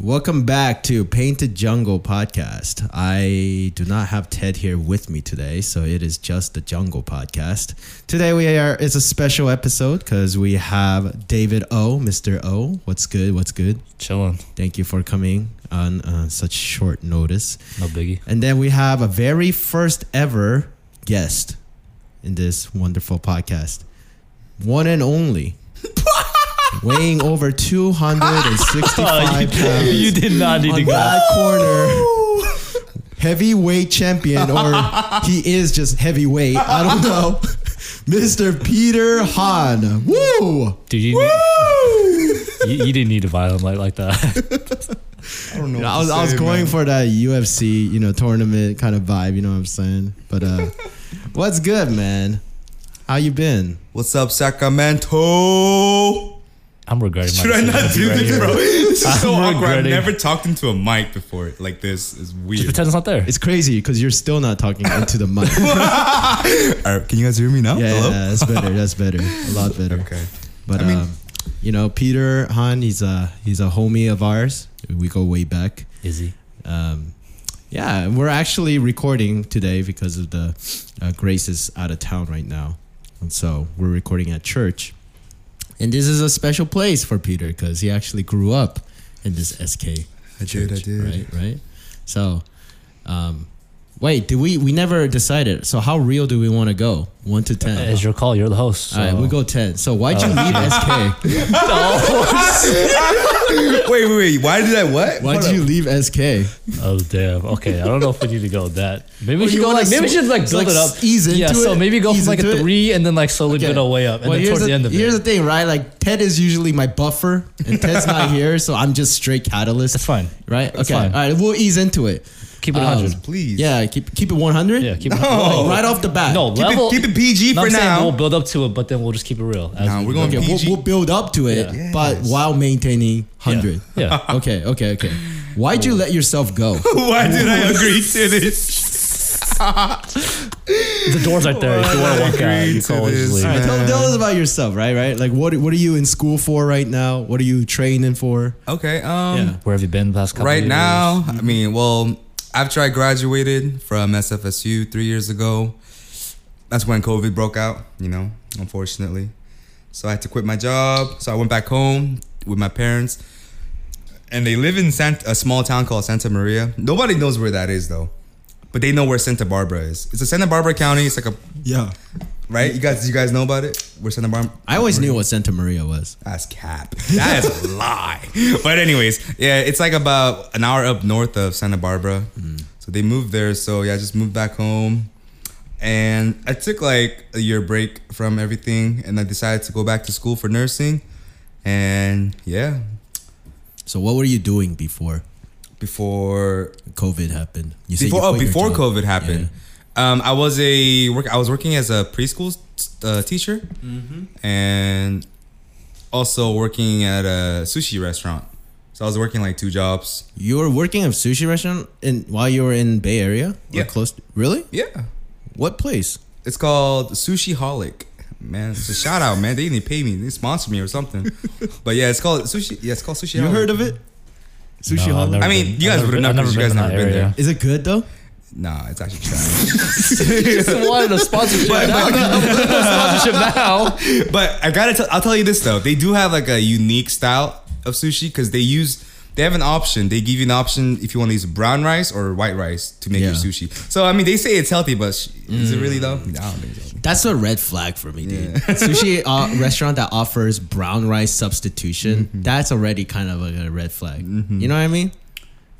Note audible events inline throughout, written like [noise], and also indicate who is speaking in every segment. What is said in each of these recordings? Speaker 1: Welcome back to Painted Jungle podcast. I do not have Ted here with me today, so it is just the Jungle podcast. Today we are it's a special episode because we have David O, Mr. O. What's good? What's good?
Speaker 2: Chilling.
Speaker 1: Thank you for coming on uh, such short notice.
Speaker 2: No biggie.
Speaker 1: And then we have a very first ever guest in this wonderful podcast. One and
Speaker 2: [laughs]
Speaker 1: only. weighing over 265 pounds.
Speaker 2: [laughs] you did not need to
Speaker 1: on
Speaker 2: go.
Speaker 1: that corner. [laughs] Heavyweight champion, or he is just heavyweight. I don't know. [laughs] Mr. Peter Hahn. Woo!
Speaker 2: Dude, you, you, you didn't need a violent light like that. [laughs]
Speaker 3: I don't know.
Speaker 1: I was, I was going for that UFC, you know, tournament kind of vibe. You know what I'm saying? But
Speaker 3: [laughs]
Speaker 1: uh, what's good, man? How you been?
Speaker 3: What's up, Sacramento?
Speaker 2: I'm regretting my
Speaker 3: Should I
Speaker 2: decision
Speaker 3: not do
Speaker 2: right
Speaker 3: this,
Speaker 2: here.
Speaker 3: bro? [laughs] This is
Speaker 2: I'm
Speaker 3: so awkward. I've
Speaker 2: regretting.
Speaker 3: never talked into a mic before like this. It's
Speaker 2: Just
Speaker 3: weird.
Speaker 2: pretend it's not there.
Speaker 1: It's crazy because you're still not talking into the
Speaker 3: [laughs]
Speaker 1: mic. yeah,
Speaker 3: All right, can you guys hear me now? Hello?
Speaker 1: yeah, that's better. That's better. A lot better.
Speaker 3: Okay.
Speaker 1: But
Speaker 3: I mean-
Speaker 1: um, you know, Peter Hahn, he's a he's a homie of ours. We go way back.
Speaker 2: Izzy.
Speaker 1: Um, yeah, we're actually recording today because of the uh, Grace is out of town right now, and so we're recording at church. And this is a special place for Peter because he actually grew up in this SK.
Speaker 3: I did, I did.
Speaker 1: Right, right. So, um, wait, did we? We never decided. So, how real do we want to go? One to ten.
Speaker 2: It's your call. You're the host. So.
Speaker 1: All right, we go ten. So, why'd you leave SK?
Speaker 3: wait, [laughs] wait, wait. Why did I what?
Speaker 1: Why'd
Speaker 3: Hold
Speaker 1: you leave SK?
Speaker 2: Oh damn. Okay. I don't know if we need to go with that. Maybe we should
Speaker 1: you
Speaker 2: go
Speaker 1: wanna
Speaker 2: like maybe we
Speaker 1: sw-
Speaker 2: should like
Speaker 1: so,
Speaker 2: build
Speaker 1: like,
Speaker 2: it up.
Speaker 1: ease
Speaker 2: yeah.
Speaker 1: into
Speaker 2: So
Speaker 1: it,
Speaker 2: maybe go
Speaker 1: ease
Speaker 2: from like
Speaker 1: into
Speaker 2: a
Speaker 1: it.
Speaker 2: three and then like slowly build our way up and
Speaker 1: Well,
Speaker 2: then
Speaker 1: here's
Speaker 2: towards the, end of
Speaker 1: Here's
Speaker 2: it.
Speaker 1: the thing, right? Like Ted is usually my buffer, and Ted's
Speaker 2: [laughs]
Speaker 1: not here, so I'm just straight catalyst.
Speaker 2: That's fine.
Speaker 1: Right? Okay.
Speaker 2: fine.
Speaker 1: All right. We'll ease into it.
Speaker 2: Keep it
Speaker 1: Um,
Speaker 2: 100.
Speaker 3: up, Please.
Speaker 1: Yeah. Keep keep it 100.
Speaker 2: Yeah. Keep it.
Speaker 1: Like, right off the bat.
Speaker 2: No.
Speaker 3: Keep
Speaker 2: level.
Speaker 3: it, keep it PG
Speaker 2: no,
Speaker 3: for
Speaker 2: I'm saying
Speaker 3: now. [laughs]
Speaker 2: We'll build up to it, but then we'll just keep it real. as
Speaker 3: Nah,
Speaker 2: we
Speaker 3: we're
Speaker 2: go.
Speaker 3: going
Speaker 1: Okay. We'll,
Speaker 3: PG.
Speaker 1: we'll build up to it,
Speaker 3: Yeah.
Speaker 1: but
Speaker 3: Yes.
Speaker 1: while maintaining 100.
Speaker 2: Yeah.
Speaker 1: [laughs] Okay. Okay. Okay. Why'd you let yourself
Speaker 3: [laughs]
Speaker 1: go?
Speaker 3: Why did I agree to this? [laughs]
Speaker 2: The door's right there. If you want to walk out, you call
Speaker 3: Agreed to
Speaker 2: us
Speaker 3: this,
Speaker 2: later.
Speaker 3: man.
Speaker 1: Tell, tell us about yourself, right? Right? Like, what what are you in school for right now? What are you training for?
Speaker 3: Okay. Um.
Speaker 1: Yeah.
Speaker 2: Where have you been the past couple
Speaker 3: right
Speaker 2: years? Mm-hmm.
Speaker 3: now i mean well after i graduated from sfsu three years ago that's when covid broke out you know unfortunately so i had to quit my job so i went back home with my parents and they live in Santa, a small town called santa maria nobody knows where that is though but they know where santa barbara is it's a santa barbara county it's like a
Speaker 1: Yeah.
Speaker 3: right you guys you guys know about it where santa barbara
Speaker 1: I always knew what Santa Maria was.
Speaker 3: that's cap. That is a lie. But anyways, yeah, it's like about an hour up north of Santa Barbara. So they moved there. So yeah, I just moved back home, and I took like a year break from everything, and I decided to go back to school for nursing. And yeah,
Speaker 1: So, what were you doing before?
Speaker 3: before
Speaker 1: COVID happened. You said you
Speaker 3: before oh,
Speaker 1: quit your
Speaker 3: before
Speaker 1: job.
Speaker 3: COVID happened, um, I was a work. I was working as a preschool uh, teacher,
Speaker 1: Mm-hmm.
Speaker 3: and also working at a sushi restaurant. So I was working like two jobs.
Speaker 1: You were working at a sushi restaurant in while you were in Bay Area. Or
Speaker 3: Yeah.
Speaker 1: Close. To, really?
Speaker 3: Yeah,
Speaker 1: What place?
Speaker 3: it's called Sushi Holic. Man, it's a shout out, man. They didn't pay me. They sponsored me
Speaker 1: [laughs]
Speaker 3: or something. but yeah, it's called sushi. Yeah, it's called sushi.
Speaker 1: You
Speaker 3: Holic.
Speaker 1: heard of it? Sushi
Speaker 2: No, I've
Speaker 1: Hollow.
Speaker 2: never
Speaker 3: I mean,
Speaker 2: been-
Speaker 3: you guys
Speaker 2: I've
Speaker 3: would've
Speaker 2: never been-
Speaker 3: known 'cause you
Speaker 2: I've
Speaker 3: guys never
Speaker 2: that
Speaker 3: been there.
Speaker 2: area.
Speaker 1: Is it good though?
Speaker 3: Nah, it's actually trash.
Speaker 1: [laughs]
Speaker 2: just wanted a
Speaker 3: [laughs]
Speaker 2: sponsorship. now. sponsorship now.
Speaker 3: but I gotta tell, I'll tell you this though. They do have like a unique style of sushi because they use, they have an option. They give you an option if you want to use brown rice or white rice to make your
Speaker 1: Yeah.
Speaker 3: sushi. So, I mean, they say it's healthy, but sh- is it really though? I don't think so.
Speaker 1: That's a red flag for me, dude.
Speaker 3: [laughs]
Speaker 1: sushi uh, restaurant that offers brown rice substitution.
Speaker 3: Mm-hmm.
Speaker 1: That's already kind of like a red flag. You know what I mean?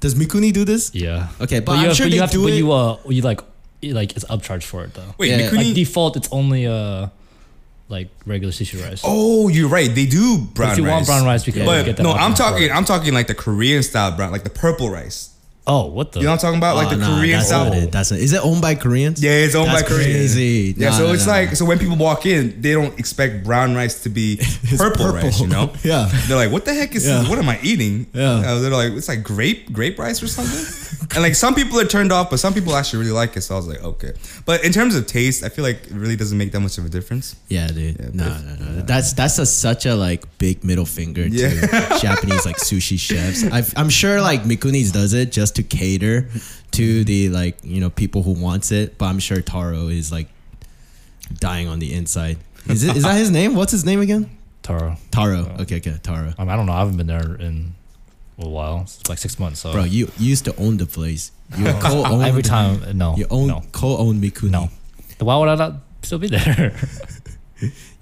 Speaker 1: Does Mikuni do this?
Speaker 2: Yeah.
Speaker 1: Okay, but,
Speaker 2: But you
Speaker 1: I'm
Speaker 2: have,
Speaker 1: sure
Speaker 2: but
Speaker 1: they
Speaker 2: you have to,
Speaker 1: do
Speaker 2: but
Speaker 1: it.
Speaker 2: you uh, you like, you like it's upcharged for it though.
Speaker 3: Wait,
Speaker 1: Yeah.
Speaker 3: Mikuni?
Speaker 2: Like default, it's only uh, like regular sushi rice.
Speaker 3: oh, you're right. They do brown rice.
Speaker 2: if you want brown rice, we can
Speaker 3: But
Speaker 2: get that
Speaker 3: no,
Speaker 2: option
Speaker 3: I'm
Speaker 2: for
Speaker 3: talking.
Speaker 2: it.
Speaker 3: I'm talking like the Korean style brown, like the purple rice.
Speaker 2: Oh, what the?
Speaker 3: You know what I'm talking about? like
Speaker 1: Oh,
Speaker 3: the
Speaker 1: nah,
Speaker 3: Korean
Speaker 1: that's
Speaker 3: South.
Speaker 1: Not it. That's not, is it owned by Koreans?
Speaker 3: Yeah, it's owned
Speaker 1: That's
Speaker 3: by Koreans.
Speaker 1: crazy.
Speaker 3: Yeah,
Speaker 1: Nah,
Speaker 3: so
Speaker 1: nah,
Speaker 3: it's
Speaker 1: nah.
Speaker 3: like so when people walk in, they don't expect brown rice
Speaker 1: [laughs]
Speaker 3: to be purple,
Speaker 1: purple.
Speaker 3: rice. You know?
Speaker 1: [laughs] Yeah.
Speaker 3: They're like, what the heck is
Speaker 1: Yeah.
Speaker 3: this? What am I eating?
Speaker 1: Yeah.
Speaker 3: Uh, they're like, it's like grape grape rice or something. [laughs] and like some people are turned off, but some people actually really like it. So I was like, okay. But in terms of taste, I feel like it really doesn't make that much of a difference.
Speaker 1: Yeah, dude.
Speaker 3: Yeah,
Speaker 1: no,
Speaker 3: but-
Speaker 1: no, no. That's that's a, such a like big middle finger to
Speaker 3: Yeah.
Speaker 1: [laughs] Japanese like sushi
Speaker 3: [laughs]
Speaker 1: chefs. I've, I'm sure like Mikuni's does it just to cater to the like you know people who wants it. But I'm sure Taro is like dying on the inside. Is it is that his name? What's his name again?
Speaker 2: Taro.
Speaker 1: Taro.
Speaker 2: Oh.
Speaker 1: Okay, okay, Taro.
Speaker 2: I, mean, I don't know. I haven't been there in a while. It's like six months. So
Speaker 1: Bro, you, you used to own the place.
Speaker 2: [laughs]
Speaker 1: You co-owned
Speaker 2: every time, no,
Speaker 1: You own
Speaker 2: no,
Speaker 1: co-owned Mikuni.
Speaker 2: no. Then why would I not still be there? [laughs]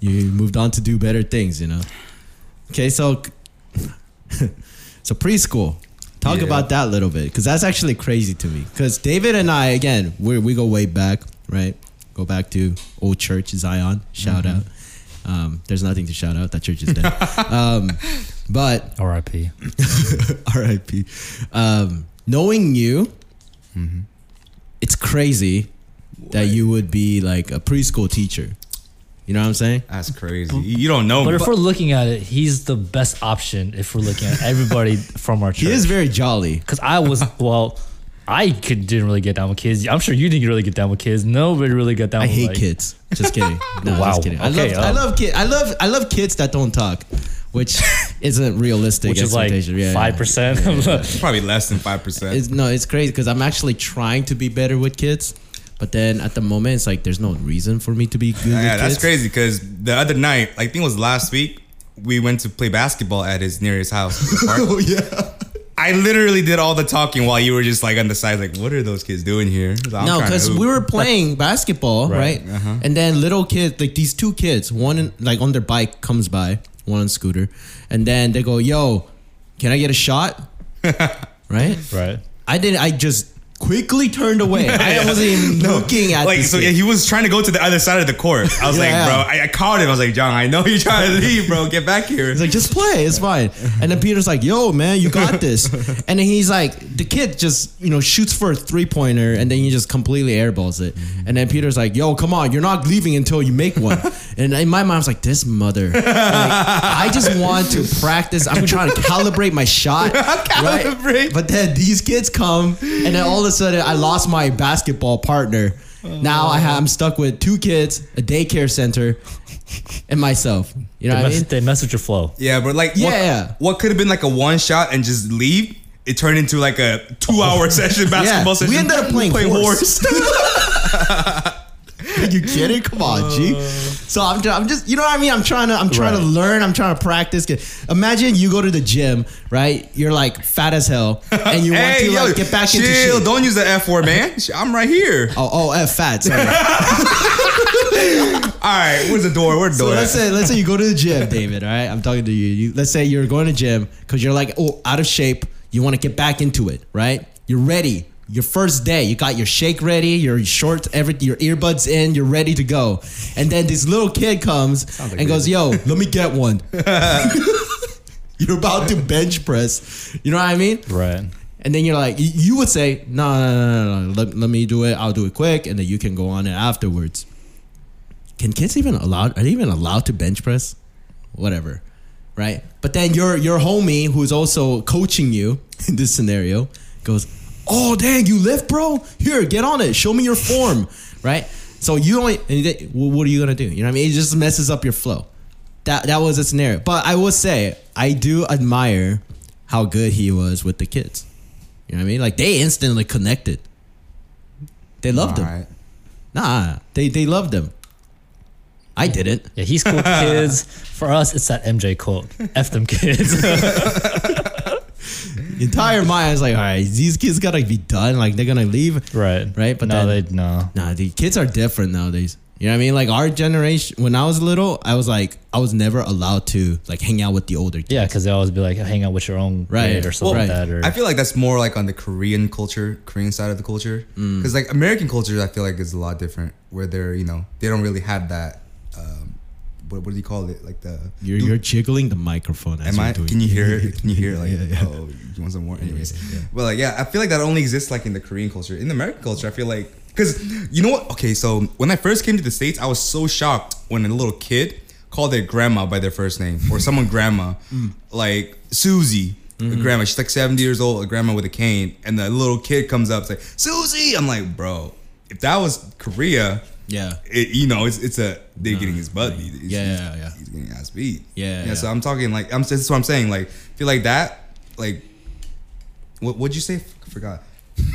Speaker 1: you moved on to do better things, you know. Okay, so [laughs] so preschool. Talk
Speaker 3: Yeah.
Speaker 1: about that a little bit because that's actually crazy to me. Because David and I, again, we we go way back, right? Go back to old church Zion. Shout out. Um, there's nothing to shout out. That church is dead. um, but [laughs]
Speaker 2: R.I.P.
Speaker 1: R.I.P. Um, knowing you, it's crazy that you would be like a preschool teacher. You know what I'm saying?
Speaker 3: That's crazy. You you don't know.
Speaker 2: But
Speaker 3: me.
Speaker 2: if we're looking at it, he's the best option. If we're looking
Speaker 1: [laughs]
Speaker 2: at everybody from our church,
Speaker 1: He is very jolly.
Speaker 2: Because I was well, I could didn't really get down with kids. I'm sure you didn't really get down with kids. Nobody really got down.
Speaker 1: I
Speaker 2: with
Speaker 1: hate
Speaker 2: like,
Speaker 1: kids. Just kidding. No,
Speaker 2: Wow.
Speaker 1: just kidding. I
Speaker 2: Okay,
Speaker 1: love, I
Speaker 2: um,
Speaker 1: love kids. I love, I love kids that don't talk,
Speaker 2: [laughs]
Speaker 1: which isn't realistic.
Speaker 2: which is like
Speaker 1: expectation. Yeah, yeah.
Speaker 2: five percent.
Speaker 3: probably less than five percent.
Speaker 1: It's, no, it's crazy because I'm actually trying to be better with kids, but then at the moment it's like there's no reason for me to be good. with
Speaker 3: Yeah, that's
Speaker 1: kids.
Speaker 3: crazy. Because the other night, I think it was last week, we went to play basketball at his nearest
Speaker 1: [laughs]
Speaker 3: house. in the park.
Speaker 1: Oh yeah.
Speaker 3: I literally did all the talking while you were just like on the side, like, what are those kids doing here?
Speaker 1: no,
Speaker 3: I'm trying to
Speaker 1: because
Speaker 3: hoop.
Speaker 1: we were playing basketball, right?
Speaker 2: Right. Uh-huh.
Speaker 1: And then little kids, like these two kids, one in, like on their bike comes by, one on scooter, and then they go, "Yo, can I get a
Speaker 2: [laughs]
Speaker 1: shot?" right?
Speaker 2: right.
Speaker 1: I did. not I just quickly turned
Speaker 3: [laughs]
Speaker 1: away. I wasn't even looking at
Speaker 3: Like,
Speaker 1: this
Speaker 3: so
Speaker 1: kid.
Speaker 3: he was trying to go to the other side of the court. I
Speaker 1: [laughs]
Speaker 3: was
Speaker 1: Yeah.
Speaker 3: like, bro, I, I called him. I was like, John, I know you're trying to leave, bro. Get back here.
Speaker 1: He's like, just play, it's fine. And then Peter's like, yo, man, you got this. And then he's like, the kid just, you know, shoots for a three pointer and then he just completely airballs it. And then Peter's like, yo, come on, you're not leaving until you make one. And in my mind, I was like, this mother. Like, I just want to practice. I'm trying to calibrate my shot. right?
Speaker 3: Calibrate.
Speaker 1: But then these kids come and then all of a sudden I lost my basketball partner. Now I ha- I'm stuck with two kids, a daycare center, and myself. You know
Speaker 2: They,
Speaker 1: what I
Speaker 2: mess,
Speaker 1: mean?
Speaker 2: they mess with your flow.
Speaker 3: yeah, but like, what,
Speaker 1: Yeah.
Speaker 3: what could have been like a one shot and just leave? It turned into like a two hour [laughs] session, basketball session.
Speaker 1: We ended up playing, horse. Are you kidding? Come on, G. So I'm, ju- I'm just, you know what I mean? I'm trying to, I'm trying to
Speaker 2: Right.
Speaker 1: learn. I'm trying to practice. Imagine you go to the gym, right? You're like fat as hell, and you want
Speaker 3: Hey,
Speaker 1: to
Speaker 3: yo,
Speaker 1: like get back
Speaker 3: chill,
Speaker 1: into shape.
Speaker 3: Don't use the F
Speaker 1: [laughs]
Speaker 3: word, man. I'm right here.
Speaker 1: Oh, oh, F fat. Sorry.
Speaker 3: All right, where's the door? Where's
Speaker 1: So
Speaker 3: the door? at?
Speaker 1: let's say let's say you go to the gym, [laughs] David. All right, I'm talking to you. you let's say you're going to gym because you're like oh out of shape. You want to get back into it, right? You're ready. Your first day, you got your shake ready, your shorts, every your earbuds in, you're ready to go. And then this little kid comes
Speaker 3: like
Speaker 1: and goes, "Yo, let me get [laughs] one." you're about to bench press. You know what I mean?
Speaker 2: Right.
Speaker 1: And then you're like, you- you would say, no, no, no, no, no. Let, let me do it. I'll do it quick, and then you can go on it afterwards. Can kids even allowed? Are they even allowed to bench press? Whatever, right? But then your your homie who's also coaching you [laughs] in this scenario goes, oh dang, you lift, bro. Here, get on it. Show me your form, [laughs] right? So you only and then, wh- what are you gonna do? You know what I mean? It just messes up your flow. That that was a scenario. But I will say, I do admire how good he was with the kids. You know what I mean? Like they instantly connected. They loved
Speaker 3: All
Speaker 1: him.
Speaker 3: right.
Speaker 1: Nah, they they loved him. I didn't.
Speaker 2: Yeah, he's cool with kids. For us, it's that MJ quote. F them
Speaker 1: [laughs]
Speaker 2: kids.
Speaker 1: The entire mind I was like, all right, these kids gotta be done. Like they're gonna leave.
Speaker 2: right.
Speaker 1: Right, but
Speaker 2: no,
Speaker 1: then-
Speaker 2: they no.
Speaker 1: Nah, the kids are different nowadays. You know what I mean? Like our generation. When I was little, I was like, I was never allowed to like hang out with the older kids.
Speaker 2: Yeah, because they always be like, hang out with your own
Speaker 1: Right.
Speaker 2: kid or something
Speaker 1: Well,
Speaker 2: like that. Or
Speaker 3: I feel like that's more like on the Korean culture, Korean side of the culture.
Speaker 1: Mm.
Speaker 3: Because like American culture, I feel like is a lot different, where they're you know they don't really have that um, what, what do you call it? Like the
Speaker 1: You're,
Speaker 3: do-
Speaker 1: you're jiggling the microphone as
Speaker 3: Am
Speaker 1: you're
Speaker 3: I?
Speaker 1: doing
Speaker 3: Can you
Speaker 1: it.
Speaker 3: hear?
Speaker 1: [laughs]
Speaker 3: it? Can you hear? it? Like,
Speaker 1: Yeah, yeah.
Speaker 3: oh, you want some more? Anyways,
Speaker 1: Yeah, yeah.
Speaker 3: but like, yeah, I feel like that only exists like in the Korean culture. In the American culture, I feel like because you know what? Okay, so when I first came to the states, I was so shocked when a little kid called their grandma by their first name or
Speaker 1: [laughs]
Speaker 3: someone grandma,
Speaker 1: Mm.
Speaker 3: like Susie. the
Speaker 1: Mm-hmm.
Speaker 3: grandma, she's like 70 years old, a grandma with a cane, and the little kid comes up, it's like, Susie! I'm like, bro, if that was Korea,
Speaker 1: Yeah.
Speaker 3: it, you know, it's it's a they're getting his butt beat. It's-
Speaker 1: Yeah,
Speaker 3: he's-
Speaker 1: yeah, yeah.
Speaker 3: He's getting ass beat.
Speaker 1: Yeah,
Speaker 3: yeah.
Speaker 1: yeah.
Speaker 3: So I'm talking like I'm. That's what I'm saying. Like feel like that. Like what would you say? F- forgot.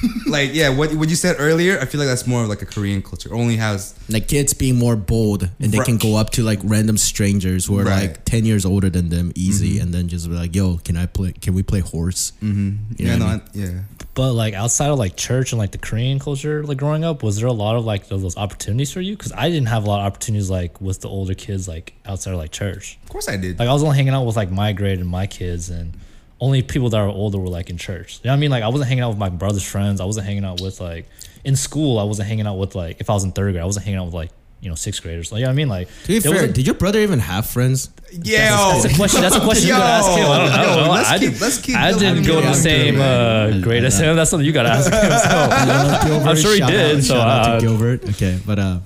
Speaker 3: [laughs] like yeah, what what you said earlier? I feel like that's more of like a Korean culture. Only has
Speaker 1: Like kids being more bold and they
Speaker 3: Right.
Speaker 1: can go up to like random strangers who are
Speaker 3: Right. Mm-hmm.
Speaker 1: like 10 years older than them easy and then just be like, yo, can I play? Can we play horse? Mm-hmm.
Speaker 3: yeah, no,
Speaker 1: I
Speaker 3: I
Speaker 1: mean?
Speaker 3: yeah.
Speaker 2: But like outside of like church and like the Korean culture, like growing up, was there a lot of like those, those opportunities for you? Because I didn't have a lot of opportunities like with the older kids like outside of like church.
Speaker 3: Of course I did.
Speaker 2: Like I was only hanging out with like my grade and my kids, and only people that were older were like in church. You know what I mean? Like I wasn't hanging out with my brother's friends. I wasn't hanging out with like in school. I wasn't hanging out with like if I was in third grade, I wasn't hanging out with like you know sixth graders. Like you know what I mean? Like
Speaker 1: To be
Speaker 2: there
Speaker 1: fair,
Speaker 2: wasn't-
Speaker 1: did your brother even have friends?
Speaker 3: yeah.
Speaker 2: that's a question. That's a question you gotta ask him. I don't know.
Speaker 3: Yo, let's
Speaker 2: I,
Speaker 3: keep-
Speaker 2: did,
Speaker 3: let's keep
Speaker 2: I
Speaker 3: building-
Speaker 2: didn't
Speaker 3: I'm
Speaker 2: go to the
Speaker 3: curious.
Speaker 2: same uh, grade as him. That's something you gotta ask him. So. [laughs]
Speaker 3: [laughs]
Speaker 1: Gilbert,
Speaker 2: sure he
Speaker 1: shout
Speaker 2: did,
Speaker 1: Out,
Speaker 2: so,
Speaker 1: shout out
Speaker 2: uh,
Speaker 1: to Gilbert. Okay, but uh,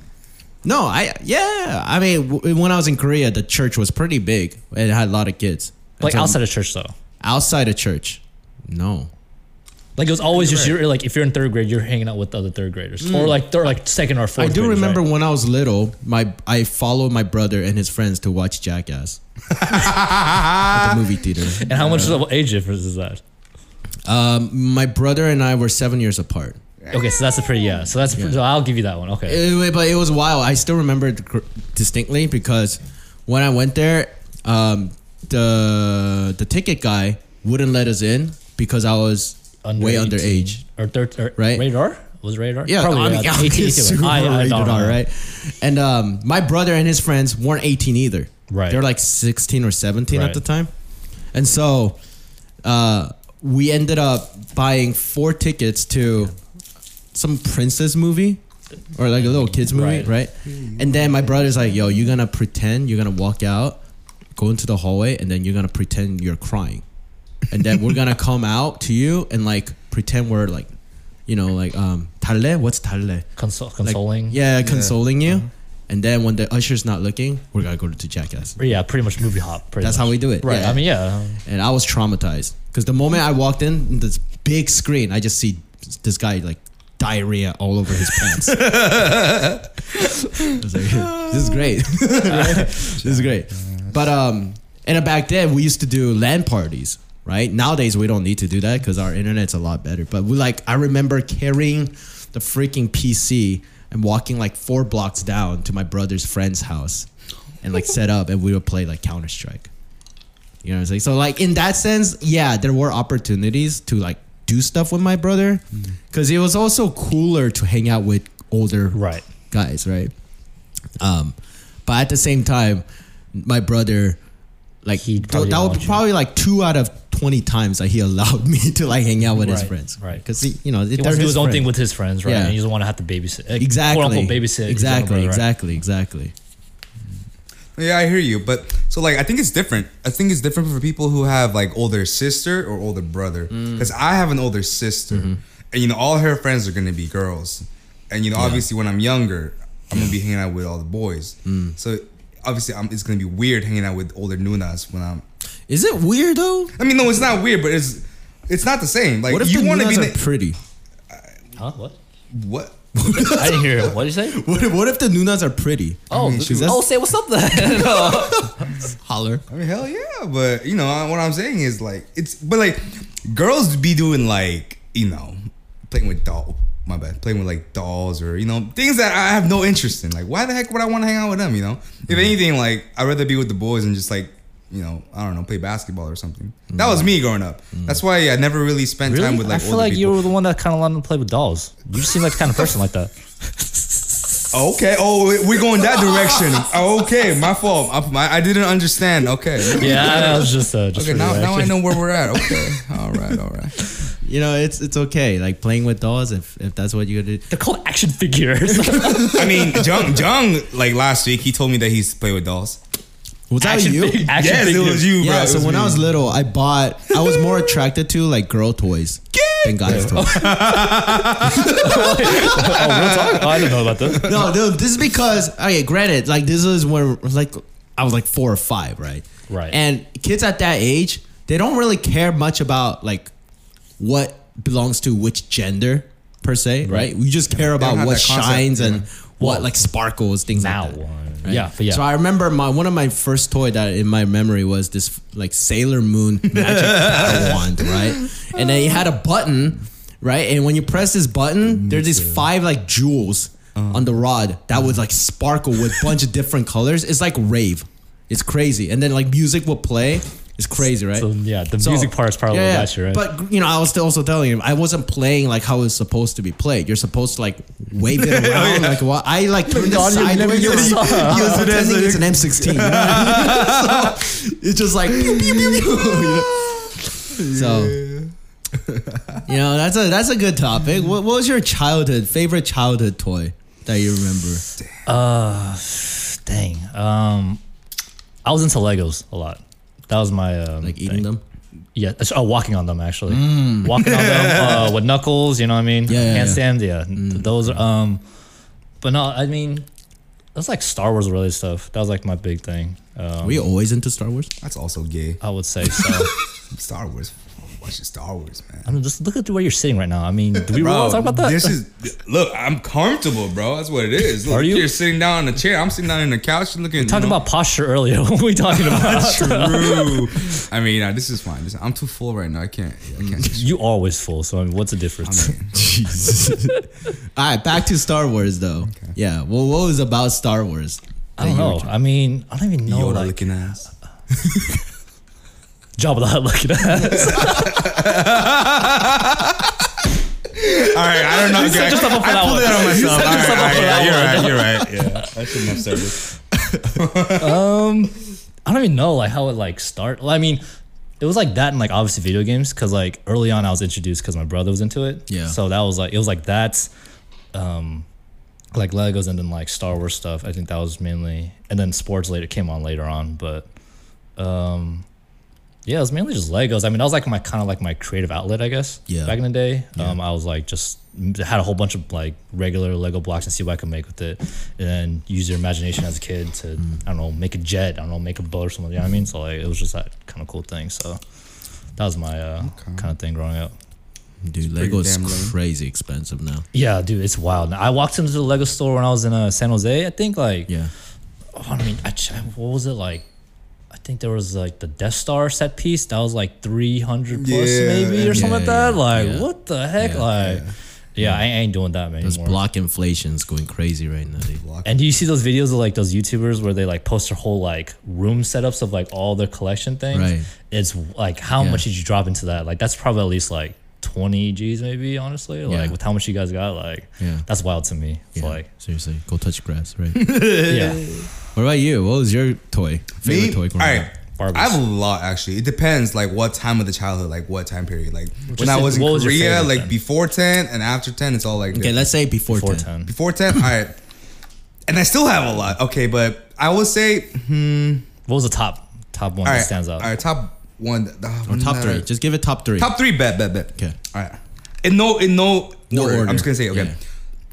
Speaker 1: no, I yeah. I mean, w- when I was in Korea, the church was pretty big. It had a lot of kids.
Speaker 2: like
Speaker 1: Until-
Speaker 2: outside of church though.
Speaker 1: outside of church. No.
Speaker 2: Like it was always just
Speaker 3: You're
Speaker 2: you're like if you're in third grade, you're hanging out with other third graders or like third, like second or
Speaker 1: Mm. I
Speaker 2: fourth.
Speaker 1: do
Speaker 2: graders,
Speaker 1: remember
Speaker 2: right?
Speaker 1: when I was little, my I followed my brother and his friends to watch
Speaker 2: [laughs]
Speaker 1: Jackass at the movie theater.
Speaker 2: And how much is the age difference is that?
Speaker 1: Um, my brother and I were seven years apart.
Speaker 2: Okay, so that's a pretty yeah. So that's so I'll give you that one. Okay,
Speaker 1: It- but it was wild. I still remember it gr- distinctly because when I went there, um, the the ticket guy wouldn't let us in because I was way
Speaker 2: 18
Speaker 1: underage.
Speaker 2: or third or
Speaker 1: Right?
Speaker 2: radar was radar.
Speaker 1: Yeah,
Speaker 2: probably
Speaker 1: [laughs] I mean,
Speaker 2: yeah,
Speaker 1: yeah,
Speaker 2: 18,
Speaker 1: it's
Speaker 2: 18,
Speaker 1: super
Speaker 2: I- I
Speaker 1: rated
Speaker 2: don't
Speaker 1: R,
Speaker 2: know.
Speaker 1: right? And um, my brother and his friends weren't 18 either.
Speaker 2: Right.
Speaker 1: They're like 16 or 17 at
Speaker 2: Right.
Speaker 1: the time. And so uh, we ended up buying four tickets to some princess movie or like a little kids movie, right?
Speaker 2: Right.
Speaker 1: And then my brother's like, yo, you're going to pretend you're going to walk out, go into the hallway, and then you're going to pretend you're crying. And then we're going to come out to you and like pretend we're like, you know, like, um, 달래? What's 달래?
Speaker 2: Consol-
Speaker 1: Like,
Speaker 2: consoling. yeah. Uh-huh.
Speaker 1: yeah, consoling you. And then when the usher's not looking, we're going to go to Jackass.
Speaker 2: yeah, pretty much movie hop. Pretty
Speaker 1: That's
Speaker 2: much.
Speaker 1: how we do it.
Speaker 2: Right.
Speaker 1: Yeah.
Speaker 2: I mean, yeah.
Speaker 1: and I was traumatized because the moment I walked in, this big screen, I just see this guy like diarrhea all over his pants. I was like, [laughs] this is great. this is great. But um, and back then we used to do LAN parties, right? Nowadays we don't need to do that because our internet's a lot better. But we like, I remember carrying the freaking PC and walking like four blocks down to my brother's friend's house and like set up and we would play like Counter Strike. You know what I'm saying? So like in that sense, yeah, there were opportunities to like do stuff with my brother
Speaker 2: Mm-hmm.
Speaker 1: because it was also cooler to hang out with older
Speaker 2: Right.
Speaker 1: guys, right? Um, but at the same time, my brother, like
Speaker 2: He
Speaker 1: th-
Speaker 2: probably
Speaker 1: that
Speaker 2: didn't
Speaker 1: would
Speaker 2: want you.
Speaker 1: probably like two out of twenty times that he allowed [laughs] me to like hang out with his
Speaker 2: Right,
Speaker 1: friends,
Speaker 2: right.
Speaker 1: Because you know,
Speaker 2: He wants to do his own thing with his friends, right?
Speaker 1: Yeah.
Speaker 2: And he doesn't want to have to babysit. like,
Speaker 1: exactly
Speaker 2: Quote unquote babysit. his younger
Speaker 1: exactly,
Speaker 2: brother, right?
Speaker 1: exactly, exactly.
Speaker 3: Yeah, I hear you, but so like I think it's different. I think it's different for people who have like older sister or older brother.
Speaker 1: Mm.
Speaker 3: Because I have an older sister,
Speaker 1: Mm-hmm.
Speaker 3: and you know all her friends are gonna be girls, and you know obviously when I'm younger, I'm gonna be hanging out with all the boys.
Speaker 1: Mm.
Speaker 3: So obviously I'm, it's gonna be weird hanging out with older nunas when I'm.
Speaker 1: Is it weird though?
Speaker 3: I mean, no, it's not weird, but it's it's not the same. Like
Speaker 1: What if
Speaker 3: you
Speaker 1: the
Speaker 3: want to be
Speaker 1: nunas
Speaker 3: the,
Speaker 1: are pretty?
Speaker 2: Huh? What?
Speaker 3: what?
Speaker 2: I didn't hear. it. What
Speaker 1: [laughs]
Speaker 2: did you say?
Speaker 1: What if, what if the nunas are pretty?
Speaker 2: Oh,
Speaker 1: she's- that's-
Speaker 2: oh, say what's up then.
Speaker 1: [laughs]
Speaker 2: [laughs]
Speaker 1: Holler.
Speaker 3: I mean, hell yeah, but you know I- what I'm saying is like it's, but like girls be doing like you know playing with doll, my bad, playing with like dolls or you know things that I have no interest in. Like, why the heck would I want to hang out with them? You know, if
Speaker 2: Mm-hmm.
Speaker 3: anything, like I'd rather be with the boys and just like you know I don't know play basketball or something. That was me growing up. That's why I never really spent time with like
Speaker 2: Mm-hmm. I
Speaker 3: older
Speaker 2: feel like you
Speaker 3: people.
Speaker 2: were the one that kind of wanted to play with dolls. You seem like the kind of person like that.
Speaker 3: okay, oh we- we're going that direction.
Speaker 2: [laughs]
Speaker 3: okay, my fault. I, my, I didn't understand.
Speaker 2: [laughs]
Speaker 3: Okay.
Speaker 2: [laughs] Yeah, that was just uh, just
Speaker 3: Okay,
Speaker 2: for
Speaker 3: now,
Speaker 2: you,
Speaker 3: now I
Speaker 2: actually.
Speaker 3: know where we're at. Okay. All right, all right.
Speaker 1: You know, it's it's okay. Like playing with dolls, if if that's what you're gonna do.
Speaker 2: They're called [laughs] action figures.
Speaker 3: I mean, Jung, Jung, like last week, he told me that he's played with dolls.
Speaker 1: Was that
Speaker 2: Action
Speaker 1: you?
Speaker 2: figure- action
Speaker 3: yes, it
Speaker 2: figure.
Speaker 3: was you, bro.
Speaker 1: Yeah,
Speaker 3: It
Speaker 1: so when I
Speaker 3: me.
Speaker 1: was little, I bought. I was more attracted to like girl toys than guys toys.
Speaker 2: [laughs] oh, real talk? Oh, I didn't know about this.
Speaker 1: No, dude, this is because okay. Granted, like this is when like I was like four or five, right?
Speaker 2: Right.
Speaker 1: And kids at that age, they don't really care much about like what belongs to which gender per se, right?
Speaker 2: Right.
Speaker 1: We just care about
Speaker 3: have
Speaker 1: what
Speaker 3: that concept,
Speaker 1: shines and
Speaker 3: yeah.
Speaker 1: what like sparkles, things
Speaker 2: [laughs] Now
Speaker 1: like that.
Speaker 2: one.
Speaker 1: right?
Speaker 2: Yeah, but yeah.
Speaker 1: So I remember my one of my first toy that in my memory was this like Sailor
Speaker 2: [laughs]
Speaker 1: Moon magic power wand, right? And then it had a button, right? And when you press this
Speaker 2: Mm,
Speaker 1: button, there's these five like jewels
Speaker 2: Uh-huh.
Speaker 1: on the rod that would like sparkle
Speaker 2: [laughs]
Speaker 1: with bunch of different colors. It's like rave. It's crazy. And then like music will play. It's crazy, right?
Speaker 2: So yeah, the
Speaker 1: So-
Speaker 2: music part is probably
Speaker 1: yeah, yeah.
Speaker 2: what got you, right?
Speaker 1: But you know, I was still also telling him I wasn't playing like how it's supposed to be played. You're supposed to like wave
Speaker 2: [laughs]
Speaker 1: it
Speaker 2: Oh,
Speaker 1: around like what I like turned it
Speaker 2: on your
Speaker 1: sideways. [laughs]
Speaker 2: limb,
Speaker 1: like,
Speaker 2: you saw. [laughs]
Speaker 1: I was
Speaker 3: Yeah.
Speaker 1: pretending it's an M16. you know what I mean? [laughs] so it's just like pew, pew, pew, pew, you [laughs] know? so. You know that's a that's a good topic. What, what was your childhood favorite childhood toy that you remember?
Speaker 2: Uh, dang. Um, I was into Legos a lot. That was my um,
Speaker 1: Like
Speaker 2: thing.
Speaker 1: eating them?
Speaker 2: Yeah, it's- oh, walking on them actually. Walking on them uh, with knuckles. You know what I mean?
Speaker 1: Yeah, yeah, yeah.
Speaker 2: Handstand. Yeah, Th- those. are, Um, but no, I mean, that's like Star Wars related stuff. That was like my big thing. Um,
Speaker 1: Were you always into Star Wars?
Speaker 3: That's also gay.
Speaker 2: I would say so.
Speaker 3: Star Wars. Watch Star Wars, man.
Speaker 2: I mean, just look at where you're sitting right now. I mean, do we really talk about that?
Speaker 3: This is look. I'm comfortable, bro. That's what it is. Look,
Speaker 2: Are you?
Speaker 3: You're sitting down on a chair. I'm sitting down on the couch and looking.
Speaker 2: Talked
Speaker 3: you know,
Speaker 2: about [laughs] posture earlier. What are we talking about?
Speaker 3: [laughs] true. I mean, nah, this is fine. This- I'm too full right now. I can't. I can't.
Speaker 2: you always full. So I mean, what's the difference?
Speaker 1: Jesus. [laughs] All right, back to Star Wars though. Yeah. Well, what was about Star Wars?
Speaker 2: [laughs] I don't know. I mean, I don't even know.
Speaker 3: Yoda
Speaker 2: like, [laughs]
Speaker 3: looking ass.
Speaker 2: Jabba the Hutt [laughs] looking ass.
Speaker 3: All right, I don't know. You
Speaker 2: set yourself up for that one. You set yourself up for that
Speaker 3: right, you're right. Yeah, I shouldn't have said [laughs] this.
Speaker 2: I don't even know like how it like start. Well, I mean, it was like that and like obviously video games because like early on I was introduced because my brother was into it.
Speaker 1: Yeah.
Speaker 2: So that was like it was like that's, um, like Legos and then like Star Wars stuff. I think that was mainly and then sports later came on later on, but, um, yeah, it was mainly just Legos. I mean, that was like my kind of like my creative outlet, I guess.
Speaker 1: Yeah.
Speaker 2: Back in the day, um, I was like just had a whole bunch of like regular Lego blocks and see what I could make with it, and then use your imagination as a kid to
Speaker 1: Mm.
Speaker 2: I don't know make a jet, I don't know make a boat or something. You know what I mean? So like it was just that kind of cool thing. So that was my uh, kind of thing growing up.
Speaker 1: Dude,
Speaker 3: pretty
Speaker 1: Lego's
Speaker 3: damn lame.
Speaker 1: crazy expensive now.
Speaker 2: Yeah, dude, it's wild. I walked into the Lego store when I was in uh, San Jose. I think like
Speaker 1: Yeah.
Speaker 2: oh, I mean, I, ch- what was it like? I think there was like the Death Star set piece that was like three hundred plus
Speaker 3: Yeah,
Speaker 2: maybe
Speaker 3: yeah,
Speaker 2: or something like that.
Speaker 1: yeah,
Speaker 2: Like
Speaker 1: yeah.
Speaker 2: what the heck?
Speaker 1: Yeah,
Speaker 2: like yeah, I ain't doing that
Speaker 1: Those
Speaker 2: anymore.
Speaker 1: block inflation's going crazy right now. dude.
Speaker 2: and do you see those videos of like those YouTubers where they like post their whole like room setups of like all their collection things?
Speaker 1: Right.
Speaker 2: It's like how
Speaker 1: Yeah.
Speaker 2: much did you drop into that? Like that's probably at least like twenty G's maybe honestly. Like
Speaker 1: Yeah.
Speaker 2: with how much you guys got, like
Speaker 1: Yeah.
Speaker 2: that's wild to me. It's like
Speaker 1: Seriously, go touch grass, [laughs] right?
Speaker 3: Uh,
Speaker 2: yeah,
Speaker 1: what about you? What was your toy? Favorite
Speaker 3: Me?
Speaker 1: toy
Speaker 3: All right.
Speaker 2: Barbies.
Speaker 3: I have a lot actually. It depends, like what time of the childhood, like what time period. Like when
Speaker 2: Just
Speaker 3: I
Speaker 2: say-
Speaker 3: was in
Speaker 2: what was your
Speaker 3: Korea,
Speaker 2: favorite
Speaker 3: like
Speaker 2: then?
Speaker 3: before ten and after ten, it's all like
Speaker 1: Okay,
Speaker 3: different.
Speaker 1: let's say before,
Speaker 2: four
Speaker 1: 10.
Speaker 2: ten.
Speaker 3: before
Speaker 1: [coughs]
Speaker 3: ten. all right, and I still have a lot. Okay, but I would say,
Speaker 2: What was the top top one
Speaker 3: all
Speaker 2: that
Speaker 3: right,
Speaker 2: stands out?
Speaker 3: All right, top one, ah,
Speaker 1: Or top
Speaker 3: nah.
Speaker 1: three. Just give it top three.
Speaker 3: Top three, bet, bet, bet.
Speaker 1: Okay.
Speaker 3: All right. In no, in no,
Speaker 1: No
Speaker 3: order.
Speaker 1: order.
Speaker 3: I'm just gonna say okay.
Speaker 1: Yeah.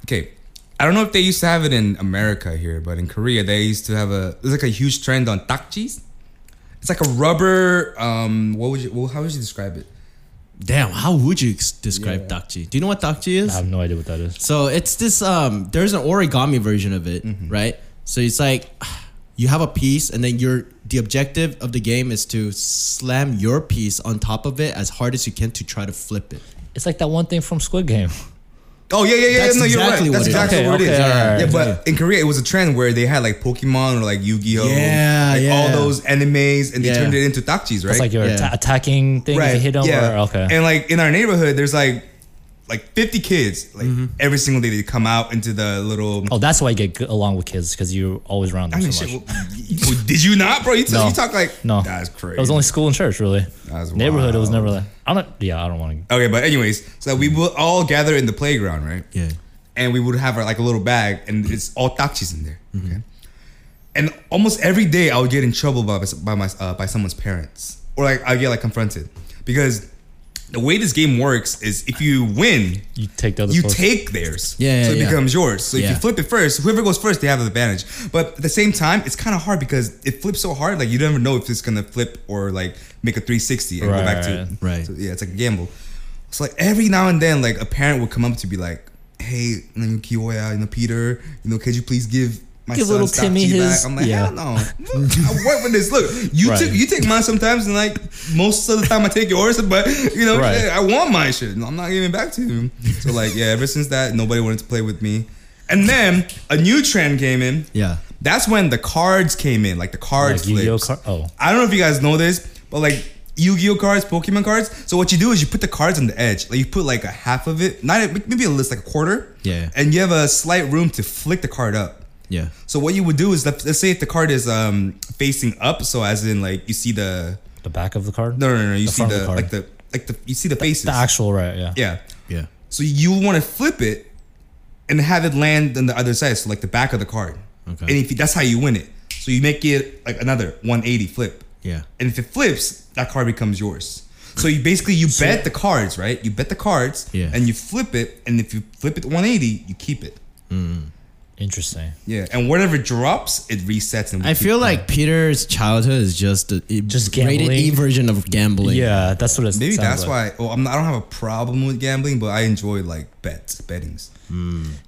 Speaker 3: Okay. I don't know if they used to have it in America here, but in Korea they used to have a. There's like a huge trend on takjis. It's like a rubber. Um, what would you? Well, how would you describe it?
Speaker 1: Damn, how would you ex- describe
Speaker 3: Yeah.
Speaker 1: dakji? Do you know what dakji is?
Speaker 2: I have no idea what that is.
Speaker 1: So it's this um there's an origami version of it, right? So it's like you have a piece and then your the objective of the game is to slam your piece on top of it as hard as you can to try to flip it.
Speaker 2: It's like that one thing from Squid Game. [laughs]
Speaker 3: Oh yeah, yeah, yeah.
Speaker 1: That's
Speaker 3: no, you're
Speaker 1: exactly
Speaker 3: right.
Speaker 1: what it is.
Speaker 3: That's exactly
Speaker 2: Okay,
Speaker 3: what it is.
Speaker 2: okay,
Speaker 3: yeah,
Speaker 2: alright,
Speaker 3: but in Korea it was a trend where they had like Pokemon or like Yu-Gi-Oh.
Speaker 1: Yeah,
Speaker 3: like
Speaker 1: yeah.
Speaker 3: All those animes, and they
Speaker 1: Yeah.
Speaker 3: turned it into takjis, right?
Speaker 2: It's like your
Speaker 1: Yeah.
Speaker 2: atta- attacking thing. Right.
Speaker 3: right?
Speaker 2: You hit them.
Speaker 3: yeah.
Speaker 2: Or, okay.
Speaker 3: And like in our neighborhood, there's like like 50 kids. Like every single day they come out into the little.
Speaker 2: Mm-hmm. oh, that's why you get good along with kids because you're always around them
Speaker 3: I mean,
Speaker 2: so
Speaker 3: shit,
Speaker 2: much.
Speaker 3: well, well, did you not, bro? You, t-
Speaker 2: No.
Speaker 3: you talk like
Speaker 2: No,
Speaker 3: That's crazy.
Speaker 2: It was only school and church, really.
Speaker 3: That's
Speaker 2: Neighborhood, it was
Speaker 3: wild.
Speaker 2: never like. I don't. Yeah, I don't want to.
Speaker 3: okay, but anyways, so we would all gather in the playground, right?
Speaker 1: Yeah.
Speaker 2: Mm-hmm.
Speaker 3: And we would have our, like a little bag, and it's all takchis in there. Okay. and almost every day I would get in trouble by by my uh, by someone's parents, or like I get like confronted because the way this game works is if you win,
Speaker 2: You take the other.
Speaker 3: you
Speaker 2: post.
Speaker 3: take theirs.
Speaker 1: Yeah, yeah,
Speaker 3: So it
Speaker 1: yeah.
Speaker 3: becomes yours. So if
Speaker 1: Yeah.
Speaker 3: you flip it first, whoever goes first, they have the advantage. But at the same time, it's kind of hard because it flips so hard, like you never know if it's gonna flip or like make a 360 and go back to
Speaker 2: Right.
Speaker 1: Right.
Speaker 3: So, yeah, it's like a gamble. So like every now and then, like a parent would come up to be like, "Hey, you know, Kiyoya, you know, Peter, you know, could you please give." My
Speaker 2: Give
Speaker 3: son
Speaker 2: little
Speaker 3: stock
Speaker 2: Timmy
Speaker 3: tea
Speaker 2: his-
Speaker 3: Back. I'm like,
Speaker 2: yeah.
Speaker 3: hell no. I work with this. Look, you
Speaker 2: Right.
Speaker 3: took you take mine sometimes, and like most of the time I take yours, but you know,
Speaker 2: Right.
Speaker 3: shit, I want my shit. I'm not giving it back to you. So like, yeah, ever since that, nobody wanted to play with me. And then a new trend came in.
Speaker 1: Yeah.
Speaker 3: That's when the cards came in, like the card
Speaker 2: Like Yu-Gi-Oh
Speaker 3: flips.
Speaker 2: card. Oh,
Speaker 3: I don't know if you guys know this, but like Yu-Gi-Oh cards, Pokemon cards. So what you do is you put the cards on the edge. Like you put like a half of it, not maybe a list like a quarter.
Speaker 1: Yeah.
Speaker 3: And you have a slight room to flick the card up.
Speaker 1: Yeah.
Speaker 3: So what you would do is let- let's say if the card is um facing up, so as in like you see the
Speaker 2: the back of the card.
Speaker 3: no no no, no you
Speaker 2: The
Speaker 3: see
Speaker 2: front of
Speaker 3: the,
Speaker 2: the card.
Speaker 3: like the like the you see the faces.
Speaker 2: The actual right. Yeah.
Speaker 3: yeah.
Speaker 1: Yeah.
Speaker 3: So you want to flip it and have it land on the other side, so like the back of the card.
Speaker 1: Okay.
Speaker 3: And if you, that's how you win it. So you make it like another 180 flip.
Speaker 1: Yeah.
Speaker 3: And if it flips, that card becomes yours. So you basically you bet the cards, right? You bet the cards,
Speaker 1: Yeah.
Speaker 3: and you flip it. And if you flip it 180, you keep it.
Speaker 2: Interesting.
Speaker 3: Yeah. And whatever drops, it resets. And we
Speaker 1: I
Speaker 3: keep
Speaker 1: feel
Speaker 3: it.
Speaker 1: like Peter's childhood is just a a
Speaker 2: Just
Speaker 1: rated
Speaker 2: gambling.
Speaker 1: E version of gambling.
Speaker 2: Yeah, that's what it's.
Speaker 3: maybe that's why. Well, I'm not, I don't have a problem with gambling, but I enjoy like bets, bettings.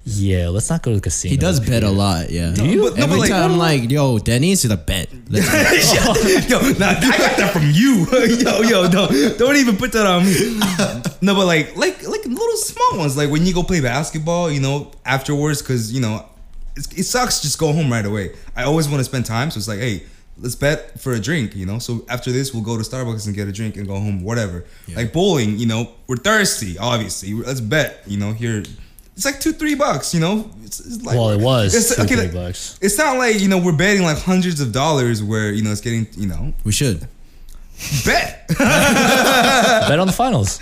Speaker 2: Yeah, let's not go to the casino.
Speaker 1: He
Speaker 3: [laughs]
Speaker 1: does bet a lot. Yeah.
Speaker 2: Do you?
Speaker 3: But- no,
Speaker 1: Every
Speaker 3: but like-
Speaker 1: time I'm like, yo, Denny's is a bet. Let's go.
Speaker 3: [laughs] yo, nah, I got that from you. [laughs] yo, yo, no, don't even put that on me. No, but like, like, like little small ones. Like when you go play basketball, you know, afterwards, because you know, it's, it sucks. Just go home right away. I always want to spend time, so it's like, hey, let's bet for a drink. You know, so after this, we'll go to Starbucks and get a drink and go home. Whatever. Like bowling, you know, we're thirsty, obviously. Let's bet. You know, here. It's like two, three bucks, you know. It's, it's like,
Speaker 2: Well, it was two, three
Speaker 3: like,
Speaker 2: bucks.
Speaker 3: It's not like you know we're betting like hundreds of dollars where you know it's getting you know
Speaker 1: We should.
Speaker 3: bet. [laughs]
Speaker 2: bet on the finals.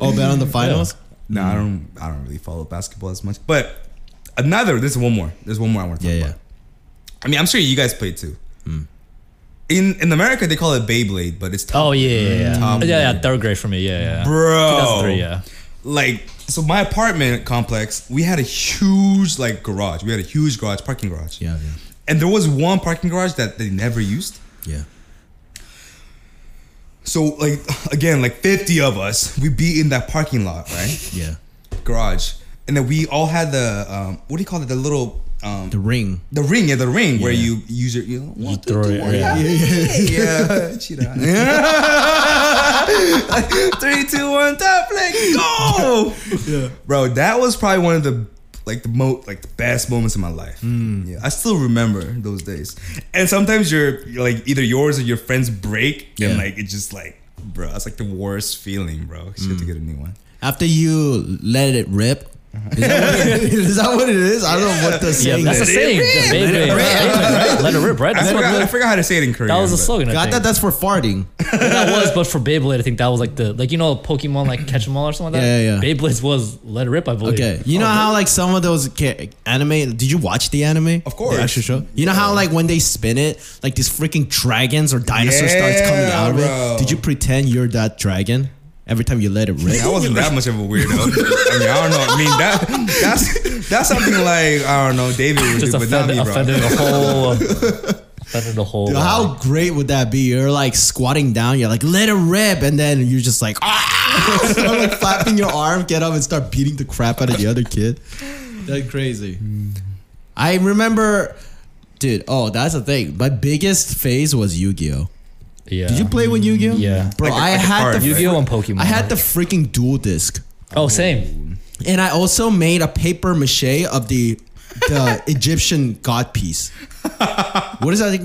Speaker 1: Oh, bet on the finals?
Speaker 3: no, I don't. I don't really follow basketball as much. But another. There's one more. There's one more I want to
Speaker 1: Yeah,
Speaker 3: talk
Speaker 1: yeah. Hmm.
Speaker 3: about. I mean, I'm sure you guys play too. In in America, they call it Beyblade, but it's
Speaker 2: Oh yeah, yeah, yeah.
Speaker 3: Top
Speaker 2: yeah, yeah.
Speaker 3: grade.
Speaker 2: Third grade for me. Yeah,
Speaker 1: Oh,
Speaker 2: yeah.
Speaker 3: bro.
Speaker 2: 2003, yeah.
Speaker 3: Like so, my apartment complex, we had a huge like garage. We had a huge garage, parking garage.
Speaker 1: Yeah,
Speaker 3: And there was one parking garage that they never used.
Speaker 1: yeah. Yeah.
Speaker 3: So like again, like 50 of us, we be in that parking lot, right?
Speaker 1: Yeah.
Speaker 3: garage, and then we all had the um, what do you call it? The little um,
Speaker 1: The ring.
Speaker 3: the ring, yeah, the ring where
Speaker 1: Yeah.
Speaker 3: you use your you know one, two,
Speaker 2: throw
Speaker 3: three,
Speaker 2: it,
Speaker 3: one,
Speaker 2: yeah.
Speaker 3: yeah, [laughs] yeah, yeah, yeah. [laughs] three, two, one, top, like go, yeah, bro. That was probably one of the like the mo like the best moments in my life. Yeah, I still remember those days. And sometimes you're you're like either yours or your friends break,
Speaker 1: Yeah.
Speaker 3: and like it's just like. Bro, that's like the worst feeling, bro. Shit to get a new one.
Speaker 1: After you let it
Speaker 2: [laughs]
Speaker 1: rip. Is that, what it, is that what it is? I don't know what the
Speaker 2: Yeah,
Speaker 1: saying
Speaker 2: that's a
Speaker 1: is.
Speaker 2: saying. Yeah, baby.
Speaker 1: Let it
Speaker 2: Right, Let it rip, right?
Speaker 3: I
Speaker 2: That's what
Speaker 3: forgot, I
Speaker 2: the-
Speaker 3: forgot how to say it in Korean.
Speaker 2: that was the
Speaker 3: but-
Speaker 2: slogan. I
Speaker 1: I thought
Speaker 2: think.
Speaker 1: that's for farting.
Speaker 2: that was, but for Beyblade, I think that was like the like you know Pokemon
Speaker 1: [clears throat]
Speaker 2: like catch 'em all or something like that.
Speaker 1: Yeah, yeah, yeah.
Speaker 2: Beyblades was let it rip, I believe.
Speaker 1: Okay, you know how like some of those ca- anime? Did you watch the anime?
Speaker 3: Of course.
Speaker 1: the actual show. You know how like when they spin it, like these freaking dragons or dinosaurs starts coming
Speaker 3: Yeah,
Speaker 1: out of
Speaker 3: bro.
Speaker 1: it. Did you pretend you're that dragon every time you let it rip?
Speaker 3: I wasn't that much of a weirdo. I mean, I don't know. I mean, that that's that's something like I don't know, David would
Speaker 2: just
Speaker 3: do, but not
Speaker 2: offend,
Speaker 3: me, bro.
Speaker 2: offended the whole um,
Speaker 1: [laughs]
Speaker 2: offended the whole. um,
Speaker 1: Dude, How great would that be? You're like squatting down, you're like let it rip, and then you're just like ah, [laughs] Start, like flapping your arm, get up and start beating the crap out of the other kid. That's crazy. I remember, dude. Oh, that's the thing. My biggest phase was Yu-Gi-Oh.
Speaker 2: yeah.
Speaker 1: Did you play with Yu-Gi-Oh?
Speaker 2: Yeah.
Speaker 1: bro.
Speaker 3: Like a-
Speaker 1: I
Speaker 3: like a
Speaker 1: had
Speaker 3: card,
Speaker 1: the
Speaker 3: right?
Speaker 2: Yu-Gi-Oh and Pokemon?
Speaker 1: I had the freaking dual disc,
Speaker 2: oh same.
Speaker 1: and I also made a paper mache of the the Egyptian god piece. What is that?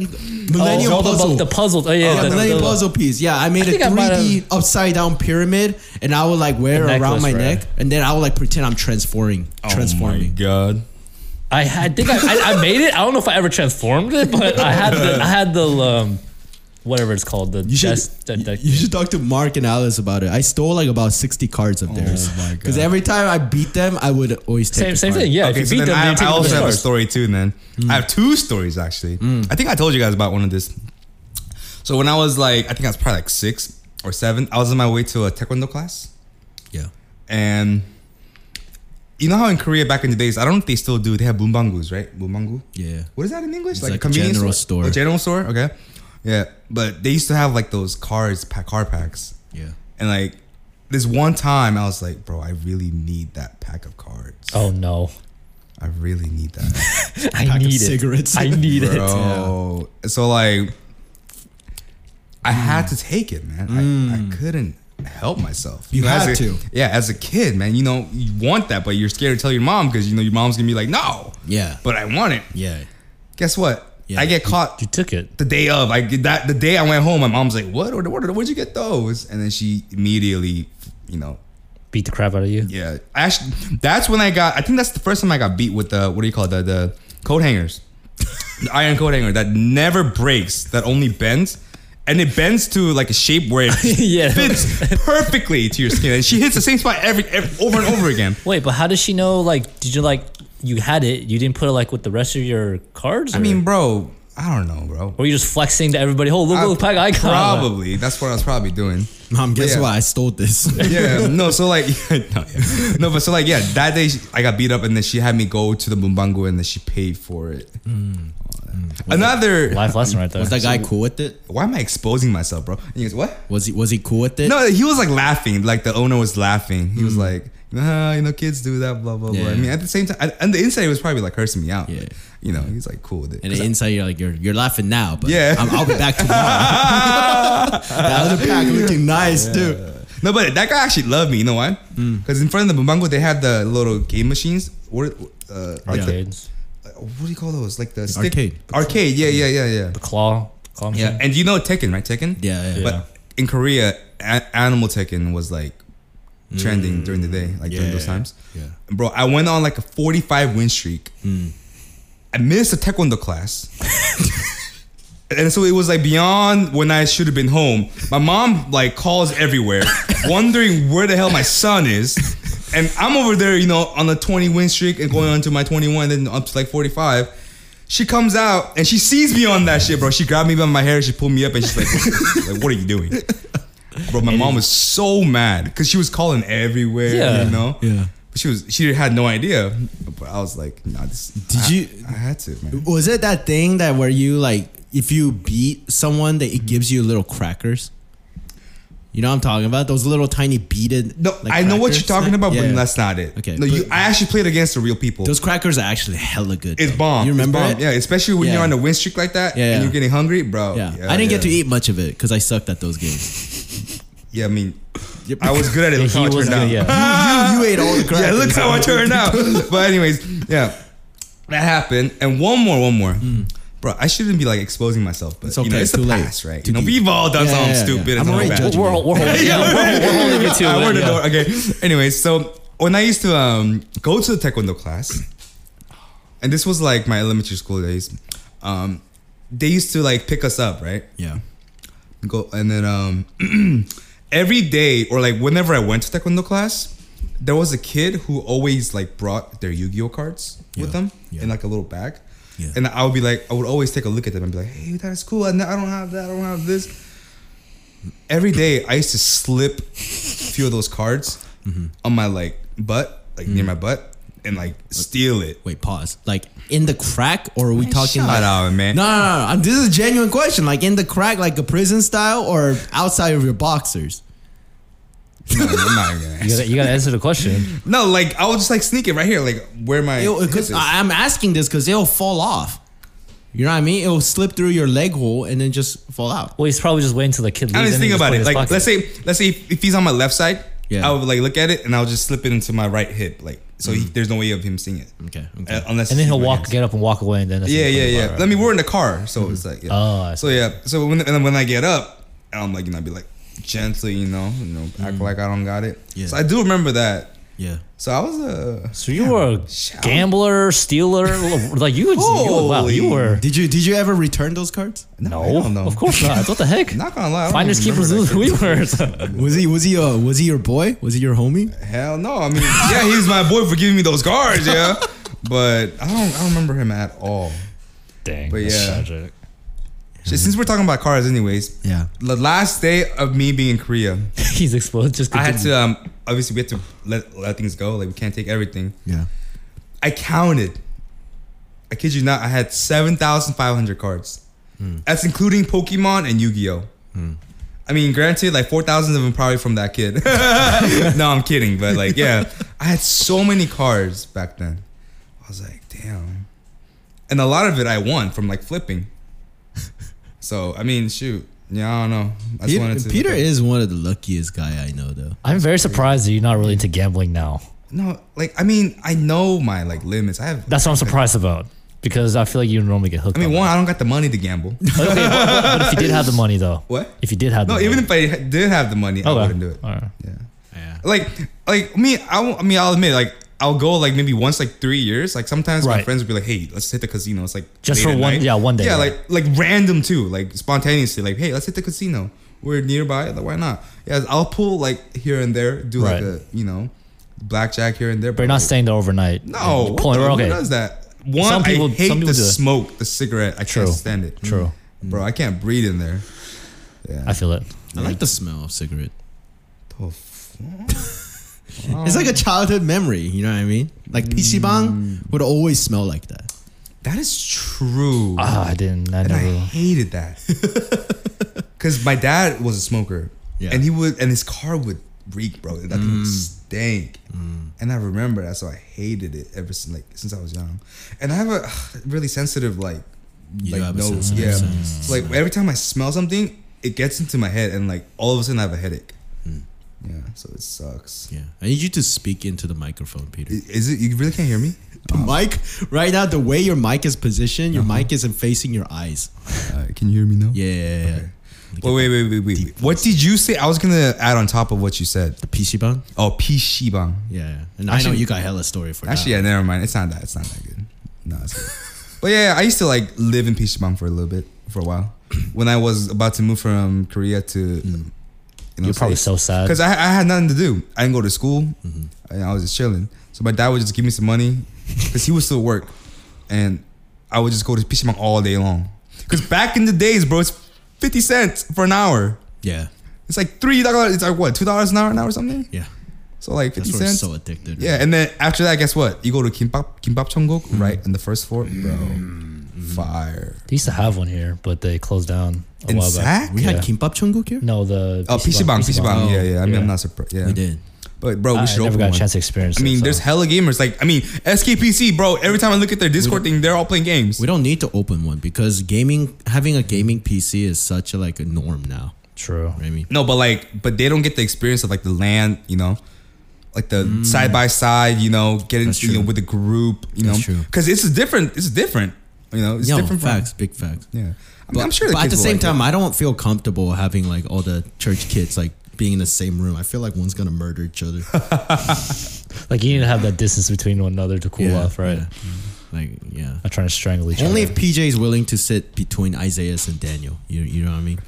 Speaker 1: Millennium
Speaker 2: oh,
Speaker 1: puzzle.
Speaker 2: The, the puzzles. Oh yeah,
Speaker 1: Yeah,
Speaker 2: the,
Speaker 1: the,
Speaker 2: the-
Speaker 1: puzzle piece. Yeah, I made a
Speaker 2: think I might
Speaker 1: 3D upside down pyramid, and I would like wear
Speaker 2: The
Speaker 1: it around
Speaker 2: necklace,
Speaker 1: my
Speaker 2: right?
Speaker 1: neck, and then I would like pretend I'm transforming, transforming.
Speaker 3: god.
Speaker 2: I had, I think I, I, I made it. I don't know if I ever transformed it, but I had the I had the um, whatever it's called. The
Speaker 1: You should
Speaker 2: desk- the- the-
Speaker 1: you should talk to Mark and Alice about it. I stole like about sixty cards of theirs
Speaker 4: my God.
Speaker 1: because every time I beat them, I would always take
Speaker 2: same
Speaker 1: a
Speaker 2: same
Speaker 1: card.
Speaker 2: thing. Yeah,
Speaker 3: okay,
Speaker 2: if
Speaker 3: so
Speaker 2: you beat
Speaker 3: then
Speaker 2: them,
Speaker 3: I,
Speaker 2: then you
Speaker 3: I
Speaker 2: take
Speaker 3: also
Speaker 2: them
Speaker 3: have a
Speaker 2: first. Hmm.
Speaker 3: story too. Then I have two stories actually. I think I told you guys about one of this. So when I was like, I think I was probably like six or seven. I was on my way to a taekwondo class,
Speaker 1: Yeah,
Speaker 3: and you know how in Korea back in the days, I don't know if they still do. They have boombangus, right? Boombangu.
Speaker 1: yeah.
Speaker 3: What is that in English?
Speaker 1: It's like a general store.
Speaker 3: A general store. Okay. Yeah, but they used to have like those cards, pack car packs.
Speaker 1: Yeah.
Speaker 3: And like this one time, I was like, bro, I really need that pack of cards.
Speaker 2: Oh no,
Speaker 3: I really need
Speaker 1: [laughs]
Speaker 3: that,
Speaker 2: [laughs] I
Speaker 1: Pack of
Speaker 2: need it.
Speaker 1: cigarettes.
Speaker 2: I need it.
Speaker 3: bro. So like, I had to take it, man. I, I couldn't help myself.
Speaker 1: Mm. You
Speaker 3: as
Speaker 1: had
Speaker 3: a-
Speaker 1: to.
Speaker 3: Yeah, as a kid, man. You know, you want that, but you're scared to tell your mom because you know your mom's gonna be like, no.
Speaker 1: Yeah.
Speaker 3: But I want it.
Speaker 1: Yeah.
Speaker 3: Guess what?
Speaker 1: Yeah.
Speaker 3: I get caught
Speaker 2: You took it.
Speaker 3: the day of I get that the day I went home, my mom's like, "What? Where, where, where'd you get those?" And then she immediately, you know,
Speaker 2: Beat the crap out of you.
Speaker 3: yeah. Actually, that's when I got. I think that's the first time I got beat with the what do you call it? the the coat hangers, the iron coat hanger that never breaks, that only bends, and it bends to like a shape where
Speaker 2: [laughs]
Speaker 3: it
Speaker 2: Yeah.
Speaker 3: fits perfectly to your skin. And she hits the same spot every, every over and over again.
Speaker 2: Wait, but how does she know? Like, did you like you had it? You didn't put it like with the rest of your cards?
Speaker 3: I mean, bro, I don't know, bro.
Speaker 2: or you just flexing to everybody? Oh, look, look, pack icon.
Speaker 3: probably that's what I was probably doing.
Speaker 1: Mom, guess
Speaker 3: Yeah.
Speaker 1: what? I stole this. [laughs]
Speaker 3: yeah, no, so like, [laughs] no, yeah. no, but so like, yeah, that day she- I got beat up, and then she had me go to the Mumbango, and then she paid for it.
Speaker 1: Mm.
Speaker 3: Another,
Speaker 2: Life lesson right there. [laughs]
Speaker 1: Was that guy cool with it?
Speaker 3: why am I exposing myself, bro? And he goes, what?
Speaker 1: Was he was he cool with it? Mm.
Speaker 3: No, he was like laughing, like the owner was laughing. He was like, nah, you know, kids do that, blah blah blah.
Speaker 1: Yeah.
Speaker 3: I mean, at the same time, and- and the inside he was probably like cursing me out.
Speaker 1: Yeah.
Speaker 3: but, you know, he's like cool with it.
Speaker 1: And then inside, you're like, you're you're laughing now, but
Speaker 3: Yeah.
Speaker 1: I'm, I'll be back tomorrow. [laughs] that other pack looking nice too.
Speaker 3: No, but that guy actually loved me. You know why?
Speaker 1: Mm.
Speaker 3: Because in front of the Mumbango, they had the little game machines. What? Uh, like the-
Speaker 2: Arcades.
Speaker 3: what do you call those? Like the stick?
Speaker 1: Arcade.
Speaker 3: Arcade. Yeah, yeah, yeah, yeah.
Speaker 2: The claw. claw
Speaker 3: Yeah,
Speaker 2: machine?
Speaker 3: and you know Tekken, right? Tekken.
Speaker 1: Yeah, yeah.
Speaker 2: Yeah.
Speaker 3: But in Korea, a- Animal Tekken was like trending during the day, like during those
Speaker 1: Mm. Yeah.
Speaker 3: times.
Speaker 1: Yeah. Mm.
Speaker 3: Bro, I went on like a 45 win streak. I missed a Taekwondo
Speaker 1: [laughs]
Speaker 3: class. And so it was like beyond when I should have been home. My mom like
Speaker 1: [laughs]
Speaker 3: calls everywhere, wondering where the hell my son is. And I'm over there, you know, on a 20 win streak and going on to my 21, then up to like 45. She comes out and she sees me on that shit, bro. She grabbed me by my hair, she pulled me up, and she's like, like "What are you doing?" Bro, my mom was so mad because she was calling everywhere,
Speaker 2: Yeah.
Speaker 3: you know.
Speaker 1: Yeah.
Speaker 3: But she was she had no idea. But I was like, "Nah, this."
Speaker 1: Did
Speaker 3: I-
Speaker 1: you-
Speaker 3: I had to, man.
Speaker 1: Was it that thing that where you like if you beat someone that it gives you little crackers? You know what I'm talking about? Those little tiny beaded.
Speaker 3: No,
Speaker 1: like,
Speaker 3: I know what you're
Speaker 1: crackers?
Speaker 3: talking about,
Speaker 1: Yeah.
Speaker 3: but that's not it.
Speaker 1: Okay,
Speaker 3: No, you.
Speaker 1: but-
Speaker 3: I actually played against the real people.
Speaker 1: Those crackers are actually hella good.
Speaker 3: it's
Speaker 1: though.
Speaker 3: bomb.
Speaker 1: You remember
Speaker 3: it's bomb.
Speaker 1: it?
Speaker 3: Yeah, especially when
Speaker 1: Yeah.
Speaker 3: you're on a win streak like that
Speaker 1: Yeah, yeah.
Speaker 3: and you're getting hungry, bro.
Speaker 1: Yeah. I didn't get to
Speaker 3: yeah.
Speaker 1: eat much of it because I sucked at those games.
Speaker 3: Yeah, I mean, I was good at it.
Speaker 2: Yeah,
Speaker 3: Look how
Speaker 2: he
Speaker 3: I
Speaker 2: was
Speaker 3: turned
Speaker 2: good,
Speaker 3: out.
Speaker 2: yeah.
Speaker 3: [laughs]
Speaker 1: you, you ate all the crackers.
Speaker 3: Yeah, look how I turned out.
Speaker 1: [laughs]
Speaker 3: But anyways, yeah, that happened. And one more, one more. Bro, I shouldn't be like exposing myurself,
Speaker 1: Mm.
Speaker 3: but
Speaker 1: It's
Speaker 3: it's, you know,
Speaker 1: okay,
Speaker 3: it's the
Speaker 1: too late.
Speaker 3: past, right?
Speaker 1: Too
Speaker 3: you know,
Speaker 1: deep.
Speaker 3: we've all done
Speaker 1: Yeah,
Speaker 3: something
Speaker 1: yeah, yeah.
Speaker 3: stupid. and
Speaker 1: I'm
Speaker 3: it's
Speaker 1: already
Speaker 3: bad.
Speaker 1: judging
Speaker 3: [laughs]
Speaker 2: We're, we're, we're holding, yeah, we're, we're holding you to
Speaker 3: I
Speaker 2: it.
Speaker 3: wore the
Speaker 2: yeah.
Speaker 3: door. Okay. Anyways, so when I used to um, go to the taekwondo class, and this was like my elementary school days, um, they used to like pick us up, right?
Speaker 1: [laughs] Yeah.
Speaker 3: Go and then um, [clears throat] every day or like whenever I went to taekwondo class, there was a kid who always like brought their Yu-Gi-Oh cards with
Speaker 1: Yeah.
Speaker 3: them
Speaker 1: Yeah.
Speaker 3: in like a little bag.
Speaker 1: Yeah.
Speaker 3: And I would be like, I would always take a look at them and be like, hey, that is cool. I I don't have that. I don't have this every day I used to slip a few of those cards
Speaker 1: Mm-hmm.
Speaker 3: on my like butt, like
Speaker 1: Mm.
Speaker 3: near my butt, and like steal it.
Speaker 1: Wait, pause. Like in the crack, or are we talking
Speaker 3: shut
Speaker 1: like?
Speaker 3: up, man.
Speaker 1: No, no, no, no. I'm- This is a genuine question. Like in the crack, like a prison style, or outside of your boxers.
Speaker 3: No, I'm not even
Speaker 1: [laughs]
Speaker 3: gonna
Speaker 2: You
Speaker 3: ask.
Speaker 2: gotta, you gotta answer the question.
Speaker 3: No, like I would just like sneak it right here, like where my
Speaker 1: It,
Speaker 3: hip
Speaker 1: cause
Speaker 3: is.
Speaker 1: I, I'm asking this because it'll fall off. You know what I mean? It'll slip through your leg hole and then just fall out.
Speaker 2: Well, he's probably just waiting till the kid leaves.
Speaker 3: I mean,
Speaker 2: and
Speaker 3: think
Speaker 2: he just
Speaker 3: about
Speaker 2: put in
Speaker 3: it.
Speaker 2: his
Speaker 3: Like,
Speaker 2: pocket.
Speaker 3: let's say, let's say if, if he's on my left side,
Speaker 1: Yeah.
Speaker 3: I would like look at it and I'll just slip it into my right hip, like so. He, there's no way of him seeing it,
Speaker 1: Okay.
Speaker 3: Uh,
Speaker 1: okay.
Speaker 3: unless.
Speaker 2: Mm. and then
Speaker 3: it's
Speaker 2: he'll
Speaker 3: my
Speaker 2: walk,
Speaker 3: hands.
Speaker 2: get up, and walk away, and then that's
Speaker 3: Yeah,
Speaker 2: when
Speaker 3: yeah,
Speaker 2: he
Speaker 3: yeah.
Speaker 2: comes
Speaker 3: Let me. We're in the car, so it's like. Yeah.
Speaker 2: Oh, I
Speaker 3: so yeah. So when and then when I get up,
Speaker 2: Mm.
Speaker 3: I'm like, you know, I'd be like gently, you know, you know, act like I don't got it.
Speaker 1: Yeah.
Speaker 3: So I do remember that.
Speaker 1: Yeah.
Speaker 3: So I was uh, a
Speaker 2: So you were a
Speaker 3: Shout.
Speaker 2: gambler, stealer, like you. would- you would- wow, you
Speaker 3: Holy.
Speaker 2: were
Speaker 1: Did you did you ever return those cards?
Speaker 3: no, I
Speaker 2: no,
Speaker 3: don't know.
Speaker 2: of course not. What the heck?
Speaker 3: [laughs] Not gonna lie, I don't
Speaker 2: Finders
Speaker 3: even
Speaker 2: keepers, losers
Speaker 3: remember that shit.
Speaker 2: weavers.
Speaker 1: Was he was he uh was he your boy? Was he your homie?
Speaker 3: Hell no. I mean, yeah, he was my boy for giving me those cards,
Speaker 2: [laughs]
Speaker 3: yeah. But I don't, I don't remember him at all.
Speaker 2: [laughs] Dang,
Speaker 3: But
Speaker 2: that's
Speaker 3: yeah. [laughs]
Speaker 2: tragic.
Speaker 3: Shit, Since we're talking about cards, anyways,
Speaker 1: Yeah.
Speaker 3: the last day of me being
Speaker 1: [laughs]
Speaker 3: in Korea,
Speaker 2: He's exploded. Just
Speaker 3: I had
Speaker 2: continue.
Speaker 3: to um obviously we had to let let things go. Like we can't take everything.
Speaker 1: Yeah.
Speaker 3: I counted. I kid you not, I had seven thousand five hundred cards.
Speaker 1: Hmm.
Speaker 3: That's including Pokemon and Yu Gi Oh. I mean, granted, like four thousand of them probably from that kid. [laughs] no, I'm kidding, but like, yeah, I had so many cards back then. I was like, damn, and a lot of it I won from like flipping. [laughs] So I mean, shoot, yeah, I don't know. I just
Speaker 1: Peter,
Speaker 3: wanted to
Speaker 1: Peter is one of the luckiest guy I know though.
Speaker 2: I'm very surprised that you're not really into gambling now.
Speaker 3: no, like I mean, I know my like limits. I have.
Speaker 2: That's what I'm surprised about because I feel like you normally get hooked.
Speaker 3: I mean,
Speaker 2: on
Speaker 3: one, I don't got the money
Speaker 2: [laughs]
Speaker 3: to gamble.
Speaker 2: that. Okay, but, [laughs] but if you did have
Speaker 3: [laughs]
Speaker 2: the money though,
Speaker 3: What?
Speaker 2: if you did have the
Speaker 3: No,
Speaker 2: money,
Speaker 3: even if I did have the money, I wouldn't do it.
Speaker 2: All right.
Speaker 3: Yeah,
Speaker 1: Yeah.
Speaker 3: like like me, I, won't- I mean, I'll admit, like I'll go like maybe once like three years. Like sometimes my
Speaker 2: Right.
Speaker 3: friends would be like, "Hey, let's hit the casino." It's like
Speaker 2: Just
Speaker 3: late
Speaker 2: for
Speaker 3: at
Speaker 2: one-
Speaker 3: night.
Speaker 2: yeah, one day,
Speaker 3: Yeah,
Speaker 2: right.
Speaker 3: like like random too, like spontaneously. Like, hey, let's hit the casino. We're nearby. Like, why not? Yeah, I'll pull like here and there, do like
Speaker 2: Right.
Speaker 3: a you know, blackjack here and there.
Speaker 2: But you're not staying there overnight.
Speaker 3: No,
Speaker 2: You're
Speaker 3: what
Speaker 2: pulling-
Speaker 3: the-
Speaker 2: okay.
Speaker 3: who does that? One,
Speaker 2: Some people-
Speaker 3: I
Speaker 2: some
Speaker 3: hate
Speaker 2: people
Speaker 3: the
Speaker 2: do it.
Speaker 3: smoke, the cigarette. I
Speaker 2: True.
Speaker 3: can't stand it.
Speaker 2: True.
Speaker 3: bro, I can't breathe in there. Yeah,
Speaker 2: I feel it.
Speaker 1: I like the smell of cigarette.
Speaker 3: Oh, f- Oh.
Speaker 1: It's like a childhood memory, you know what I mean? Like
Speaker 3: Mm.
Speaker 1: Pichibang would always smell like that.
Speaker 3: That is true.
Speaker 2: Ah, I didn't. I
Speaker 3: and I
Speaker 2: never.
Speaker 3: hated that.
Speaker 1: [laughs]
Speaker 3: Cause my dad was a smoker.
Speaker 1: Yeah. Mm.
Speaker 3: And he would and his car would reek, bro. That thing would stank. And I remember that, so I hated it ever since like since I was young. And I have a [sighs] really sensitive like
Speaker 1: You do
Speaker 3: like
Speaker 1: have a
Speaker 3: nose.
Speaker 1: sensitive
Speaker 3: yeah.
Speaker 1: sense.
Speaker 3: So, like every time I smell something, it gets into my head and like all of a sudden I have a headache.
Speaker 1: Mm.
Speaker 3: Yeah. So it sucks.
Speaker 1: Yeah. I need you to speak into the microphone, Peter.
Speaker 3: I- Is it you really can't hear me?
Speaker 1: The mic right now, the way your mic is positioned,
Speaker 3: Uh-huh.
Speaker 1: your mic isn't facing your eyes.
Speaker 3: Uh, can you hear me now?
Speaker 1: Yeah, yeah, yeah.
Speaker 3: Wait, wait, wait, wait, wait, wait. What did you say? I was gonna add on top of what you said.
Speaker 1: The Pichibang?
Speaker 3: Oh, P Shibang.
Speaker 1: Yeah, yeah. And I know
Speaker 3: Actually-
Speaker 1: you got hella story for
Speaker 3: Actually, yeah, never mind. It's not that. It's not that good. No, it's good. [laughs] but yeah, I used to like live in P Shibang for a little bit, for
Speaker 2: [clears throat]
Speaker 3: a while, when I was about to move from Korea to, you know,
Speaker 2: Hmm. You're probably so sad. Mm-hmm.
Speaker 3: because I, I had nothing to do. I didn't go to school, and I was just chilling. So my dad would just give me some money, because he would still work, and I would just go to P Shibang all day long. Because back in the days, bro, it's fifty cents for an hour.
Speaker 1: Yeah.
Speaker 3: It's like three dollars. It's like what two dollars an hour now or something.
Speaker 1: Yeah.
Speaker 3: So like fifty
Speaker 1: That's why we're
Speaker 3: cents.
Speaker 1: so addicted.
Speaker 3: yeah, and then after that, guess what? You go to kimbap kimbap chongguk
Speaker 1: Mm.
Speaker 3: right in the first floor, bro. Fire.
Speaker 2: They used to have one here, but they closed down a
Speaker 3: In
Speaker 2: while back.
Speaker 3: Sac?
Speaker 1: We
Speaker 2: Yeah.
Speaker 1: had kimbap chongguk here?
Speaker 2: No, the
Speaker 3: Oh, PC bang, PC bang. Yeah, yeah. I mean, I'm not surprised. Yeah,
Speaker 1: We did.
Speaker 3: but bro, we
Speaker 2: I
Speaker 3: should
Speaker 2: never
Speaker 3: open
Speaker 2: got a
Speaker 3: one.
Speaker 2: chance to experience.
Speaker 3: I mean,
Speaker 2: it, so.
Speaker 3: there's hella gamers. Like, I mean, SKPC, bro. Every time I look at their Discord thing, they're all playing games.
Speaker 1: We don't need to open one because gaming, having a gaming PC is such a like a norm now.
Speaker 2: true.
Speaker 1: You know what I mean,
Speaker 3: No, but like, but they don't get the experience of like the land, you know, like the side by side, you know, getting
Speaker 1: Mm. That's
Speaker 3: you know
Speaker 1: true.
Speaker 3: with a group, you
Speaker 1: That's
Speaker 3: know,
Speaker 1: true.
Speaker 3: because it's different. It's different, you know. It's
Speaker 1: Yo,
Speaker 3: different from-
Speaker 1: facts, big facts.
Speaker 3: Yeah, I mean, I'm sure.
Speaker 1: But at
Speaker 3: kids
Speaker 1: the
Speaker 3: will
Speaker 1: same
Speaker 3: like it.
Speaker 1: time, I don't feel comfortable having like all the church kids like being in the same room. I feel like one's gonna murder each
Speaker 3: [laughs]
Speaker 1: other.
Speaker 2: Like you need to have that distance between one another to cool
Speaker 1: Yeah,
Speaker 2: off, right?
Speaker 1: yeah. Like, yeah.
Speaker 2: Not trying to strangle each
Speaker 1: Only
Speaker 2: other.
Speaker 1: if PJ is willing to sit between Isaias and Daniel. You, you know what I mean?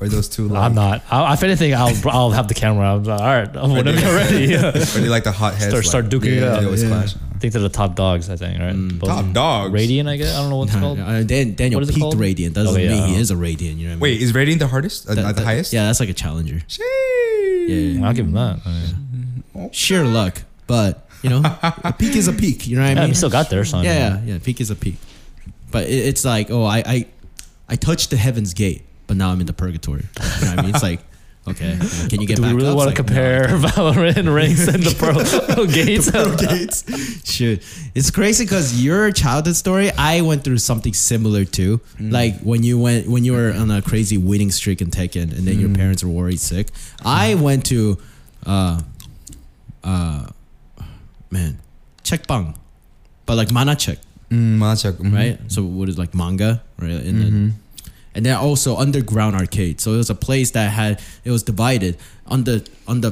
Speaker 3: Or those two. Like,
Speaker 2: I'm not. I, if anything, I'll [laughs] I'll have the camera. I'm like, all right, I'm whenever you're
Speaker 3: [laughs]
Speaker 2: ready. Yeah.
Speaker 3: Or they like the hot heads.
Speaker 2: Start- start
Speaker 3: like,
Speaker 2: duking it
Speaker 3: yeah,
Speaker 2: out,
Speaker 3: They always
Speaker 1: yeah.
Speaker 3: clash.
Speaker 2: I think they're the top dogs. I think right. Both
Speaker 3: Mm. Top
Speaker 2: of them.
Speaker 3: dogs.
Speaker 2: Radiant, I guess. I don't know
Speaker 3: [laughs]
Speaker 2: what's called.
Speaker 1: Uh, Dan, Daniel
Speaker 2: What is it
Speaker 1: peaked
Speaker 2: called?
Speaker 1: radiant. Doesn't
Speaker 2: Okay,
Speaker 1: mean
Speaker 2: Oh, yeah. uh-huh.
Speaker 1: he is a radiant. You know what I mean?
Speaker 3: Wait, is radiant the hardest? Uh,
Speaker 1: That-
Speaker 3: not the
Speaker 1: that-
Speaker 3: highest?
Speaker 1: Yeah, that's like a challenger.
Speaker 3: Jeez.
Speaker 1: Yeah.
Speaker 2: I'll give them that. I mean,
Speaker 1: Sheer luck, but you
Speaker 2: [laughs]
Speaker 1: know, a peak is a peak. You know what I
Speaker 2: yeah, we
Speaker 1: mean?
Speaker 2: still got there, son.
Speaker 1: Yeah, yeah, yeah. Peak is a peak, but it, it's like, oh, I, I, I touched the heaven's gate, but now I'm in the purgatory. You know what I mean? It's like, okay, can you get
Speaker 2: Do
Speaker 1: back?
Speaker 2: we really
Speaker 1: up?
Speaker 2: want
Speaker 1: It's
Speaker 2: to
Speaker 1: like,
Speaker 2: compare [laughs] Valorant ranks and the
Speaker 3: [laughs]
Speaker 2: pro, pro gates? [laughs]
Speaker 1: no. Gates. Shoot, it's crazy because your childhood story. I went through something similar too. Like when you went when you were on a crazy winning streak in Tekken, and then your parents were worried sick. I went to, uh, uh, man, checkbang, but like mana check
Speaker 3: Mm, Malachuk, mhm.
Speaker 1: right? So what is like manga, right? And then and then also underground arcade. So it was a place that had it was divided on the [clears throat] on the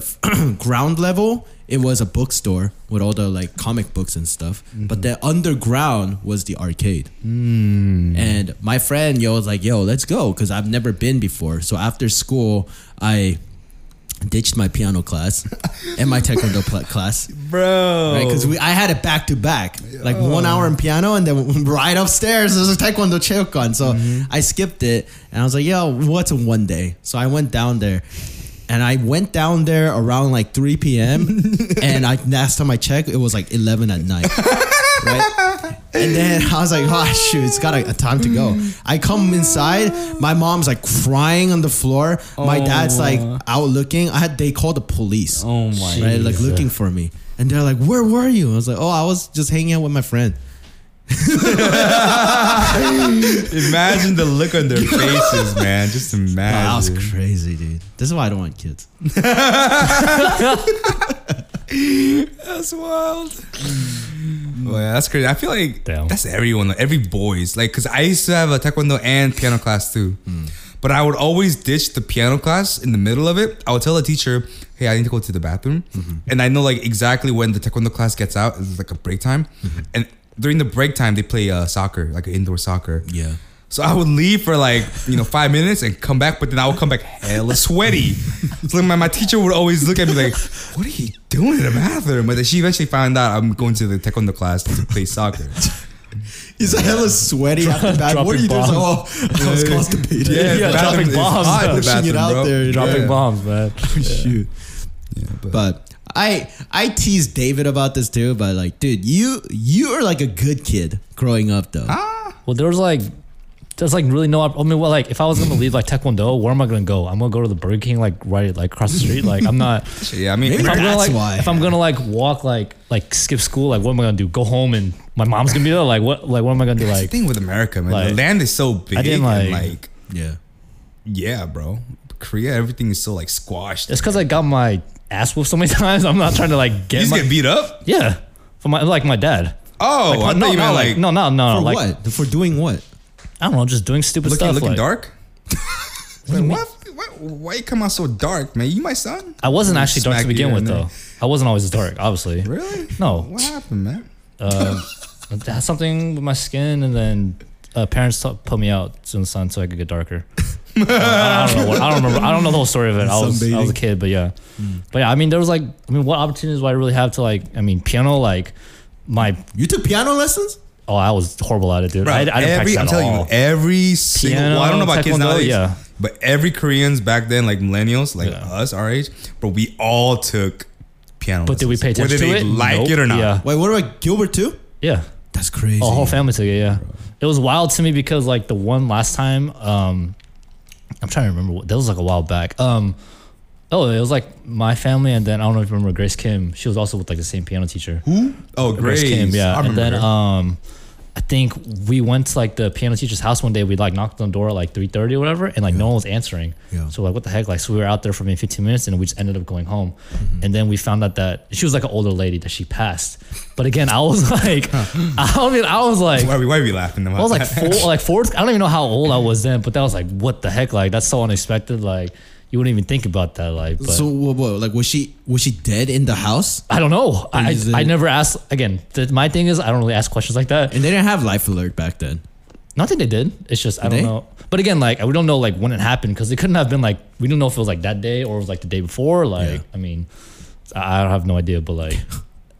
Speaker 1: ground level. It was a bookstore with all the like comic books and stuff, but the underground was the arcade. And my friend, yo, was like, yo, let's go, because I've never been before. So after school, I ditched my piano class [laughs] and my taekwondo pla class
Speaker 3: bro.
Speaker 1: right? Because I had it back to back, like one hour in piano, and then [laughs] right upstairs there's a taekwondo chokan. So
Speaker 3: Mm-hmm.
Speaker 1: I skipped it, and I was like, "Yo, what's in one day?" So I went down there, and I went down there around like 3
Speaker 3: [laughs]
Speaker 1: p.m. and I last time I checked, it was like 11 at night. Right? And then I was like, oh shoot, it's got a, a time to go. I come inside, my mom's like crying on the floor. My dad's like out looking. I had they called the police
Speaker 3: oh my.
Speaker 1: right? Like looking for me. And they're like, "Where were you?" I was like, "Oh, I was just hanging out with my friend."
Speaker 3: Imagine the look on their faces, man. Just
Speaker 1: Wow, that was
Speaker 3: imagine.
Speaker 1: crazy, dude. This is why I don't want kids.
Speaker 3: That's wild. Well, yeah, that's crazy. I feel like
Speaker 2: Damn.
Speaker 3: that's everyone, like, every boys. Like, cause I used to have a taekwondo and piano class too, but I would always ditch the piano class in the middle of it. I would tell the teacher, "Hey, I need to go to the bathroom," and I know like exactly when the taekwondo class gets out. It's like a break time, and during the break time they play uh, soccer, like indoor soccer.
Speaker 1: Yeah.
Speaker 3: So I would leave for like, you know, five minutes and come back, but then I would come back hella sweaty. So my, my teacher would always look at me like, what are you doing in the bathroom? But then she eventually found out I'm going to the taekwondo class to play soccer.
Speaker 1: He's hella sweaty after that. What are
Speaker 2: dropping
Speaker 1: you doing? He's like, Oh, [laughs] I was
Speaker 3: Yeah.
Speaker 1: constipated.
Speaker 2: Yeah,
Speaker 3: the
Speaker 2: yeah,
Speaker 3: bathroom
Speaker 2: dropping
Speaker 3: is
Speaker 2: bombs,
Speaker 3: hot in the
Speaker 1: pushing it
Speaker 3: bathroom,
Speaker 1: out
Speaker 3: bro.
Speaker 1: there,
Speaker 2: [laughs] dropping
Speaker 3: Yeah.
Speaker 2: bombs, man.
Speaker 1: shoot.
Speaker 3: Yeah, but,
Speaker 1: But I I teased David about this too, but like, dude, you you are like a good kid growing up though.
Speaker 2: Well, there was like, there's like really no. op- I mean, well, like if I was gonna leave like Taekwondo, where am I gonna go? I'm gonna go to the Burger King like right like across the street. Like I'm not.
Speaker 3: yeah, I mean,
Speaker 1: Maybe
Speaker 2: If I'm gonna
Speaker 1: That's
Speaker 2: like,
Speaker 1: why.
Speaker 2: if I'm gonna like walk like like skip school, like what am I gonna do? Go home and my mom's gonna be there. Like what? Like what am I gonna do?
Speaker 3: that's the
Speaker 2: Like
Speaker 3: thing with America, man. the
Speaker 2: like,
Speaker 3: land is so big.
Speaker 2: didn't
Speaker 3: and,
Speaker 2: like-
Speaker 3: like,
Speaker 1: Yeah.
Speaker 3: yeah, bro. Korea, everything is so like squashed.
Speaker 2: it's because I got my ass whooped so many [laughs] times. I'm not trying to like
Speaker 3: You
Speaker 2: get
Speaker 3: just
Speaker 2: my
Speaker 3: get beat up?
Speaker 2: yeah for my like my dad.
Speaker 3: Oh, I
Speaker 2: Like,
Speaker 3: thought
Speaker 2: no,
Speaker 3: you
Speaker 2: no,
Speaker 3: meant
Speaker 2: like,
Speaker 3: like,
Speaker 2: no, no, no,
Speaker 1: For
Speaker 2: like
Speaker 1: what? For doing what?
Speaker 2: I don't know, just doing stupid
Speaker 3: looking,
Speaker 2: stuff.
Speaker 3: looking
Speaker 2: like,
Speaker 3: dark? like,
Speaker 2: you mean?
Speaker 3: what? what? Why you come out so dark, man? You my son?
Speaker 2: I wasn't actually dark
Speaker 3: Smack
Speaker 2: to begin
Speaker 3: you
Speaker 2: with
Speaker 3: in
Speaker 2: though. I wasn't always dark, obviously.
Speaker 3: Really?
Speaker 2: No.
Speaker 3: What happened, man?
Speaker 2: Um, it had something with my skin, and then uh, parents t- put me out to the sun so I could get
Speaker 3: [laughs]
Speaker 2: darker. Uh, I, don't know what, I don't remember. I don't know the whole story of it. I was, I was a
Speaker 1: Sunbathing.
Speaker 2: kid, but yeah,
Speaker 3: Hmm.
Speaker 2: but yeah. I mean, there was like, I mean, what opportunities do I really have to like? I mean, piano, like my
Speaker 1: You took piano lessons?
Speaker 2: oh, I was horrible at it, dude.
Speaker 3: Bro,
Speaker 2: I, I didn't
Speaker 3: every,
Speaker 2: practice
Speaker 3: I'm
Speaker 2: at
Speaker 3: telling
Speaker 2: all.
Speaker 3: you, every single.
Speaker 2: Piano,
Speaker 3: well, I don't know about kids
Speaker 2: taekwondo,
Speaker 3: nowadays.
Speaker 2: yeah.
Speaker 3: But every Koreans back then, like millennials, like
Speaker 2: Yeah.
Speaker 3: us, our age, but we all took piano.
Speaker 2: But did we pay
Speaker 3: lessons,
Speaker 2: attention
Speaker 3: Whether
Speaker 2: to
Speaker 3: they
Speaker 2: it?
Speaker 3: like
Speaker 2: Nope.
Speaker 3: it or not.
Speaker 2: Yeah,
Speaker 1: Wait, what about Gilbert too?
Speaker 3: e-
Speaker 2: yeah.
Speaker 1: That's crazy.
Speaker 2: A whole family took it. Yeah, it was wild to me because like the one last time, um, I'm trying to remember what that was like a while back. Um, oh, it was like my family, and then I don't know if you remember Grace Kim. She was also with like the same piano teacher.
Speaker 3: Who? Oh, Grace.
Speaker 2: Kim, yeah.
Speaker 3: I
Speaker 2: and
Speaker 3: remember.
Speaker 2: then um, I think we went to like the piano teacher's house one day. We like knocked on the door at like 3:30 or whatever, and like no one was answering.
Speaker 1: Yeah.
Speaker 2: So like, what the heck? Like, so we were out there for maybe 15 minutes, and we just ended up going home.
Speaker 1: Mm-hmm.
Speaker 2: And then we found out that she was like an older lady that she passed. But again, I was [laughs] like, I mean, I was like.
Speaker 3: why, are we, why are we laughing about
Speaker 1: [laughs]
Speaker 2: I was like
Speaker 3: that?
Speaker 2: four, like four. I don't even know how old I was then, but that was like, what the heck? Like that's so unexpected. Like you wouldn't even think about that. Like, but
Speaker 1: So what, what, like was she was she dead in the house?
Speaker 2: I don't know. I,
Speaker 1: Is it-
Speaker 2: I never asked. Again, th- my thing is I don't really ask questions like that.
Speaker 1: And they didn't have life alert back then.
Speaker 2: Not that they did. It's just I
Speaker 1: They?
Speaker 2: don't know. But again, like we don't know like when it happened because it couldn't have been like we don't know if it was like that day or it was like the day before. Like
Speaker 1: Yeah.
Speaker 2: I mean, I I have no idea.
Speaker 1: [laughs]
Speaker 2: But like,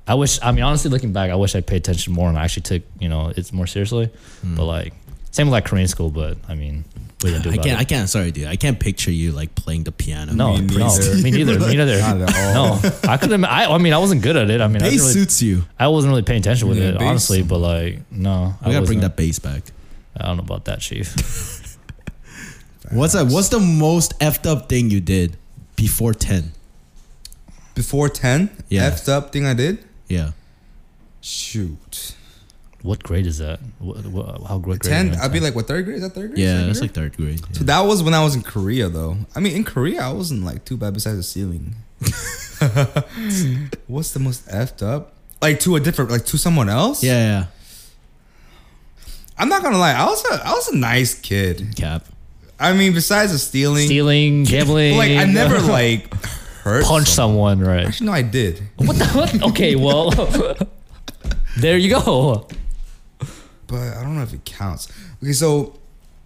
Speaker 2: I wish. I mean, honestly, looking back, I wish I paid attention more and I actually took you know it's more seriously.
Speaker 1: Hmm.
Speaker 2: But like, same with like Korean school. But I mean, we didn't do
Speaker 1: I
Speaker 2: about
Speaker 1: can't.
Speaker 2: it.
Speaker 1: I can't. Sorry, dude. I can't picture you like playing the piano.
Speaker 2: No,
Speaker 3: Me
Speaker 2: no,
Speaker 3: neither.
Speaker 2: me neither,
Speaker 1: [laughs]
Speaker 2: me neither.
Speaker 3: Not at all.
Speaker 2: No, I couldn't. I, I mean, I wasn't good at it. I mean, I,
Speaker 1: bass
Speaker 2: didn't really,
Speaker 1: suits you.
Speaker 2: I wasn't really paying attention with
Speaker 3: Yeah,
Speaker 2: it,
Speaker 3: bass.
Speaker 2: honestly. But like, no,
Speaker 1: We
Speaker 2: I
Speaker 1: gotta bring
Speaker 2: wasn't.
Speaker 1: that bass back.
Speaker 2: I don't know about that, chief.
Speaker 1: What's that? What's the most effed up thing you did before ten?
Speaker 3: [laughs] Before 10,
Speaker 1: Yeah.
Speaker 3: effed up thing I did?
Speaker 1: Yeah.
Speaker 3: Shoot.
Speaker 2: What grade is that? What, what, how what grade? am
Speaker 3: 10,
Speaker 2: I
Speaker 3: I'd be
Speaker 2: in?
Speaker 3: like, what, third grade? Is that third grade?
Speaker 1: Yeah.
Speaker 3: Second
Speaker 1: That's
Speaker 3: grade?
Speaker 1: like third grade.
Speaker 3: So that was when I was in Korea, though. I mean, in Korea, I wasn't like too bad besides the ceiling. [laughs] What's the most effed up? Like to a different, like to someone else.
Speaker 1: Yeah. yeah,
Speaker 3: I'm not gonna lie. I was a, I was a nice kid.
Speaker 1: yeah. Cap.
Speaker 3: I mean, besides the stealing,
Speaker 2: stealing, gambling.
Speaker 3: [laughs] like I never like
Speaker 2: [laughs]
Speaker 3: hurt. [laughs]
Speaker 2: punch
Speaker 3: someone.
Speaker 2: someone, right?
Speaker 3: Actually, no, I did.
Speaker 2: What the? What? Okay, well, [laughs] there you go.
Speaker 3: but I don't know if it counts. Okay, so no,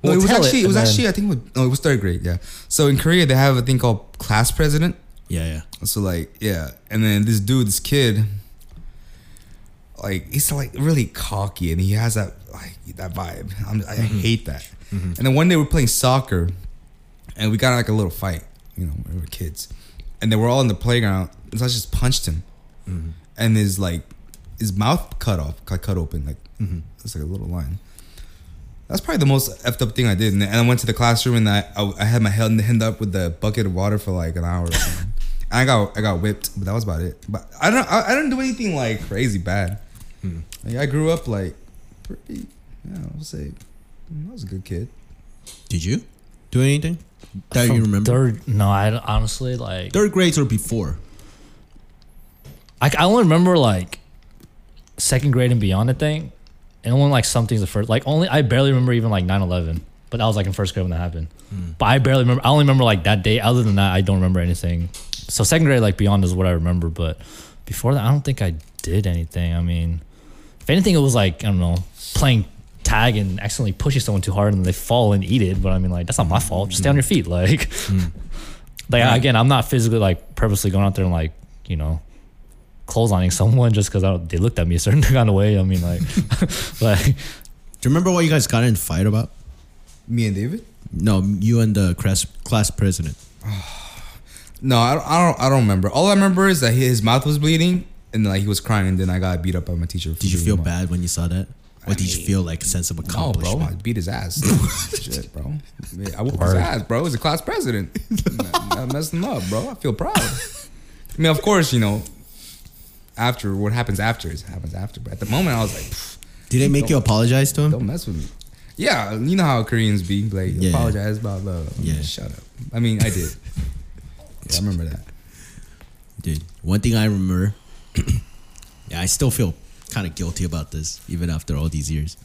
Speaker 2: Well,
Speaker 3: it was
Speaker 2: tell it,
Speaker 3: actually it, was
Speaker 2: and then-
Speaker 3: actually I think it was, no, it was third grade. Yeah. So in Korea they have a thing called class president.
Speaker 1: Yeah, yeah.
Speaker 3: So like yeah, and then this dude, this kid, like he's like really cocky and he has that like that vibe. I'm, I hate that. And then one day we're playing soccer, and we got in, like a little fight. You know, we were kids, and then we're all in the playground. And so I just punched him, and his like his mouth cut off, cut cut open. Like it's like a little line. That's probably the most effed up thing I did. And then- and I went to the classroom and I, I, I had my hand, hand up with the bucket of water for like an hour. Or something. And I got I got whipped, but that was about it. But I don't I, I didn't do anything like crazy bad. Like I grew up like pretty. Yeah, I'll say I was a good kid.
Speaker 1: Did you do anything that you
Speaker 2: From
Speaker 1: remember? Third,
Speaker 2: Third, no, I don't- honestly like.
Speaker 1: grades or before?
Speaker 2: I, I only remember like second grade and beyond, I think. And only like some things the first, like only, I barely remember even like 9 11, but that was like in first grade when that happened. But I barely remember, I only remember like that day. Other than that, I don't remember anything. So second grade, like beyond is what I remember. But before that, I don't think I did anything. I mean, if anything, it was like, I don't know, playing tag and accidentally pushing someone too hard and they fall and eat it. But I mean, like, that's not my fault. Just stay on your feet. Like, [laughs] like again, I'm not physically like purposely going out there and like, you know, clotheslining someone just because they looked at me a certain [laughs] kind of way. I mean, like, like
Speaker 1: Do you remember what you guys got in a fight about?
Speaker 3: Me and David.
Speaker 1: No, you and the class class president.
Speaker 3: No, I don't, I don't I don't remember. All I remember is that his mouth was bleeding and like he was crying, and then I got beat up by my teacher.
Speaker 1: Did you feel bad when you saw that? Or did you
Speaker 3: mean-
Speaker 1: feel like a sense of
Speaker 3: No, bro, I
Speaker 1: accomplishment?
Speaker 3: beat his
Speaker 1: [laughs]
Speaker 3: ass. Shit, bro. Man, I whooped his
Speaker 2: Word.
Speaker 3: ass, bro. He's a class president. I, I messed him up, bro. I feel proud. I mean, of course, you know, after what happens after is happens after. But at the moment, I was like, "Pff,
Speaker 1: Did it make you apologize to him?
Speaker 3: don't mess with me. Yeah, you know how Koreans be. Like,
Speaker 1: Yeah.
Speaker 3: apologize, blah, blah. blah.
Speaker 1: Yeah.
Speaker 3: Shut up. I mean, I did. [laughs] yeah, I remember that.
Speaker 1: Dude, one thing I remember, [clears throat] yeah, I still feel kind of guilty about this even after all these years.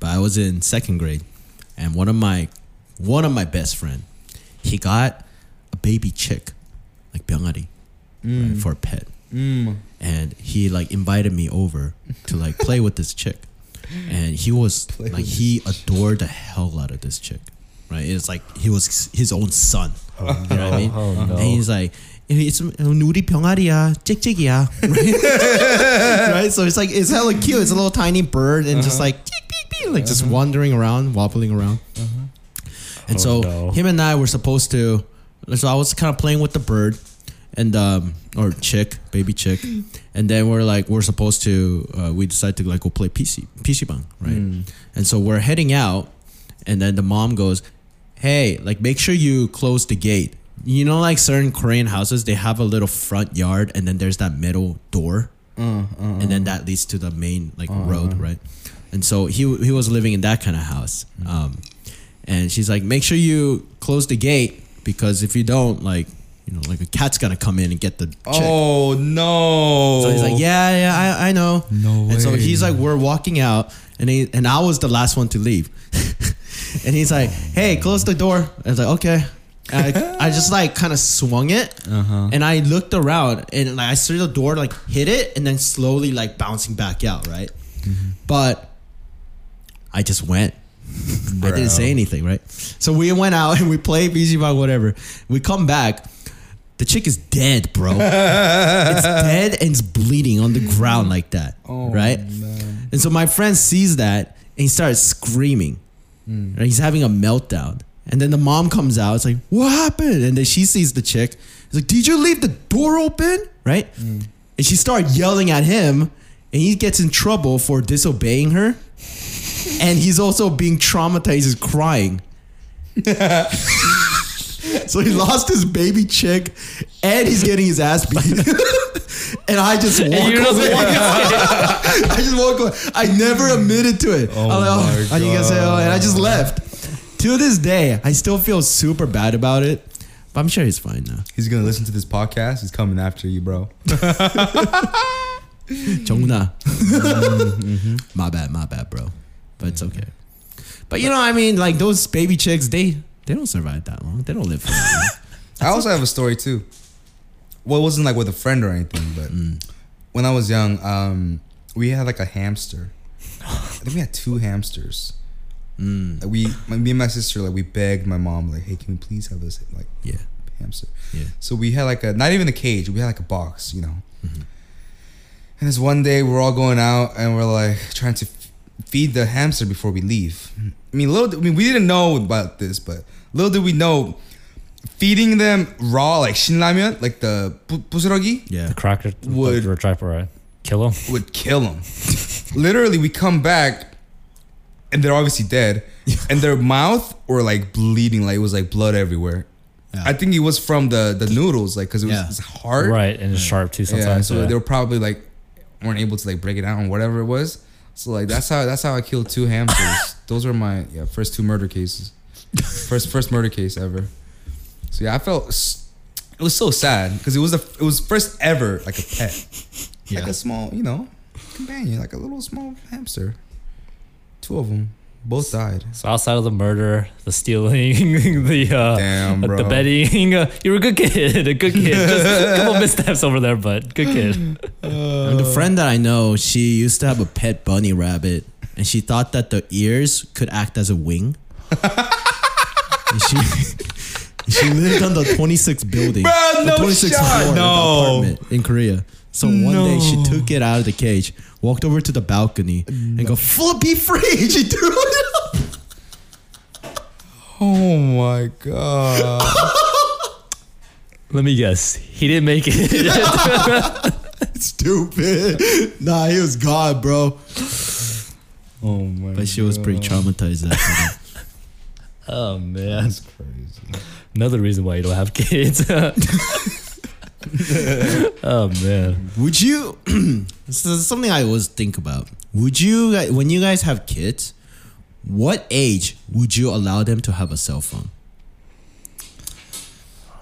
Speaker 1: But I was in second grade, and one of my one of my best friend, he got a baby chick, like 병아리, right, for a pet.
Speaker 3: Mm.
Speaker 1: and he like invited me over to like play with this chick and he was
Speaker 3: [laughs] Play
Speaker 1: like
Speaker 3: with
Speaker 1: he adored the hell out of this chick right it's like he was his own son you know what i mean
Speaker 2: Oh, no.
Speaker 1: and he's like it's 우리 병아리야 찍찍이야 right? [laughs] right so it's like it's hella cute it's a little tiny bird and
Speaker 2: Uh-huh.
Speaker 1: just like "Tick, tick, tick," like just wandering around wobbling around and
Speaker 2: Oh,
Speaker 1: so
Speaker 2: no.
Speaker 1: him and I were supposed to. So I was kind of playing with the bird, and um, or chick, baby
Speaker 2: [laughs]
Speaker 1: chick, and then we're like we're supposed to. Uh, we decide to like go play PC PC bang, right?
Speaker 2: Hmm.
Speaker 1: And so we're heading out, and then the mom goes, "Hey, like make sure you close the gate." You know, like certain Korean houses, they have a little front yard, and then there's that middle door
Speaker 3: Uh, uh,
Speaker 1: and then that leads to the main like road, right? And so he he was living in that kind of house,
Speaker 3: Mm.
Speaker 1: um, and she's like, make sure you close the gate because if you don't, like you know, like a cat's gonna come in and get the chick.
Speaker 3: oh, no.
Speaker 1: So he's like, yeah, yeah, I, I know.
Speaker 3: No
Speaker 1: And so
Speaker 3: way.
Speaker 1: he's like, we're walking out, and he and I was the last one to leave, [laughs] and he's like,
Speaker 3: Oh.
Speaker 1: hey, close the door. I was like, okay. And I, I just like kind of swung it,
Speaker 3: Uh-huh.
Speaker 1: and I looked around, and like, I saw the door like hit it, and then slowly like bouncing back out, right?
Speaker 3: Mm-hmm.
Speaker 1: But I just went. [laughs] I didn't say anything, right? So we went out [laughs] and we played BG Bang, whatever. We come back. The chick is dead, bro. it's dead and it's bleeding on the ground like that,
Speaker 3: Oh,
Speaker 1: right?
Speaker 3: no.
Speaker 1: And so my friend sees that and he starts screaming. Right? He's having a meltdown. And then the mom comes out. It's like, what happened? And then she sees the chick. It's like, did you leave the door open? Right? And she starts yelling at him. And he gets in trouble for disobeying her. And he's also being traumatized, he's crying. so he lost his baby chick and he's getting his ass beat. [laughs] and I just walk
Speaker 2: [laughs] you don't
Speaker 1: away.
Speaker 2: walk
Speaker 1: I just walk away. I never admitted to it. I'm like, oh,
Speaker 3: my
Speaker 1: and you guys say, oh, and I just
Speaker 3: God.
Speaker 1: left. To this day, I still feel super bad about it, but I'm sure he's fine now.
Speaker 3: He's gonna listen to this podcast. He's coming after you, bro. Mm-hmm.
Speaker 1: Jongna.
Speaker 3: Mm-hmm.
Speaker 1: My bad, my bad, bro. But it's okay. But you know, I mean, like those baby chicks, they They don't survive that long. They don't live for that
Speaker 3: [laughs]
Speaker 1: long.
Speaker 3: I also have a story too. Well, it wasn't like with a friend or anything, but when I was young, um, we had like a [laughs] hamster. I think we had two hamsters.
Speaker 1: Mm,
Speaker 3: Like, we, my, me and my sister, like we begged my mom, like, "Hey, can we please have this like
Speaker 1: yeah.
Speaker 3: hamster?"
Speaker 1: Yeah.
Speaker 3: So we had like a not even a cage. We had like a box, you know. Mm-hmm. And this one day, we're all going out and we're like trying to f- feed the hamster before we leave. I mean, little. I mean, we didn't know about this, but little did we know, feeding them raw like shinramyeon, like the bu- busurogi,
Speaker 1: Yeah.
Speaker 2: The cracker
Speaker 3: Would-
Speaker 2: would trapper right? Kill him.
Speaker 3: would
Speaker 1: [laughs]
Speaker 3: kill them. Literally, we come back, and they're obviously
Speaker 1: [laughs]
Speaker 3: dead, and their mouth were like bleeding, like it was like blood everywhere.
Speaker 1: Yeah.
Speaker 3: I think it was from the the noodles, like because it was
Speaker 1: Yeah.
Speaker 3: it's hard.
Speaker 2: Right, and it's sharp too
Speaker 3: Yeah,
Speaker 2: sometimes.
Speaker 3: so
Speaker 2: yeah.
Speaker 3: they were probably like weren't able to like break it down, whatever it was. So like that's how that's how I killed two [laughs] hamsters. Those were my yeah first two murder cases, first first murder case ever. So yeah, I felt s- it was so sad because it was the it was first ever like a pet, like
Speaker 1: Yeah.
Speaker 3: a small you know companion, like a little small hamster. Two of them, both died.
Speaker 2: So outside of the murder, the stealing, [laughs] the uh,
Speaker 3: Damn,
Speaker 2: the- the
Speaker 3: bro.
Speaker 2: betting, uh, you were a good kid, a good kid. Just
Speaker 3: [laughs]
Speaker 2: a couple missteps over there, but good kid.
Speaker 1: And
Speaker 3: Uh.
Speaker 1: the friend that I know, she used to have a pet bunny rabbit, and she thought that the ears could act as a wing. And she [laughs] she lived on the 26th building,
Speaker 3: Bro,
Speaker 1: the
Speaker 3: no shot.
Speaker 1: of the
Speaker 3: No.
Speaker 1: apartment in Korea. So one day she
Speaker 3: No.
Speaker 1: took it out of the cage, walked over to the balcony, and go flippy free. [laughs] She threw it up. [laughs]
Speaker 3: Oh my god!
Speaker 2: Let me guess, he didn't make it.
Speaker 1: Stupid. Nah, he was gone, bro.
Speaker 3: oh my!
Speaker 1: But she was pretty traumatized. After
Speaker 2: [laughs] oh man,
Speaker 3: That's crazy.
Speaker 2: another reason why you don't have
Speaker 3: [laughs]
Speaker 2: kids. [laughs] oh man,
Speaker 1: that. Would you? [clears throat] this is something I always think about. Would you, guy- when you guys have kids, what age would you allow them to have a cell phone?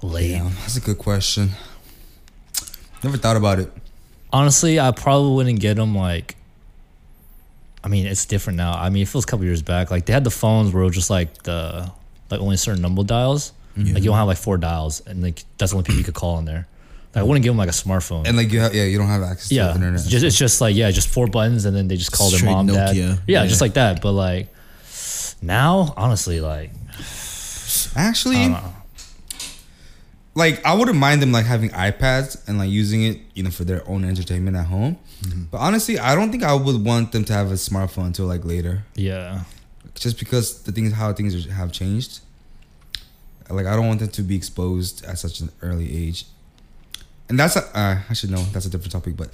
Speaker 2: late.
Speaker 3: Damn, that's a good question. Never thought about it.
Speaker 2: Honestly, I probably wouldn't get them like. I mean, it's different now. I mean, it feels a couple years back. Like they had the phones where it was just like the like only a certain number of dials. Like you don't have like four dials, and like that's the only people you could call on there. Like I wouldn't give them like a smartphone.
Speaker 3: And like you have, yeah, you don't have access to
Speaker 2: yeah,
Speaker 3: the internet.
Speaker 2: it's just, it's just like yeah, just four buttons, and then they just call
Speaker 1: Straight
Speaker 2: their mom, dad.
Speaker 1: Nokia.
Speaker 2: Yeah, just like that. But like now, honestly, like
Speaker 3: Actually, like I wouldn't mind them like having iPads and like using it, you know, for their own entertainment at home.
Speaker 2: Mm-hmm.
Speaker 3: But honestly, I don't think I would want them to have a smartphone until like later,
Speaker 2: yeah,
Speaker 3: just because the things how things are- have changed. Like I don't want them to be exposed at such an early age, and that's a, uh, I should know that's a different topic, but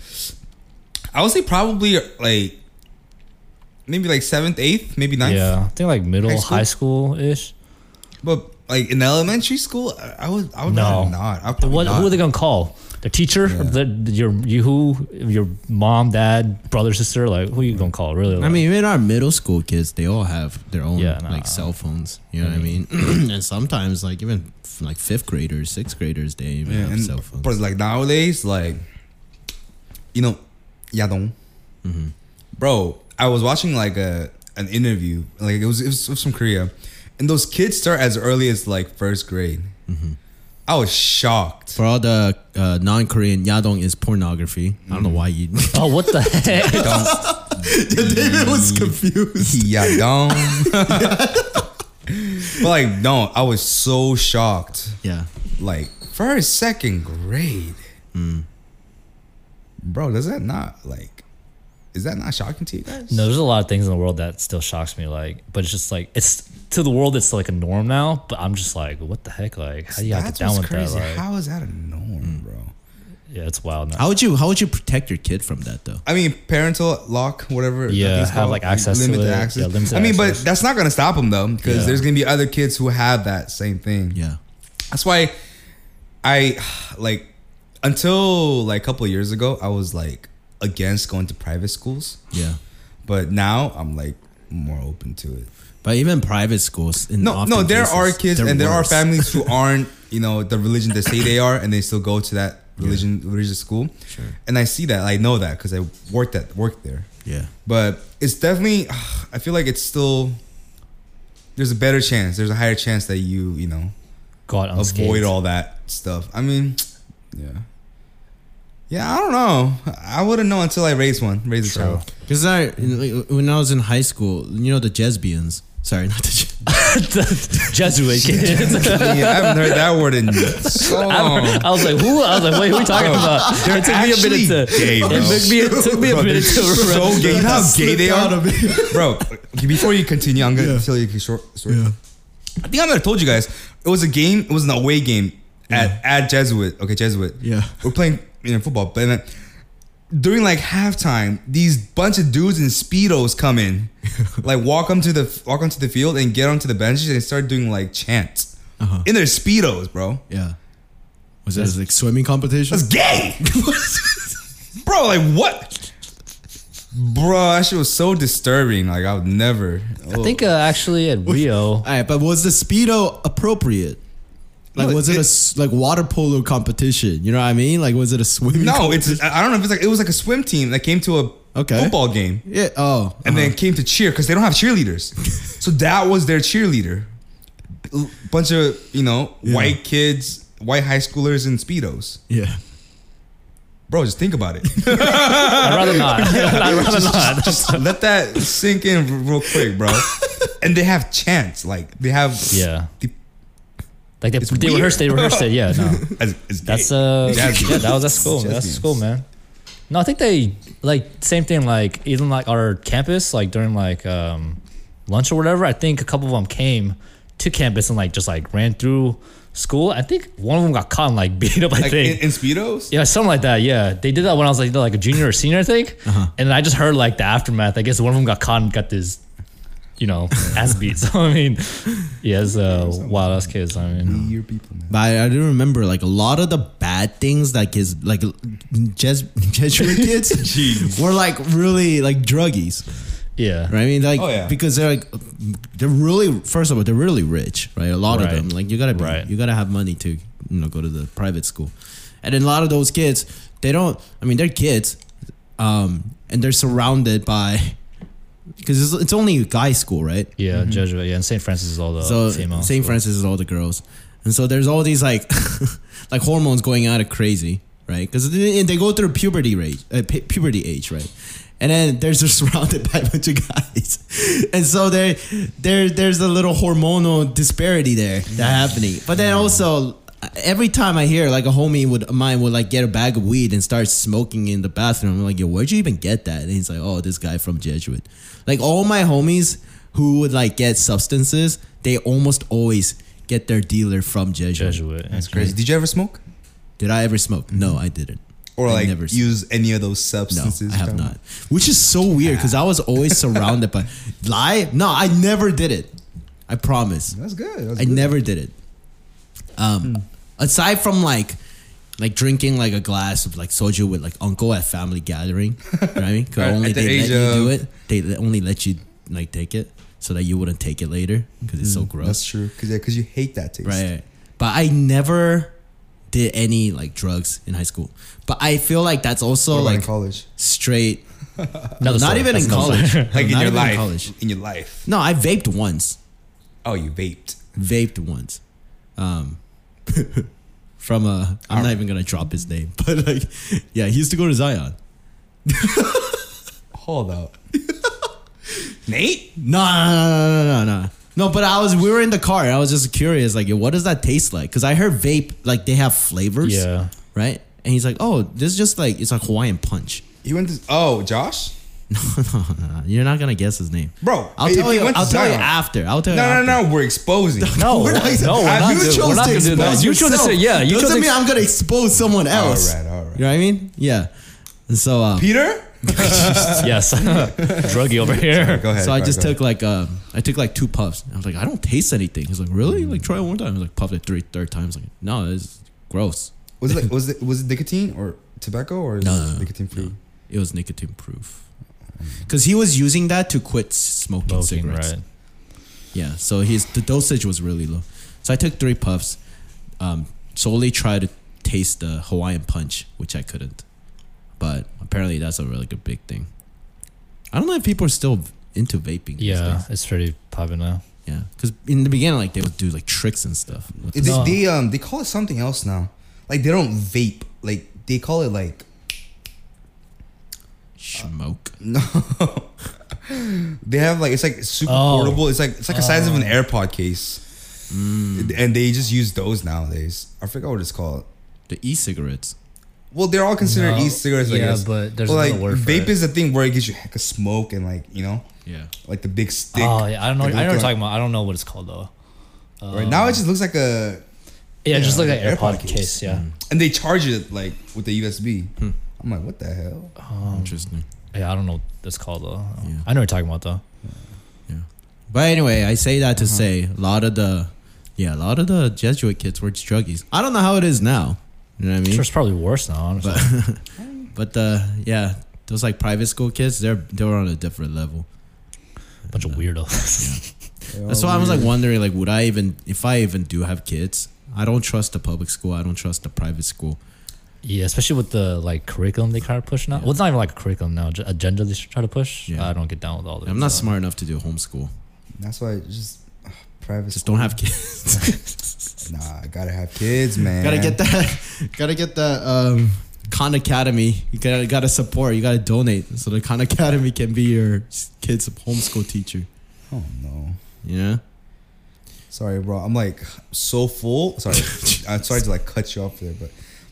Speaker 3: I would say probably like maybe like seventh, eighth, maybe ninth.
Speaker 2: yeah. I think like middle,
Speaker 3: High school?
Speaker 2: high school ish.
Speaker 3: But like in elementary school, I- I would I would
Speaker 2: No.
Speaker 3: rather not. I would probably
Speaker 2: What,
Speaker 3: not.
Speaker 2: who are they gonna call? Their teacher, the, your you who your mom, dad, brother, sister. Like who you gonna call? Really?
Speaker 1: I
Speaker 2: Like,
Speaker 1: mean, even our middle school kids, they all have their own
Speaker 2: Yeah, nah.
Speaker 1: like cell phones. You know what I mean? [clears throat] and sometimes, like even f- like fifth graders, sixth graders, they even
Speaker 3: Yeah,
Speaker 1: have
Speaker 3: and
Speaker 1: cell phones.
Speaker 3: but like nowadays, like you know, Yadong.
Speaker 2: Mm-hmm.
Speaker 3: Bro, I was watching like a an interview, like it was it was from Korea, and those kids start as early as like first grade.
Speaker 2: Mm-hmm.
Speaker 3: I was shocked.
Speaker 1: For all the uh, non-Korean, yadong is pornography. I
Speaker 3: Mm.
Speaker 1: don't know why you. [laughs]
Speaker 2: oh, what
Speaker 3: [laughs]
Speaker 2: the heck?
Speaker 1: [laughs] David was
Speaker 2: Mm-hmm.
Speaker 1: confused. [laughs]
Speaker 3: [laughs] Yadong. but like no, I was so shocked.
Speaker 1: Yeah.
Speaker 3: like first second grade bro does that not like is that not shocking to you guys
Speaker 2: No, there's a lot of things in the world that still shocks me. Like, but it's just like it's to the world, it's like a norm now. But I'm just like, what the heck? Like, how do you get
Speaker 3: that's
Speaker 2: down
Speaker 3: what's
Speaker 2: with
Speaker 3: crazy
Speaker 2: that? Like,
Speaker 3: how is that a norm bro
Speaker 2: yeah, it's wild now.
Speaker 1: How would you? How would you protect your kid from that though?
Speaker 3: i mean parental lock whatever that
Speaker 2: Yeah,
Speaker 3: thing's
Speaker 2: have, like, access to
Speaker 3: limit the
Speaker 2: it.
Speaker 3: access
Speaker 2: Yeah, limited
Speaker 3: i mean
Speaker 2: access.
Speaker 3: but that's not gonna stop them though because
Speaker 2: Yeah.
Speaker 3: there's gonna be other kids who have that same thing
Speaker 1: Yeah.
Speaker 3: that's why i [sighs] like until like a couple of years ago i was like against going to private schools
Speaker 1: Yeah.
Speaker 3: but now i'm like more open to it
Speaker 1: But even private schools, in
Speaker 3: No,
Speaker 1: often
Speaker 3: no, there
Speaker 1: cases,
Speaker 3: are kids
Speaker 1: they're
Speaker 3: and there
Speaker 1: worse.
Speaker 3: are families
Speaker 2: [laughs]
Speaker 3: who aren't, you know, the religion they say they are, and they still go to that religion religious school.
Speaker 1: Sure.
Speaker 3: And I see that, I know that because I worked at worked there.
Speaker 1: Yeah,
Speaker 3: [sighs] But it's definitely, I feel like it's still there's a better chance. There's a higher chance that you you know
Speaker 2: God unscathed. [laughs]
Speaker 3: avoid all that stuff. I mean, yeah, yeah. I don't know. I wouldn't know until I raise one, raise a
Speaker 2: True.
Speaker 3: child. [laughs]
Speaker 1: Because I, when I was in high school, you know the Jesbians. Sorry, not the. Je-
Speaker 2: Jesuit kids.
Speaker 3: yeah, I haven't heard that word
Speaker 2: [laughs]
Speaker 3: in so long.
Speaker 2: I was like, who? I was like, wait, who are we talking about? It took me a minute to.
Speaker 3: gay, bro.
Speaker 2: It took me, it took me a
Speaker 3: Bro, they're
Speaker 2: minute to.
Speaker 3: so
Speaker 2: remember
Speaker 3: gay. You know how
Speaker 1: That
Speaker 3: gay they
Speaker 1: slipped out
Speaker 3: are,
Speaker 1: of me.
Speaker 3: [laughs] bro. Before you continue, I'm gonna
Speaker 1: Yeah.
Speaker 3: tell you a short story.
Speaker 1: yeah.
Speaker 3: I think I might have told you guys. It was a game. It was an away game at at Jesuit. Okay, Jesuit.
Speaker 1: Yeah.
Speaker 3: we're playing you know football, but then uh, during like halftime, these bunch of dudes in speedos come
Speaker 1: [laughs]
Speaker 3: in, like walk onto the walk onto the field and get onto the benches and start doing like chants
Speaker 1: Uh-huh.
Speaker 3: in their speedos, bro.
Speaker 1: [laughs] Yeah. Was that like swimming competition?
Speaker 3: That's gay, [laughs] bro. Like what? Bro, that shit was so disturbing. Like I would never.
Speaker 2: I think uh, actually at Rio.
Speaker 1: All right, but was the speedo appropriate? Like,
Speaker 3: No,
Speaker 1: was it,
Speaker 3: it-
Speaker 1: a s- like water polo competition? You know what I mean? Like, was it a swimming?
Speaker 3: Oh. no, it's I I don't know if it's like it was like a swim team that came to a
Speaker 1: Okay.
Speaker 3: football game.
Speaker 1: [laughs] yeah. Oh,
Speaker 3: and then came to cheer because they don't have [laughs] cheerleaders. so that was their cheerleader. L- Bunch of you know white kids, white high schoolers in speedos.
Speaker 1: yeah.
Speaker 3: Bro, just think [laughs] about it.
Speaker 2: I'd rather [laughs] not. I'd rather not.
Speaker 3: just let that sink in r- real quick, [laughs] bro. and they have chance, like they have
Speaker 2: Yeah.
Speaker 3: The-
Speaker 2: Like they,
Speaker 3: It's
Speaker 2: they
Speaker 3: weird.
Speaker 2: rehearsed, they rehearsed it. Yeah,
Speaker 3: [laughs]
Speaker 2: no.
Speaker 3: as- as
Speaker 2: That's
Speaker 3: gay.
Speaker 2: uh,
Speaker 3: Jazz
Speaker 2: yeah, that was that's cool.
Speaker 3: Jazz
Speaker 2: That's
Speaker 3: beans.
Speaker 2: cool, man. No, I think they like same thing. Like even like our campus, like during like um, lunch or whatever. I think a couple of them came to campus and like just like ran through school. I think one of them got caught and like [laughs] beat up. I
Speaker 3: like in,
Speaker 2: think.
Speaker 3: in speedos.
Speaker 2: yeah, something like that. Yeah, they did that when I was like either, like a junior or senior, I think. And I just heard like the aftermath. I guess one of them got caught and got this, you know, ass beat. [laughs] So I mean, yeah, it's uh, wild ass kids. I mean,
Speaker 3: Your people, man.
Speaker 1: But I, I do remember like a lot of the bad things like his like Jes- [laughs] Jesuit kids
Speaker 3: [laughs] Jeez.
Speaker 1: were like really like druggies.
Speaker 2: yeah,
Speaker 1: Right? I mean, like,
Speaker 3: Oh, yeah.
Speaker 1: because they're like, they're really. First of all, they're really rich, right? A lot
Speaker 2: Right.
Speaker 1: of them, like, you gotta be,
Speaker 2: Right.
Speaker 1: you gotta have money to, you know, go to the private school, and then a lot of those kids, they don't. I mean, they're kids, um, and they're surrounded by, because it's, it's only guy school, right?
Speaker 2: Yeah, Jesuit. Yeah, and St. Francis is all the
Speaker 1: so
Speaker 2: female.
Speaker 1: St.
Speaker 2: school.
Speaker 1: Francis is all the girls, and so there's all these like, [laughs] like hormones going out of crazy, right? Because they, they go through puberty rage, uh, pu- puberty age, right? And then they're just [laughs] surrounded by a bunch of guys, [laughs] and so there, there, there's a little hormonal disparity there that happening. But then also. Every time I hear like a homie would of mine would like get a bag of weed and start smoking in the bathroom, I'm like, yo, where'd you even get that? And he's like, oh, this guy from Jesuit. Like all my homies who would like get substances, they almost always get their dealer from Jeju.
Speaker 2: Jesuit.
Speaker 3: That's crazy. Did you ever smoke
Speaker 1: Did I ever smoke? No, I didn't.
Speaker 3: or
Speaker 1: I
Speaker 3: like
Speaker 1: never smoked.
Speaker 3: use any of those
Speaker 1: No,
Speaker 3: substances?
Speaker 1: I have
Speaker 3: Tom?
Speaker 1: not. Which is so weird because I was
Speaker 3: [laughs]
Speaker 1: always surrounded by lie. No, I never did it. I promise.
Speaker 3: That's good. That's
Speaker 1: I
Speaker 3: good.
Speaker 1: never did it. Um,
Speaker 3: Hmm.
Speaker 1: aside from like, like drinking like a glass of like soju with like uncle at family gathering, you know what I mean, 'Cause
Speaker 3: Right,
Speaker 1: only
Speaker 3: at the
Speaker 1: they let
Speaker 3: age
Speaker 1: you do
Speaker 3: of-
Speaker 1: it. They le- only let you like take it so that you wouldn't take it later because it's so gross.
Speaker 3: That's true. Cause yeah, cause you hate that taste.
Speaker 1: Right, right. But I never did any like drugs in high school. But I feel like that's
Speaker 3: What
Speaker 1: also
Speaker 3: about in
Speaker 1: like
Speaker 3: college,
Speaker 1: straight. not
Speaker 2: Another story.
Speaker 1: even
Speaker 2: That's
Speaker 1: in
Speaker 2: another
Speaker 1: college.
Speaker 2: story.
Speaker 1: No,
Speaker 3: like in
Speaker 1: not
Speaker 3: your
Speaker 1: even
Speaker 3: life,
Speaker 1: college.
Speaker 3: in your life.
Speaker 1: No, I vaped once.
Speaker 3: Oh, you vaped.
Speaker 1: Vaped once. Um, [laughs] from a. I'm not even gonna drop his name, [laughs] but like, yeah, he used to go to Zion.
Speaker 3: Hold up. [laughs] Nate?
Speaker 1: No, no, no, no, no, no. No, but I was. We were in the car, and I was just curious, like, yo, what does that taste like? Because I heard vape, like they have flavors,
Speaker 2: [laughs] yeah.
Speaker 1: right? And he's like, oh, this is just like it's like Hawaiian punch.
Speaker 3: He went to Oh, Josh?
Speaker 1: No, no, no, no. You're not gonna guess his name.
Speaker 3: Bro,
Speaker 1: I'll
Speaker 3: if
Speaker 1: tell
Speaker 3: he
Speaker 1: you.
Speaker 3: went to
Speaker 1: I'll tell you
Speaker 3: Zion-
Speaker 1: after. I'll tell you.
Speaker 3: No,
Speaker 1: after.
Speaker 3: no, no,
Speaker 1: [laughs]
Speaker 3: we're exposing.
Speaker 2: No,
Speaker 1: We're
Speaker 2: we're
Speaker 1: not,
Speaker 2: not,
Speaker 1: gonna-
Speaker 2: no, we're
Speaker 1: I-
Speaker 2: not,
Speaker 1: you
Speaker 2: do-
Speaker 1: chose
Speaker 2: we're not
Speaker 1: to
Speaker 2: gonna do
Speaker 1: expose
Speaker 2: that. You chose to
Speaker 1: yourself.
Speaker 2: say, yeah, you chose
Speaker 1: Doesn't
Speaker 2: to
Speaker 1: mean I'm gonna expose someone else.
Speaker 3: Alright, alright.
Speaker 1: You know what I mean? Yeah. And so, um,
Speaker 3: Peter?
Speaker 2: yes, [laughs] druggy over here.
Speaker 3: Go ahead.
Speaker 1: so I
Speaker 3: go
Speaker 1: just
Speaker 3: ahead,
Speaker 1: took like, um, I took like two puffs. I was like, I don't taste anything. He's like, really? Like try it one time. I was like, puffed it three, third time. I was like, no, it's gross.
Speaker 3: go ahead. Was
Speaker 1: [laughs]
Speaker 3: it like, was it was it nicotine or tobacco or is
Speaker 1: No,
Speaker 3: it
Speaker 1: no, no,
Speaker 3: nicotine free?
Speaker 1: It was nicotine proof. Cause he was using that to quit smoking,
Speaker 2: Smoking,
Speaker 1: cigarettes.
Speaker 2: right?
Speaker 1: Yeah, so his the dosage was really low. So I took three puffs, um, solely tried to taste the Hawaiian punch, which I couldn't. But apparently, that's a really good big thing. I don't know if people are still into vaping. these
Speaker 2: Yeah,
Speaker 1: days.
Speaker 2: it's pretty popular now.
Speaker 1: Yeah, because in the beginning, like they would do like tricks and stuff. with
Speaker 3: It-
Speaker 1: the-
Speaker 2: No.
Speaker 3: They, they um they call it something else now. Like they don't vape. Like they call it like
Speaker 1: smoke.
Speaker 3: no. they have like it's like super
Speaker 2: Oh.
Speaker 3: portable. It's like it's like the size of an AirPod case.
Speaker 2: Mm.
Speaker 3: And they just use those nowadays. I forgot what it's called.
Speaker 1: The e-cigarettes.
Speaker 3: Well, they're all considered
Speaker 2: No.
Speaker 3: e-cigarettes. I
Speaker 2: Yeah,
Speaker 3: guess.
Speaker 2: but there's
Speaker 3: like
Speaker 2: another word for
Speaker 3: vape
Speaker 2: it.
Speaker 3: is the thing where it gives you heck of smoke and like you know
Speaker 1: Yeah.
Speaker 3: like the big stick.
Speaker 2: Oh yeah, I don't know. I know what
Speaker 3: Like, look
Speaker 2: you're
Speaker 3: like-
Speaker 2: talking about. I don't know what it's called though.
Speaker 3: Right now, it just looks like a
Speaker 2: Yeah,
Speaker 3: Yeah,
Speaker 2: just like
Speaker 3: like
Speaker 2: an
Speaker 3: an
Speaker 2: AirPod,
Speaker 3: AirPod
Speaker 2: case.
Speaker 3: case. mm.
Speaker 2: Yeah.
Speaker 3: and they charge it like with the USB.
Speaker 2: Hmm.
Speaker 3: I'm like, what the hell?
Speaker 2: Oh.
Speaker 1: Interesting.
Speaker 2: Yeah, I don't know what that's called though.
Speaker 1: Yeah.
Speaker 2: I know what you're talking about though.
Speaker 1: But anyway, I say that to say a lot of the, yeah, a lot of the Jesuit kids were druggies. I don't know how it is now. You know what I mean?
Speaker 2: Sure, it's probably worse now. Honestly.
Speaker 1: But, but the yeah, those like private school kids, they're they were on a different level.
Speaker 2: bunch of
Speaker 3: [laughs]
Speaker 2: weirdos.
Speaker 1: That's why I
Speaker 3: Oh,
Speaker 1: was like wondering, like, would I even if I even do have kids? I don't trust the public school. I don't trust the private school.
Speaker 2: Yeah, especially with the like curriculum they kind of push now. Well, it's not even like a curriculum now. ju- Agenda they should try to push.
Speaker 1: Yeah.
Speaker 2: I don't get down with all this.
Speaker 1: I'm not
Speaker 2: so.
Speaker 1: smart enough to do homeschool.
Speaker 3: That's why it's just ugh, private.
Speaker 1: Just don't have kids. [laughs]
Speaker 3: Nah, I gotta have kids, man.
Speaker 1: gotta get that. [laughs] Gotta get that. Um, Khan Academy. You gotta gotta support. You gotta donate so the Khan Academy can be your s- kid's homeschool teacher.
Speaker 3: Oh no.
Speaker 1: You know.
Speaker 3: Sorry, bro. I'm like so full. [laughs] Sorry, I'm sorry to like cut you off there, but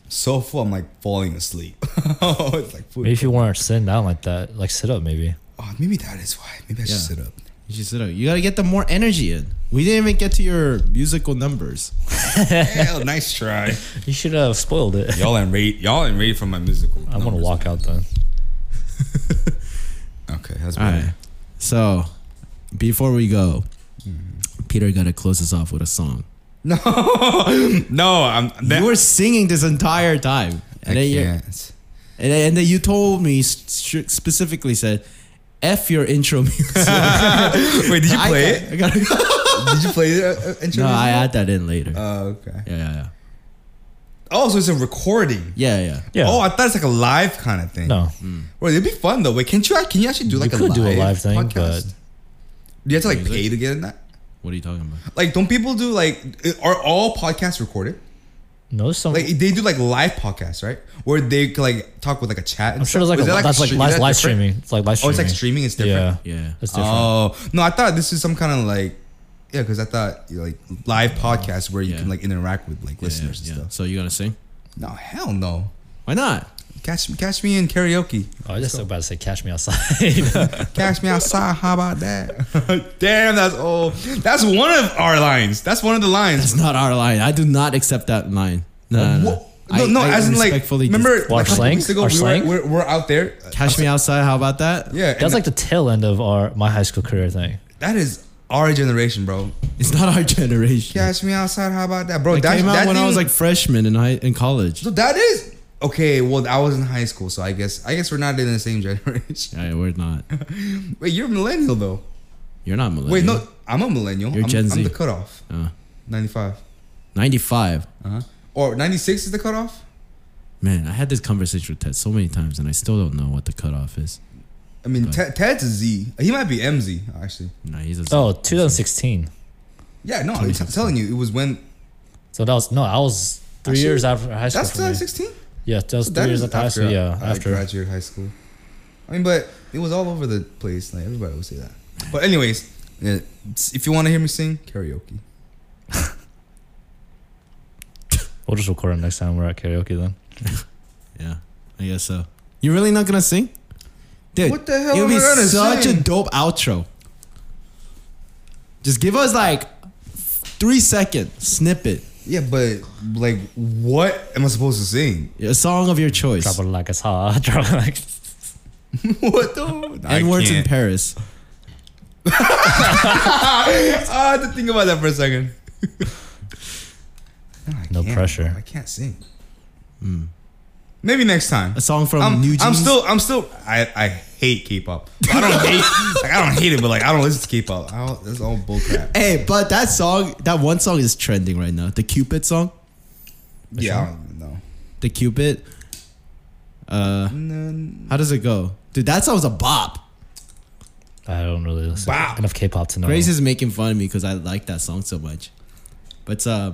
Speaker 3: so full. I'm like falling asleep. [laughs] it's like food.
Speaker 2: Maybe if you weren't sitting down like that, like sit up maybe.
Speaker 3: Oh, maybe that is why. Maybe I should
Speaker 1: Yeah.
Speaker 3: sit [laughs] up.
Speaker 1: You should sit up. You gotta get the more energy in. We didn't even get to your musical numbers.
Speaker 3: Hell, nice try.
Speaker 2: You should have spoiled it. [laughs]
Speaker 3: Y'all ain't ready. Y'all ain't ready for my musical.
Speaker 2: I want to walk out then.
Speaker 3: Okay, that's
Speaker 1: All
Speaker 3: better.
Speaker 1: right. So, before we go, Peter gotta close us off with a song.
Speaker 3: No, [laughs] no. I'm. That,
Speaker 1: you were singing this entire time,
Speaker 3: I
Speaker 1: and then, you and,
Speaker 3: can't.
Speaker 1: then- and then you told me st- specifically said, "F your intro [laughs]
Speaker 3: [laughs]
Speaker 1: music."
Speaker 3: [laughs] Wait, did you
Speaker 1: I
Speaker 3: play
Speaker 1: got- I gotta-
Speaker 3: it? [laughs] Did you play the uh, uh,
Speaker 1: no,
Speaker 3: intro? music?
Speaker 1: I add that in later.
Speaker 3: Oh, okay.
Speaker 1: yeah, yeah, yeah.
Speaker 3: Oh, so it's a recording.
Speaker 1: Yeah, yeah.
Speaker 2: Yeah.
Speaker 3: Oh, I Mm. thought it's like a live kind of thing.
Speaker 2: No.
Speaker 3: Well, it'd be fun though. Wait, can't you? Can you actually do like
Speaker 2: you
Speaker 3: a,
Speaker 2: could
Speaker 3: live
Speaker 2: do a live thing,
Speaker 3: podcast?
Speaker 2: but
Speaker 3: Do you have to like
Speaker 1: Music?
Speaker 3: pay to get in that?
Speaker 1: What are you talking about?
Speaker 3: Like, don't people do like? Are all podcasts recorded?
Speaker 2: no, there's some.
Speaker 3: Like they do like live podcasts, right? Where they could, like talk with like a chat. And
Speaker 2: I'm sure there's
Speaker 3: stuff.
Speaker 2: like, a,
Speaker 3: Is that,
Speaker 2: that's like
Speaker 3: stre- is
Speaker 2: live,
Speaker 3: that
Speaker 2: live
Speaker 3: different?
Speaker 2: streaming. It's like live
Speaker 3: Oh,
Speaker 2: streaming.
Speaker 3: it's like streaming. It's different.
Speaker 2: Yeah.
Speaker 1: Yeah.
Speaker 2: It's different.
Speaker 3: Oh no, I thought this is some kind of like. Yeah, because I thought you know, like live
Speaker 2: Oh,
Speaker 3: podcasts where you
Speaker 1: Yeah.
Speaker 3: can like interact with like
Speaker 1: Yeah, yeah,
Speaker 3: listeners
Speaker 1: yeah.
Speaker 3: and stuff.
Speaker 1: So you gonna sing?
Speaker 3: No, hell no.
Speaker 1: Why not?
Speaker 3: Catch me, catch me in karaoke.
Speaker 2: Oh, I just about to say, catch me outside. [laughs]
Speaker 3: Catch me outside. How about that? [laughs] Damn, that's old. That's one of our lines. That's one of the lines.
Speaker 1: It's not our line. I do not accept that line. No, no, no.
Speaker 3: Wha- No, no,
Speaker 1: I
Speaker 3: as in like,
Speaker 1: respectfully
Speaker 3: remember
Speaker 1: just-
Speaker 2: Our
Speaker 3: like, a couple
Speaker 2: slang?
Speaker 3: weeks ago,
Speaker 2: Our
Speaker 3: we were,
Speaker 2: slang?
Speaker 3: we're, we're out there.
Speaker 1: catch me outside. How about that?
Speaker 3: Yeah,
Speaker 2: That's
Speaker 3: and
Speaker 2: like the tail end of our my high school career thing.
Speaker 3: that is our generation, bro.
Speaker 1: It's not our [laughs] generation.
Speaker 3: Catch me outside. How about that, bro?
Speaker 1: It
Speaker 3: that
Speaker 1: came out
Speaker 3: Oh, that
Speaker 1: when I
Speaker 3: didn't-
Speaker 1: was like freshman in high in college.
Speaker 3: so that is okay. Well, I was in high school, so I guess I guess we're not in the same [laughs] generation.
Speaker 1: Yeah, we're not.
Speaker 3: Wait, you're a millennial though.
Speaker 1: You're not millennial.
Speaker 3: Wait, no, I'm a millennial.
Speaker 1: You're
Speaker 3: I'm,
Speaker 1: Gen
Speaker 3: I'm
Speaker 1: Z.
Speaker 3: the cutoff.
Speaker 1: Uh,
Speaker 3: Ninety five.
Speaker 1: 95.
Speaker 3: Uh-huh. Or ninety six is the cutoff.
Speaker 1: Man, I had this conversation with Ted so many times, and I still don't know what the cutoff is.
Speaker 3: I mean,
Speaker 1: But-
Speaker 3: Ted Ted's a Z. He might be MZ actually.
Speaker 1: No, he's a
Speaker 2: Oh, 2016.
Speaker 3: Yeah, no, I'm t- telling you, it was when
Speaker 2: So that was no, I was three
Speaker 3: Actually,
Speaker 2: years after high school.
Speaker 3: that's
Speaker 2: for me.
Speaker 3: 2016.
Speaker 2: Yeah, that was
Speaker 3: So
Speaker 2: three
Speaker 3: that
Speaker 2: years
Speaker 3: is
Speaker 2: after high school. Yeah,
Speaker 3: I
Speaker 2: after.
Speaker 3: graduated high school. I mean, but it was all over the place. Like everybody would say that. But anyways, yeah, if you want to hear me sing karaoke,
Speaker 2: We'll just record it next time we're at karaoke then.
Speaker 1: Yeah, I guess so. You're really not gonna sing, dude?
Speaker 3: What the hell
Speaker 1: It would
Speaker 3: am
Speaker 1: be
Speaker 3: I gonna
Speaker 1: such
Speaker 3: sing?
Speaker 1: a dope outro. Just give us like three second snippet,
Speaker 3: yeah. But like, what am I supposed to sing? [laughs]
Speaker 1: a song of your choice,
Speaker 2: Drop it like it's [laughs] hot. Drop it like. [laughs]
Speaker 3: what the?
Speaker 1: and words
Speaker 3: [laughs]
Speaker 1: in Paris.
Speaker 3: I had to think about that for a second. no, [laughs] I
Speaker 2: No
Speaker 3: can't,
Speaker 2: pressure. Hmm.
Speaker 3: bro. I can't sing. Maybe next time.
Speaker 1: A song from
Speaker 3: I'm,
Speaker 1: New
Speaker 3: I'm
Speaker 1: Jeans.
Speaker 3: still, I'm still, I, I hate K-pop. I don't hate, like, I don't hate it, but like, I don't listen to K-pop. I don't, that's all bullcrap.
Speaker 1: Hey, but that song, that one song is trending right now. The Cupid song,
Speaker 3: Yeah, I don't even know.
Speaker 1: the Cupid. Uh,
Speaker 3: And then-
Speaker 2: Oh.
Speaker 1: how does it go, dude? That song was a bop.
Speaker 2: I don't don't really listen
Speaker 3: Wow.
Speaker 2: enough K-pop to know.
Speaker 1: Grace is making fun of me because I like that song so much. But uh,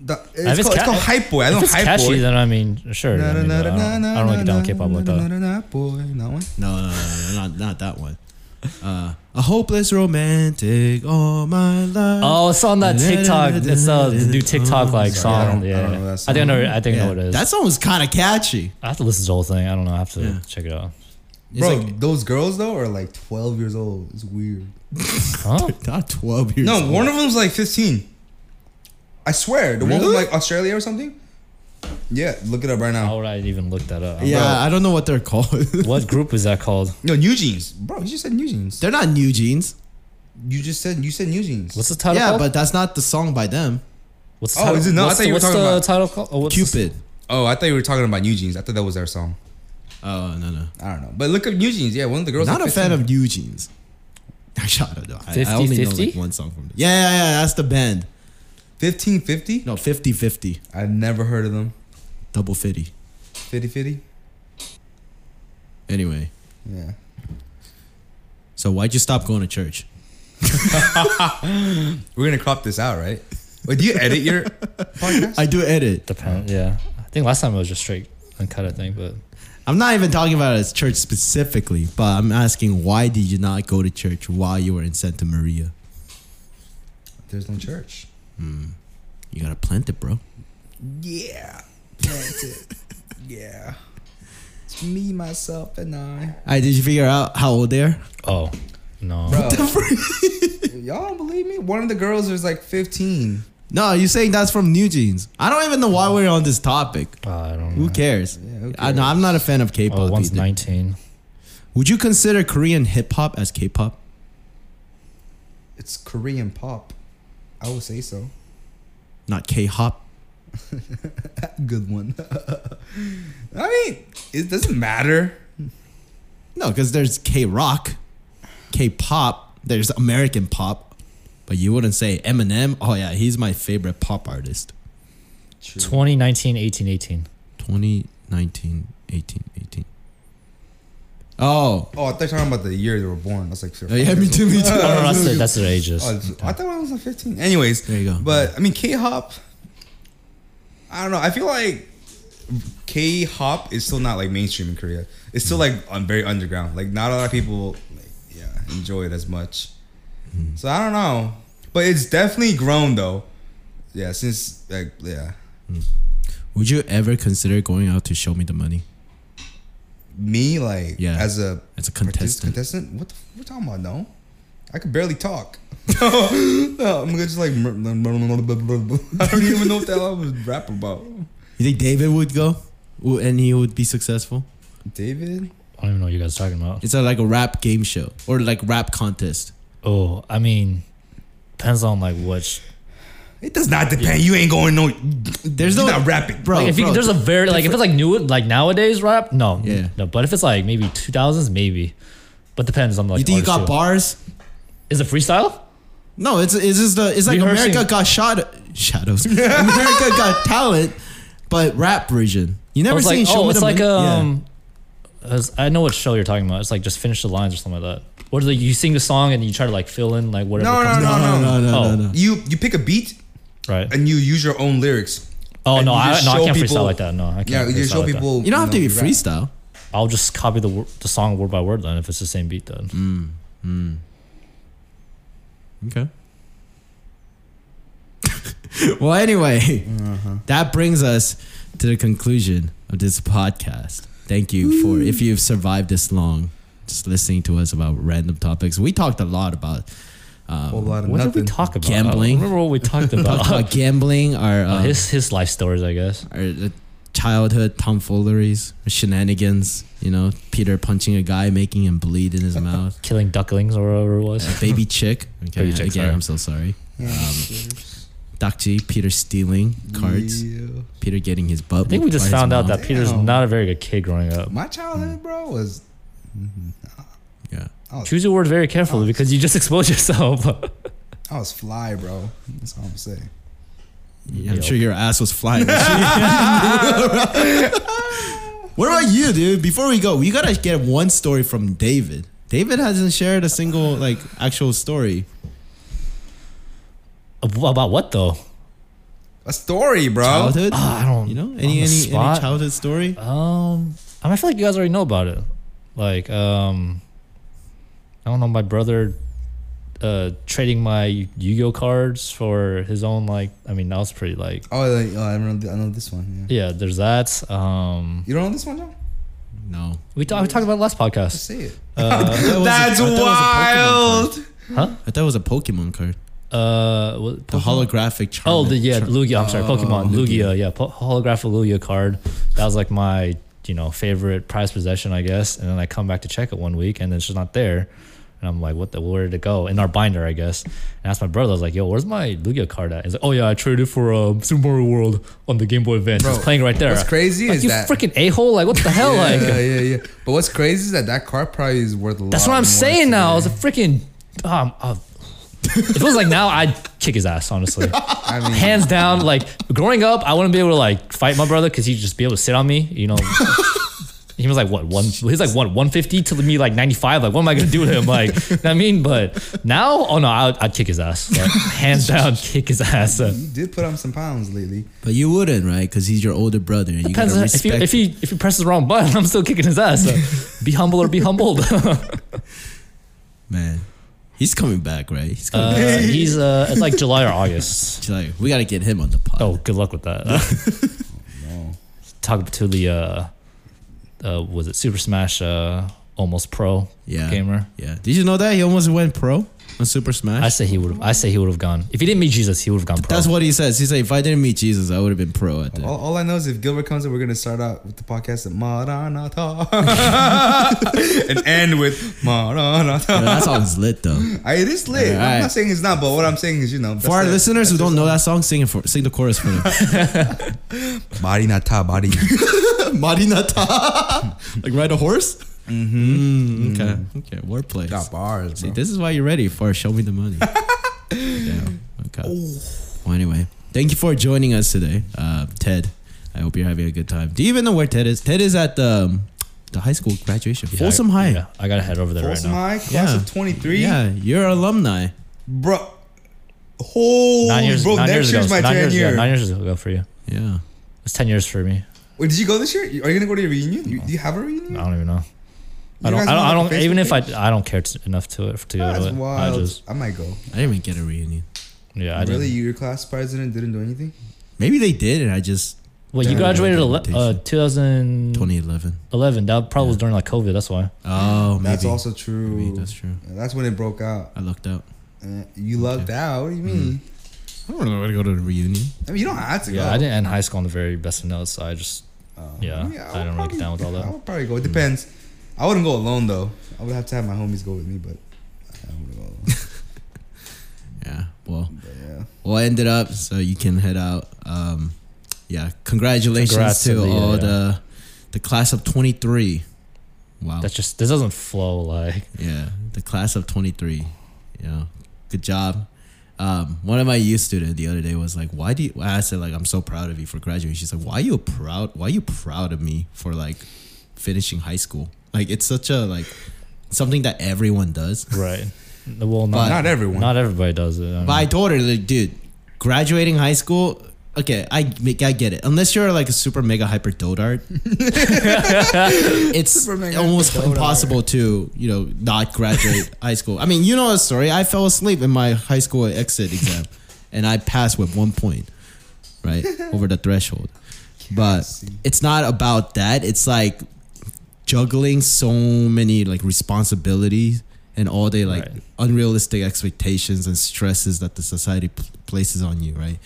Speaker 3: The,
Speaker 2: it's
Speaker 3: it's,
Speaker 2: ca-
Speaker 3: called, it's called Hype Boy. I
Speaker 2: If
Speaker 3: don't
Speaker 2: it's
Speaker 3: hype
Speaker 2: catchy,
Speaker 3: boy.
Speaker 2: then I mean, sure. I, mean, I don't, I don't really get down with K-pop like that.
Speaker 3: that one.
Speaker 1: no, no, no, no, not not that one. Uh, a hopeless romantic all my life.
Speaker 2: Oh, it's on that TikTok. It's uh, the new TikTok like
Speaker 3: Sorry, I
Speaker 2: song.
Speaker 3: don't- I
Speaker 2: Yeah,
Speaker 3: don't
Speaker 2: I,
Speaker 3: know that
Speaker 2: think I know. I think I
Speaker 1: Yeah,
Speaker 2: know what it is.
Speaker 1: That song was kind of catchy.
Speaker 2: I have to listen to the whole thing. I don't know. I have to
Speaker 1: Yeah.
Speaker 2: check it out.
Speaker 1: It's
Speaker 3: Bro,
Speaker 1: like
Speaker 3: those girls though are like 12 years old. It's weird. [laughs]
Speaker 2: Huh?
Speaker 1: [laughs] not twelve years.
Speaker 3: No,
Speaker 1: old.
Speaker 3: one of them's like 15. I swear. The one from
Speaker 1: Really?
Speaker 3: like Australia or something. Yeah, look it up right
Speaker 2: How
Speaker 3: now.
Speaker 2: would I even look that up?
Speaker 1: Yeah,
Speaker 3: Bro.
Speaker 1: I don't know what they're called. [laughs]
Speaker 2: What group is that called?
Speaker 3: No, New Jeans. Bro, you just said New Jeans.
Speaker 1: they're not New Jeans.
Speaker 3: You just said you said New Jeans.
Speaker 2: What's the title?
Speaker 1: yeah,
Speaker 2: called?
Speaker 1: but that's not the song by them.
Speaker 2: what's the
Speaker 3: Oh,
Speaker 2: title?
Speaker 3: is it not? I
Speaker 2: What's,
Speaker 3: thought you were
Speaker 2: what's
Speaker 3: talking
Speaker 2: the
Speaker 3: about
Speaker 2: title called? Oh, what's the-
Speaker 1: Cupid.
Speaker 3: Oh, I thought you were talking about New Jeans. I thought that was their song.
Speaker 1: Oh no no.
Speaker 3: I don't know. But look up New Jeans. Yeah, one of the girls.
Speaker 1: not
Speaker 3: like
Speaker 1: a fan
Speaker 3: 15.
Speaker 1: of New Jeans. [laughs] Actually, I don't know. I, I
Speaker 2: 50,
Speaker 1: only know
Speaker 2: 50?
Speaker 1: like one song from them. Yeah, yeah, yeah. That's the band.
Speaker 3: 1550.
Speaker 1: No, 50 50.
Speaker 3: I've never heard of them.
Speaker 1: Double 50.
Speaker 3: 5050.
Speaker 1: Anyway,
Speaker 3: Yeah.
Speaker 1: so why'd you stop going to church?
Speaker 3: We're gonna crop this
Speaker 1: [laughs]
Speaker 3: out, right? Wait, do you edit your podcast?
Speaker 1: I do edit.
Speaker 2: Depend. Yeah, I think last time it was just straight uncut. I think, but
Speaker 1: I'm not even talking about it as church specifically, but I'm asking why did you not go to church while you were in Santa Maria?
Speaker 3: There's no church.
Speaker 1: You gotta plant it, bro.
Speaker 3: Yeah. That's it. yeah. It's me, myself, and I.
Speaker 1: All right, did you figure out how old they are?
Speaker 2: oh no.
Speaker 1: [laughs]
Speaker 3: Bro, y'all don't believe me? One of the girls was like 15.
Speaker 1: No, you're saying that's from New Jeans. I don't even know why we're on this topic.
Speaker 2: Uh, I don't know.
Speaker 1: Who cares?
Speaker 3: Yeah, who
Speaker 1: I, no, I'm not a fan of K-pop.
Speaker 2: Oh, one's
Speaker 1: either.
Speaker 2: nineteen.
Speaker 1: Would you consider Korean hip hop as K-pop?
Speaker 3: It's Korean pop. I would say so.
Speaker 1: Not K-hop. [laughs]
Speaker 3: Good one. I mean, it doesn't matter.
Speaker 1: No, because there's K-rock, K-pop. There's American pop, but you wouldn't say Eminem. Oh yeah, he's my favorite pop artist.
Speaker 2: 20, 19, 18, 18.
Speaker 1: 2019, 18, 18. Oh,
Speaker 3: Oh, I thought you were talking about the year they were born. I was like,
Speaker 1: Oh, yeah, me too,
Speaker 3: [laughs]
Speaker 1: me too.
Speaker 2: Oh, no, that's, the, that's their ages.
Speaker 3: Oh, it's- I thought I was like 15. Anyways,
Speaker 1: There you go.
Speaker 3: But I mean, K-hop. I don't know. I feel like K-hop is still not like mainstream in Korea. It's
Speaker 1: Mm.
Speaker 3: still like on very underground. Like not a lot of people, like, yeah, enjoy it as much.
Speaker 1: Mm-hmm.
Speaker 3: So I don't know, but it's definitely grown though. Yeah, since like yeah,
Speaker 1: Would you ever consider going out to show me the money
Speaker 3: me like
Speaker 1: Yeah.
Speaker 3: as a
Speaker 1: as a
Speaker 3: partic-
Speaker 1: contestant?
Speaker 3: contestant, what the f- we're talking about? No, I could barely talk. no, I'm gonna just like I don't even know what the hell I was rap about.
Speaker 1: You think David would go, Wo- and he would be successful?
Speaker 3: David,
Speaker 2: I don't even know what you guys are talking about.
Speaker 1: It's a, like a rap game show or like rap contest.
Speaker 2: Oh, I mean, depends on like which.
Speaker 3: it does not depend. You ain't going no.
Speaker 1: There's
Speaker 3: you're
Speaker 1: no-
Speaker 3: not rapping,
Speaker 1: Bro,
Speaker 2: Like if you,
Speaker 1: Oh, bro,
Speaker 2: there's a very like if it's like new like nowadays rap, no,
Speaker 1: Yeah.
Speaker 2: no. But if it's like maybe two thousands, maybe. But depends on like.
Speaker 1: you think you got
Speaker 2: artist, too.
Speaker 1: bars?
Speaker 2: Is it freestyle?
Speaker 1: No, it's it's just the it's like
Speaker 2: Rehearsing.
Speaker 1: America got shot shadows. [laughs] America got talent, but rap version. You
Speaker 2: I
Speaker 1: never
Speaker 2: was
Speaker 1: seen
Speaker 2: like,
Speaker 1: Show
Speaker 2: oh,
Speaker 1: Me
Speaker 2: it's
Speaker 1: the
Speaker 2: like
Speaker 1: Money? Yeah.
Speaker 2: um. as- I know what show you're talking about. It's like just finish the lines or something like that. Or like you sing the song and you try to like fill in like whatever.
Speaker 3: No,
Speaker 2: comes
Speaker 3: no,
Speaker 1: No,
Speaker 2: up.
Speaker 1: no, no, no,
Speaker 2: Oh.
Speaker 1: no, no.
Speaker 3: You you pick a beat
Speaker 2: Right.
Speaker 3: and you use your own lyrics.
Speaker 2: Oh
Speaker 3: and
Speaker 2: no,
Speaker 3: you
Speaker 2: I,
Speaker 3: just
Speaker 2: no, I
Speaker 3: show
Speaker 2: can't
Speaker 3: people-
Speaker 2: freestyle like that. No, I can't.
Speaker 3: Yeah, you just
Speaker 2: freestyle
Speaker 3: show
Speaker 2: like that.
Speaker 3: people.
Speaker 1: You don't have to be
Speaker 3: rap.
Speaker 1: freestyle.
Speaker 2: I'll just copy the wor- the song word by word then if it's the same beat then.
Speaker 3: Mm,
Speaker 1: Okay. [laughs] well, anyway, that brings us to the conclusion of this podcast. Thank you for if you've survived this long, just listening to us about random topics. We talked a lot about
Speaker 3: Whole lot of
Speaker 2: What
Speaker 3: nothing.
Speaker 2: did we talk about?
Speaker 1: Gambling.
Speaker 2: I don't
Speaker 1: [laughs]
Speaker 2: remember what we talked
Speaker 1: talked
Speaker 2: about?
Speaker 1: about gambling, our
Speaker 2: [laughs] Uh,
Speaker 1: um,
Speaker 2: his his life stories, I guess.
Speaker 1: our uh, childhood tomfooleries, shenanigans. You know, Peter punching a guy, making him bleed in
Speaker 2: [laughs]
Speaker 1: his mouth. Uh,
Speaker 2: Killing ducklings or whatever it was.
Speaker 1: Baby chick. Okay,
Speaker 2: Baby chick,
Speaker 1: again,
Speaker 2: sorry.
Speaker 1: I'm so sorry.
Speaker 3: Yeah,
Speaker 1: Doc G, Peter stealing cards.
Speaker 3: Yeah.
Speaker 1: Peter getting his butt.
Speaker 2: I think we
Speaker 1: whooped
Speaker 2: just
Speaker 1: by his
Speaker 2: found out
Speaker 1: mom.
Speaker 2: that Peter's
Speaker 3: Damn.
Speaker 2: not a very good kid growing up.
Speaker 3: My childhood, bro, was
Speaker 1: Yeah.
Speaker 2: Choose your words very carefully because you just [laughs] exposed yourself.
Speaker 3: I was fly, bro. That's all I'm saying.
Speaker 1: I'm
Speaker 2: Yep.
Speaker 1: sure your ass was
Speaker 2: [laughs]
Speaker 1: flying. [laughs] what about you, dude? Before we go, we gotta get one story from David David hasn't shared a single like actual story.
Speaker 2: Ab- About what though?
Speaker 3: A story, bro.
Speaker 1: Childhood,
Speaker 2: Ah, I don't.
Speaker 1: you know,
Speaker 2: on the
Speaker 1: any any, any
Speaker 2: spot?
Speaker 1: childhood story?
Speaker 2: Um, I, mean, I feel like you guys already know about it. Like, um, I don't know, my brother uh trading my Yu-Gi-Oh cards for his own. Like, I mean, that was pretty. Like,
Speaker 3: Oh, like, oh, I know, I know this one. Yeah.
Speaker 2: yeah, there's that. Um,
Speaker 3: You don't know this one, John?
Speaker 1: No.
Speaker 2: we talked we talked about it last podcast.
Speaker 3: Say it.
Speaker 1: I thought it was a-
Speaker 3: That's
Speaker 1: I thought it Uh, was a Pokemon card. I thought it was a Pokemon card.
Speaker 3: wild.
Speaker 2: Uh, what,
Speaker 1: The holographic charm.
Speaker 2: Oh, the yeah, Lugia. I'm sorry, Pokemon
Speaker 1: Lugia.
Speaker 2: Lugia. Yeah, po- holographic Lugia card. That was like my you know favorite prized possession, I guess. And then I come back to check it one week, and it's just not there. And I'm like, what the? Where did it go? In our binder, I guess. And I asked my brother. I was like, yo, where's my Lugia card at? He's like, oh yeah, I traded for uh, Super Mario World on the Game Boy Advance.
Speaker 3: Bro,
Speaker 2: it's playing right there.
Speaker 3: what's crazy
Speaker 2: like,
Speaker 3: is
Speaker 2: you
Speaker 3: that-
Speaker 2: freaking a hole. Like, what the hell?
Speaker 3: yeah,
Speaker 1: [laughs]
Speaker 2: like,
Speaker 3: yeah, yeah. But what's crazy is that that card probably is worth a lot.
Speaker 2: that's what I'm
Speaker 3: more
Speaker 2: saying now. It's
Speaker 3: today.
Speaker 2: a freaking. Um, uh, if it was like now, I'd kick his ass. Honestly.
Speaker 3: I mean,
Speaker 2: hands down like growing up i wouldn't be able to like fight my brother because he'd just be able to sit on me
Speaker 1: [laughs]
Speaker 2: you know he was like what one he's like what 150 to me like 95 like what am i gonna do to him like you know what i mean but now oh no i'd, I'd kick his ass Like, hands
Speaker 1: [laughs]
Speaker 2: down kick his ass Uh,
Speaker 3: you did put on some pounds lately.
Speaker 1: But you wouldn't, right? Because he's your older brother. And you
Speaker 2: Depends
Speaker 1: gotta
Speaker 2: on- if
Speaker 1: respect
Speaker 2: he, if he if he presses the wrong button, I'm still kicking his ass. So be humble or be humbled. [laughs] uh,
Speaker 1: man. He's coming back, right? He's coming back.
Speaker 2: he's uh, it's like July or August.
Speaker 1: She's like, we gotta get him on the pod.
Speaker 2: Oh, good luck with that. Uh,
Speaker 3: No.
Speaker 2: [laughs] talk to the uh, uh, was it Super Smash uh, almost pro
Speaker 1: yeah,
Speaker 2: gamer.
Speaker 1: yeah. Did you know that he almost went pro on Super Smash?
Speaker 2: I say he would have. I say he would have gone. If he didn't meet Jesus, he would have gone pro.
Speaker 1: That's what he says. He's like, if I didn't meet Jesus, I would have been pro at that.
Speaker 3: All, all I know is if Gilbert comes in, we're gonna start out with the podcast
Speaker 2: [laughs]
Speaker 3: at Maranatha and end with Maranatha.
Speaker 1: Yeah,
Speaker 3: [laughs]
Speaker 1: that song's lit though.
Speaker 3: I, it is lit.
Speaker 1: Alright.
Speaker 3: I'm not saying it's not, but what I'm saying is, you know,
Speaker 1: For our listeners who don't know that song, sing it for sing the chorus for them.
Speaker 3: Marinata,
Speaker 1: [laughs]
Speaker 3: body.
Speaker 1: Marinata, like ride a horse. Mm-hmm. okay, okay, wordplay.
Speaker 3: Got bars,
Speaker 1: See,
Speaker 3: bro.
Speaker 1: this is why you're ready for Show Me the Money. yeah. Okay. Well, anyway, thank you for joining us today, uh, Ted. I hope you're having a good time. Do you even know where Ted is? Ted is at the um, the high school graduation,
Speaker 2: Yeah,
Speaker 1: Folsom
Speaker 2: I,
Speaker 1: High.
Speaker 2: Yeah,
Speaker 1: Yeah.
Speaker 2: I gotta head over there
Speaker 3: Folsom
Speaker 2: right now.
Speaker 3: High, class
Speaker 1: Yeah.
Speaker 3: of 23.
Speaker 1: you're alumni.
Speaker 3: Bro. Holy
Speaker 2: Nine years.
Speaker 3: bro,
Speaker 2: nine
Speaker 3: next
Speaker 2: years
Speaker 3: year's
Speaker 2: ago.
Speaker 3: my
Speaker 2: nine
Speaker 3: 10
Speaker 2: years
Speaker 3: year.
Speaker 2: ago. Nine years ago for you.
Speaker 1: Yeah.
Speaker 2: It's ten years for me.
Speaker 3: Wait, did you go this year? Are you gonna go to your reunion? You, do you have a reunion?
Speaker 2: I don't even know. I
Speaker 3: You
Speaker 2: don't. I
Speaker 3: guys
Speaker 2: don't. I
Speaker 3: not on
Speaker 2: don't
Speaker 3: the
Speaker 2: even if I.
Speaker 3: Facebook
Speaker 2: I don't care to, enough to it to go
Speaker 3: That's
Speaker 2: to it.
Speaker 3: wild.
Speaker 2: I
Speaker 3: I,
Speaker 2: just.
Speaker 3: might go.
Speaker 1: I didn't even get a reunion.
Speaker 2: Yeah. I
Speaker 3: really,
Speaker 2: Didn't.
Speaker 3: your class president didn't do anything?
Speaker 1: Maybe they did, and I just
Speaker 2: Well, you
Speaker 1: Yeah,
Speaker 2: graduated
Speaker 1: yeah,
Speaker 2: ele- uh,
Speaker 1: invitation.
Speaker 2: 2011.
Speaker 1: 2011.
Speaker 2: That probably was during like COVID. That's why.
Speaker 1: Oh, maybe.
Speaker 3: That's also true.
Speaker 1: Maybe that's true.
Speaker 3: Yeah, that's when it broke out.
Speaker 1: I lucked out.
Speaker 3: Uh, you lucked out. What do you mean?
Speaker 1: I don't know where to go to the reunion.
Speaker 3: I mean, you don't have to
Speaker 2: Hmm. Yeah.
Speaker 3: go.
Speaker 2: I didn't end high school on the very best of notes, so I just.
Speaker 3: Uh,
Speaker 2: Yeah, I
Speaker 3: would
Speaker 2: don't really get down with all that.
Speaker 3: I would probably go. It depends. I wouldn't go alone though. I would have to have my homies go with me, but I
Speaker 2: [laughs]
Speaker 3: wouldn't go alone.
Speaker 1: Yeah. Well,
Speaker 3: but yeah.
Speaker 1: well, I ended up so you can head out. Um, yeah. Congratulations
Speaker 2: Congrats
Speaker 1: to,
Speaker 2: to the-
Speaker 1: all
Speaker 2: yeah.
Speaker 1: the the class of 23. Wow.
Speaker 2: That's just. This doesn't flow like.
Speaker 1: yeah. The class of 23. You know, good job. Um, one of my youth student the other day was like, "Why do you?" I said like, "I'm so proud of you for graduating." She's like, "Why you proud? Why you proud of me for like finishing high school? Like it's such a like something that everyone does."
Speaker 2: [laughs] Right. Well,
Speaker 1: But-
Speaker 2: not,
Speaker 3: Not everyone.
Speaker 2: Not everybody does it. I mean,
Speaker 1: But I told her, like, dude, graduating high school. Okay, I make- I get it. Unless you're like a super mega hyper
Speaker 3: [laughs]
Speaker 1: dotard, it's
Speaker 3: Super mega
Speaker 1: almost
Speaker 3: hyper dotard.
Speaker 1: impossible to you know not
Speaker 3: [laughs]
Speaker 1: graduate high school. I mean, you know the story. I fell asleep in my high school exit
Speaker 3: [laughs]
Speaker 1: exam, and I passed with one point, right over the
Speaker 3: [laughs]
Speaker 1: threshold. But
Speaker 3: see.
Speaker 1: it's not about that. It's like juggling so many like responsibilities and all the like
Speaker 2: Right.
Speaker 1: unrealistic expectations and stresses that the society pl- places on you right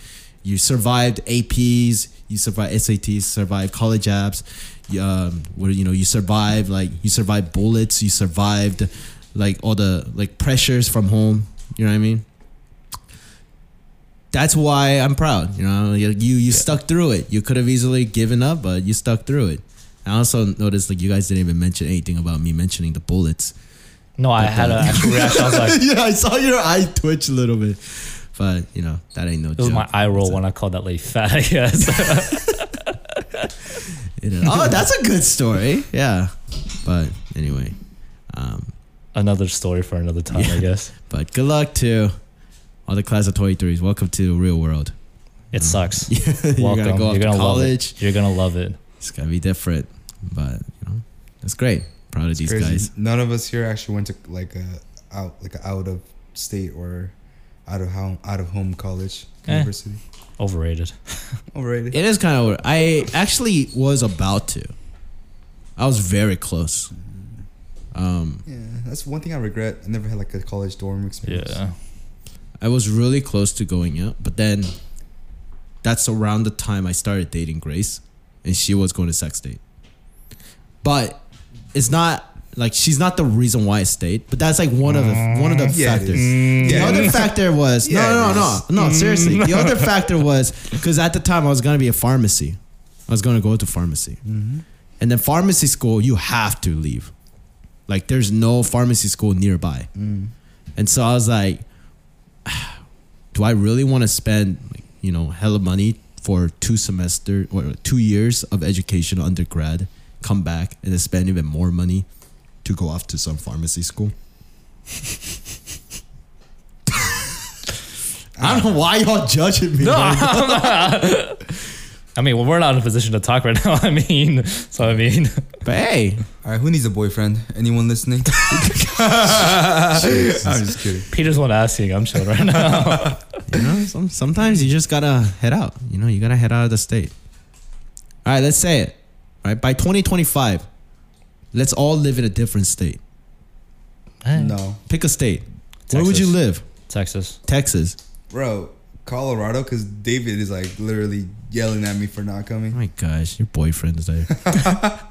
Speaker 1: you survived aps you survived sats survived college apps you, um, where you know you survived like you survived bullets you survived like all the like pressures from home you know what i mean that's why I'm proud. You know, you you, you stuck through it. You could have easily given up, but you stuck through it. I also noticed like you guys didn't even mention anything about me mentioning the bullets.
Speaker 2: [laughs] No, I had an actual reaction. [laughs] I was [laughs] like,
Speaker 1: [laughs] yeah, I saw your eye twitch a little bit, but you know that ain't no
Speaker 2: it was
Speaker 1: joke. [laughs]
Speaker 2: my eye roll when I called that lady fat, I guess. [laughs]
Speaker 1: You know, Oh, that's a good story. Yeah, but anyway, um,
Speaker 2: another story for another time, I
Speaker 1: Yeah.
Speaker 2: guess.
Speaker 1: But good luck to all the class of 23s. Welcome to the real world. [laughs]
Speaker 2: It sucks.
Speaker 1: You're
Speaker 2: Welcome.
Speaker 1: gonna go off
Speaker 2: You're
Speaker 1: to
Speaker 2: gonna love
Speaker 1: college.
Speaker 2: it. You're gonna love it.
Speaker 1: It's gonna be different, but you know, it's great. Proud of these
Speaker 3: Crazy.
Speaker 1: guys.
Speaker 3: None of us here actually went to like a out like a out of state or out of home out of home college
Speaker 2: Eh.
Speaker 3: university.
Speaker 2: Overrated.
Speaker 3: Overrated.
Speaker 1: It is kind of. I actually was about to. I was very close. Um,
Speaker 3: Yeah, that's one thing I regret. I never had like a college dorm experience.
Speaker 2: Yeah.
Speaker 1: I was really close to going out, but then that's around the time I started dating Grace, and she was going to sex date. But it's not like she's not the reason why I stayed, but that's like one of the one of the
Speaker 3: Mm, Yeah, it
Speaker 1: factors.
Speaker 3: is. Mm,
Speaker 1: The
Speaker 3: Yeah, it
Speaker 1: other
Speaker 3: is.
Speaker 1: factor was
Speaker 3: Yeah,
Speaker 1: no,
Speaker 3: it Mm.
Speaker 1: no, no, no. Seriously, the
Speaker 3: [laughs]
Speaker 1: other factor was because at the time I was gonna be a pharmacy. I was gonna go to pharmacy,
Speaker 3: Mm-hmm.
Speaker 1: and then pharmacy school you have to leave. Like there's no pharmacy school nearby, and so I was like, [sighs] do I really want to spend like, you know hella money for two semester or two years of education undergrad, come back and then spend even more money to go off to some pharmacy school? [laughs] I don't know why y'all judging me. man.
Speaker 2: [laughs] I mean, well, we're not in a position to talk right [laughs] now. I mean, so I mean, [laughs]
Speaker 1: but hey,
Speaker 3: All right, who needs a boyfriend? Anyone [laughs] listening? I'm just kidding.
Speaker 2: Peter's one asking. I'm chilling right now.
Speaker 1: you know, some, sometimes you just gotta head out. You know, you gotta head out of the state. All right, let's say it. All right, by 2025, let's all live in a different state.
Speaker 3: No,
Speaker 1: Pick a state. Where would you
Speaker 2: Texas.
Speaker 1: live?
Speaker 2: Texas.
Speaker 1: Texas.
Speaker 3: bro, Colorado, because David is like literally yelling at me for not
Speaker 1: Oh
Speaker 3: coming.
Speaker 1: my gosh, your boyfriend's there.
Speaker 2: [laughs]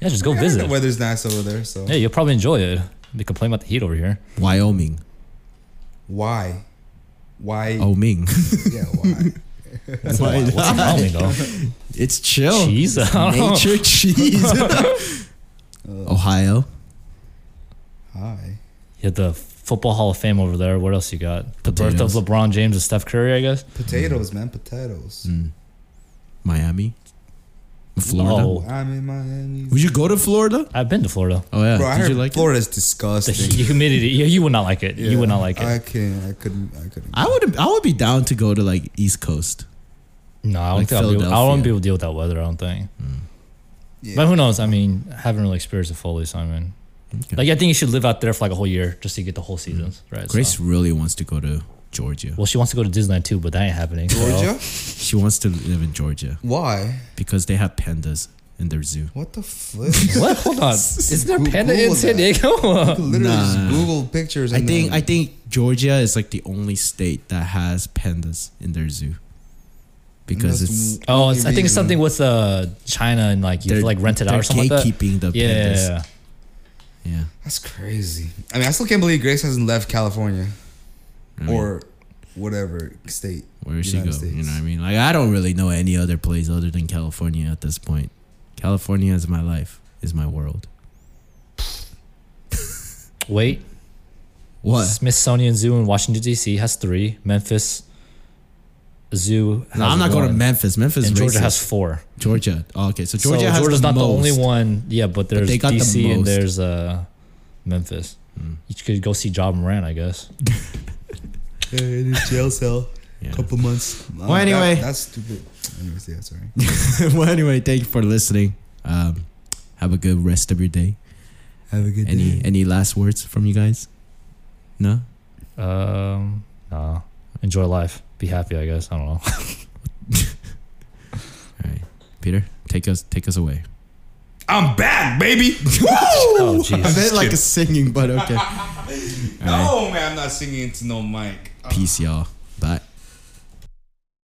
Speaker 2: Yeah, just go
Speaker 3: I heard The
Speaker 2: visit.
Speaker 3: weather's nice over there, so
Speaker 2: Yeah, you'll probably enjoy it. They complain about the heat over here.
Speaker 1: Wyoming.
Speaker 3: why, why?
Speaker 1: Oh Ming.
Speaker 3: [laughs]
Speaker 1: [laughs]
Speaker 3: Yeah, why?
Speaker 1: Why [laughs]
Speaker 2: What's
Speaker 1: not?
Speaker 2: wrong with though?
Speaker 1: It's chill.
Speaker 2: Cheese? I don't know.
Speaker 1: Nature cheese.
Speaker 2: [laughs]
Speaker 1: [laughs] Ohio.
Speaker 3: Hi.
Speaker 2: You had the football Hall of Fame over there. What else you got? The birth
Speaker 1: Potatoes.
Speaker 2: of LeBron James and Steph Curry, I guess.
Speaker 3: Potatoes, man, potatoes.
Speaker 1: Mm. Miami. Florida.
Speaker 2: Oh.
Speaker 3: I'm in Miami.
Speaker 1: Would you go to Florida?
Speaker 2: I've been to Florida.
Speaker 1: Oh yeah.
Speaker 3: Bro, I
Speaker 1: Did
Speaker 3: heard
Speaker 1: you like it?
Speaker 3: Florida's
Speaker 1: [laughs]
Speaker 2: The
Speaker 3: disgusting.
Speaker 2: humidity, you, you would not like it. You would not like it.
Speaker 3: I can I couldn't. I couldn't.
Speaker 1: I would I would be down to go to like East Coast.
Speaker 2: no, I don't
Speaker 1: like
Speaker 2: think I'll be, able- I
Speaker 1: Philadelphia.
Speaker 2: won't be able to deal with that weather. I don't think.
Speaker 3: Yeah.
Speaker 2: But who knows? I mean, I haven't really experienced it fully, so I mean,
Speaker 1: Okay.
Speaker 2: like I think you should live out there for like a whole year just to get the whole seasons, right? so-
Speaker 1: Grace really wants to go to Georgia.
Speaker 2: Well, she wants to go to Disneyland too, but that ain't happening. so-
Speaker 3: Georgia?
Speaker 1: She wants to live in Georgia
Speaker 3: Why?
Speaker 1: because they have pandas in their zoo.
Speaker 3: What the flip?
Speaker 2: What? Hold on. Is there
Speaker 3: Google
Speaker 2: panda in
Speaker 3: that.
Speaker 2: San
Speaker 3: You
Speaker 2: Diego?
Speaker 3: can literally
Speaker 1: Nah.
Speaker 3: just Google pictures.
Speaker 1: I
Speaker 3: And
Speaker 1: think I
Speaker 3: then-
Speaker 1: think Georgia is like the only state that has pandas in their zoo. Because
Speaker 3: That's
Speaker 1: it's
Speaker 3: the
Speaker 2: oh,
Speaker 3: only
Speaker 2: it's, I think it's
Speaker 3: reason.
Speaker 2: something with uh, China and like you have to, like rent it out
Speaker 1: they're
Speaker 2: or something like that.
Speaker 1: gatekeeping the
Speaker 2: Yeah, yeah,
Speaker 1: pandas.
Speaker 2: yeah.
Speaker 1: Yeah.
Speaker 3: That's crazy. I mean, I still can't believe Grace hasn't left California
Speaker 1: I mean,
Speaker 3: or whatever state.
Speaker 1: where she go?
Speaker 3: United
Speaker 1: You
Speaker 3: States.
Speaker 1: know what I mean? Like I don't really know any other place other than California at this point. California is my life, is my world.
Speaker 2: Wait.
Speaker 1: What?
Speaker 2: Smithsonian Zoo in Washington D.C. has three. Memphis Zoo. Has
Speaker 1: No, I'm not
Speaker 2: one.
Speaker 1: going to Memphis. Memphis
Speaker 2: And
Speaker 1: is
Speaker 2: Georgia
Speaker 1: racist.
Speaker 2: has four.
Speaker 1: Georgia. Oh, okay, so Georgia
Speaker 2: so
Speaker 1: has
Speaker 2: Georgia's
Speaker 1: the
Speaker 2: not
Speaker 1: most.
Speaker 2: the only one. Yeah, but there's
Speaker 1: they got the
Speaker 2: D.C. and
Speaker 1: most.
Speaker 2: there's uh, Memphis.
Speaker 1: Mm,
Speaker 2: You could go see Job Moran, I guess.
Speaker 3: Yeah, in his jail cell.
Speaker 1: Yeah.
Speaker 3: Couple months. Well,
Speaker 1: anyway.
Speaker 3: that's stupid. Anyways, yeah,
Speaker 1: [laughs]
Speaker 3: sorry.
Speaker 1: well, anyway, thank you for listening. Um, have a good rest of your day.
Speaker 3: Have a good
Speaker 1: Any any last words from you guys? No.
Speaker 2: Um, nah. Enjoy life. Be happy, I guess. I don't know.
Speaker 1: All right, Peter, take us take us away.
Speaker 3: I'm
Speaker 1: [laughs]
Speaker 3: back, baby. Woo! [laughs]
Speaker 2: Oh, jeez.
Speaker 1: meant [laughs] like a singing, but okay. All right,
Speaker 3: man, I'm not singing into no mic.
Speaker 1: peace, y'all.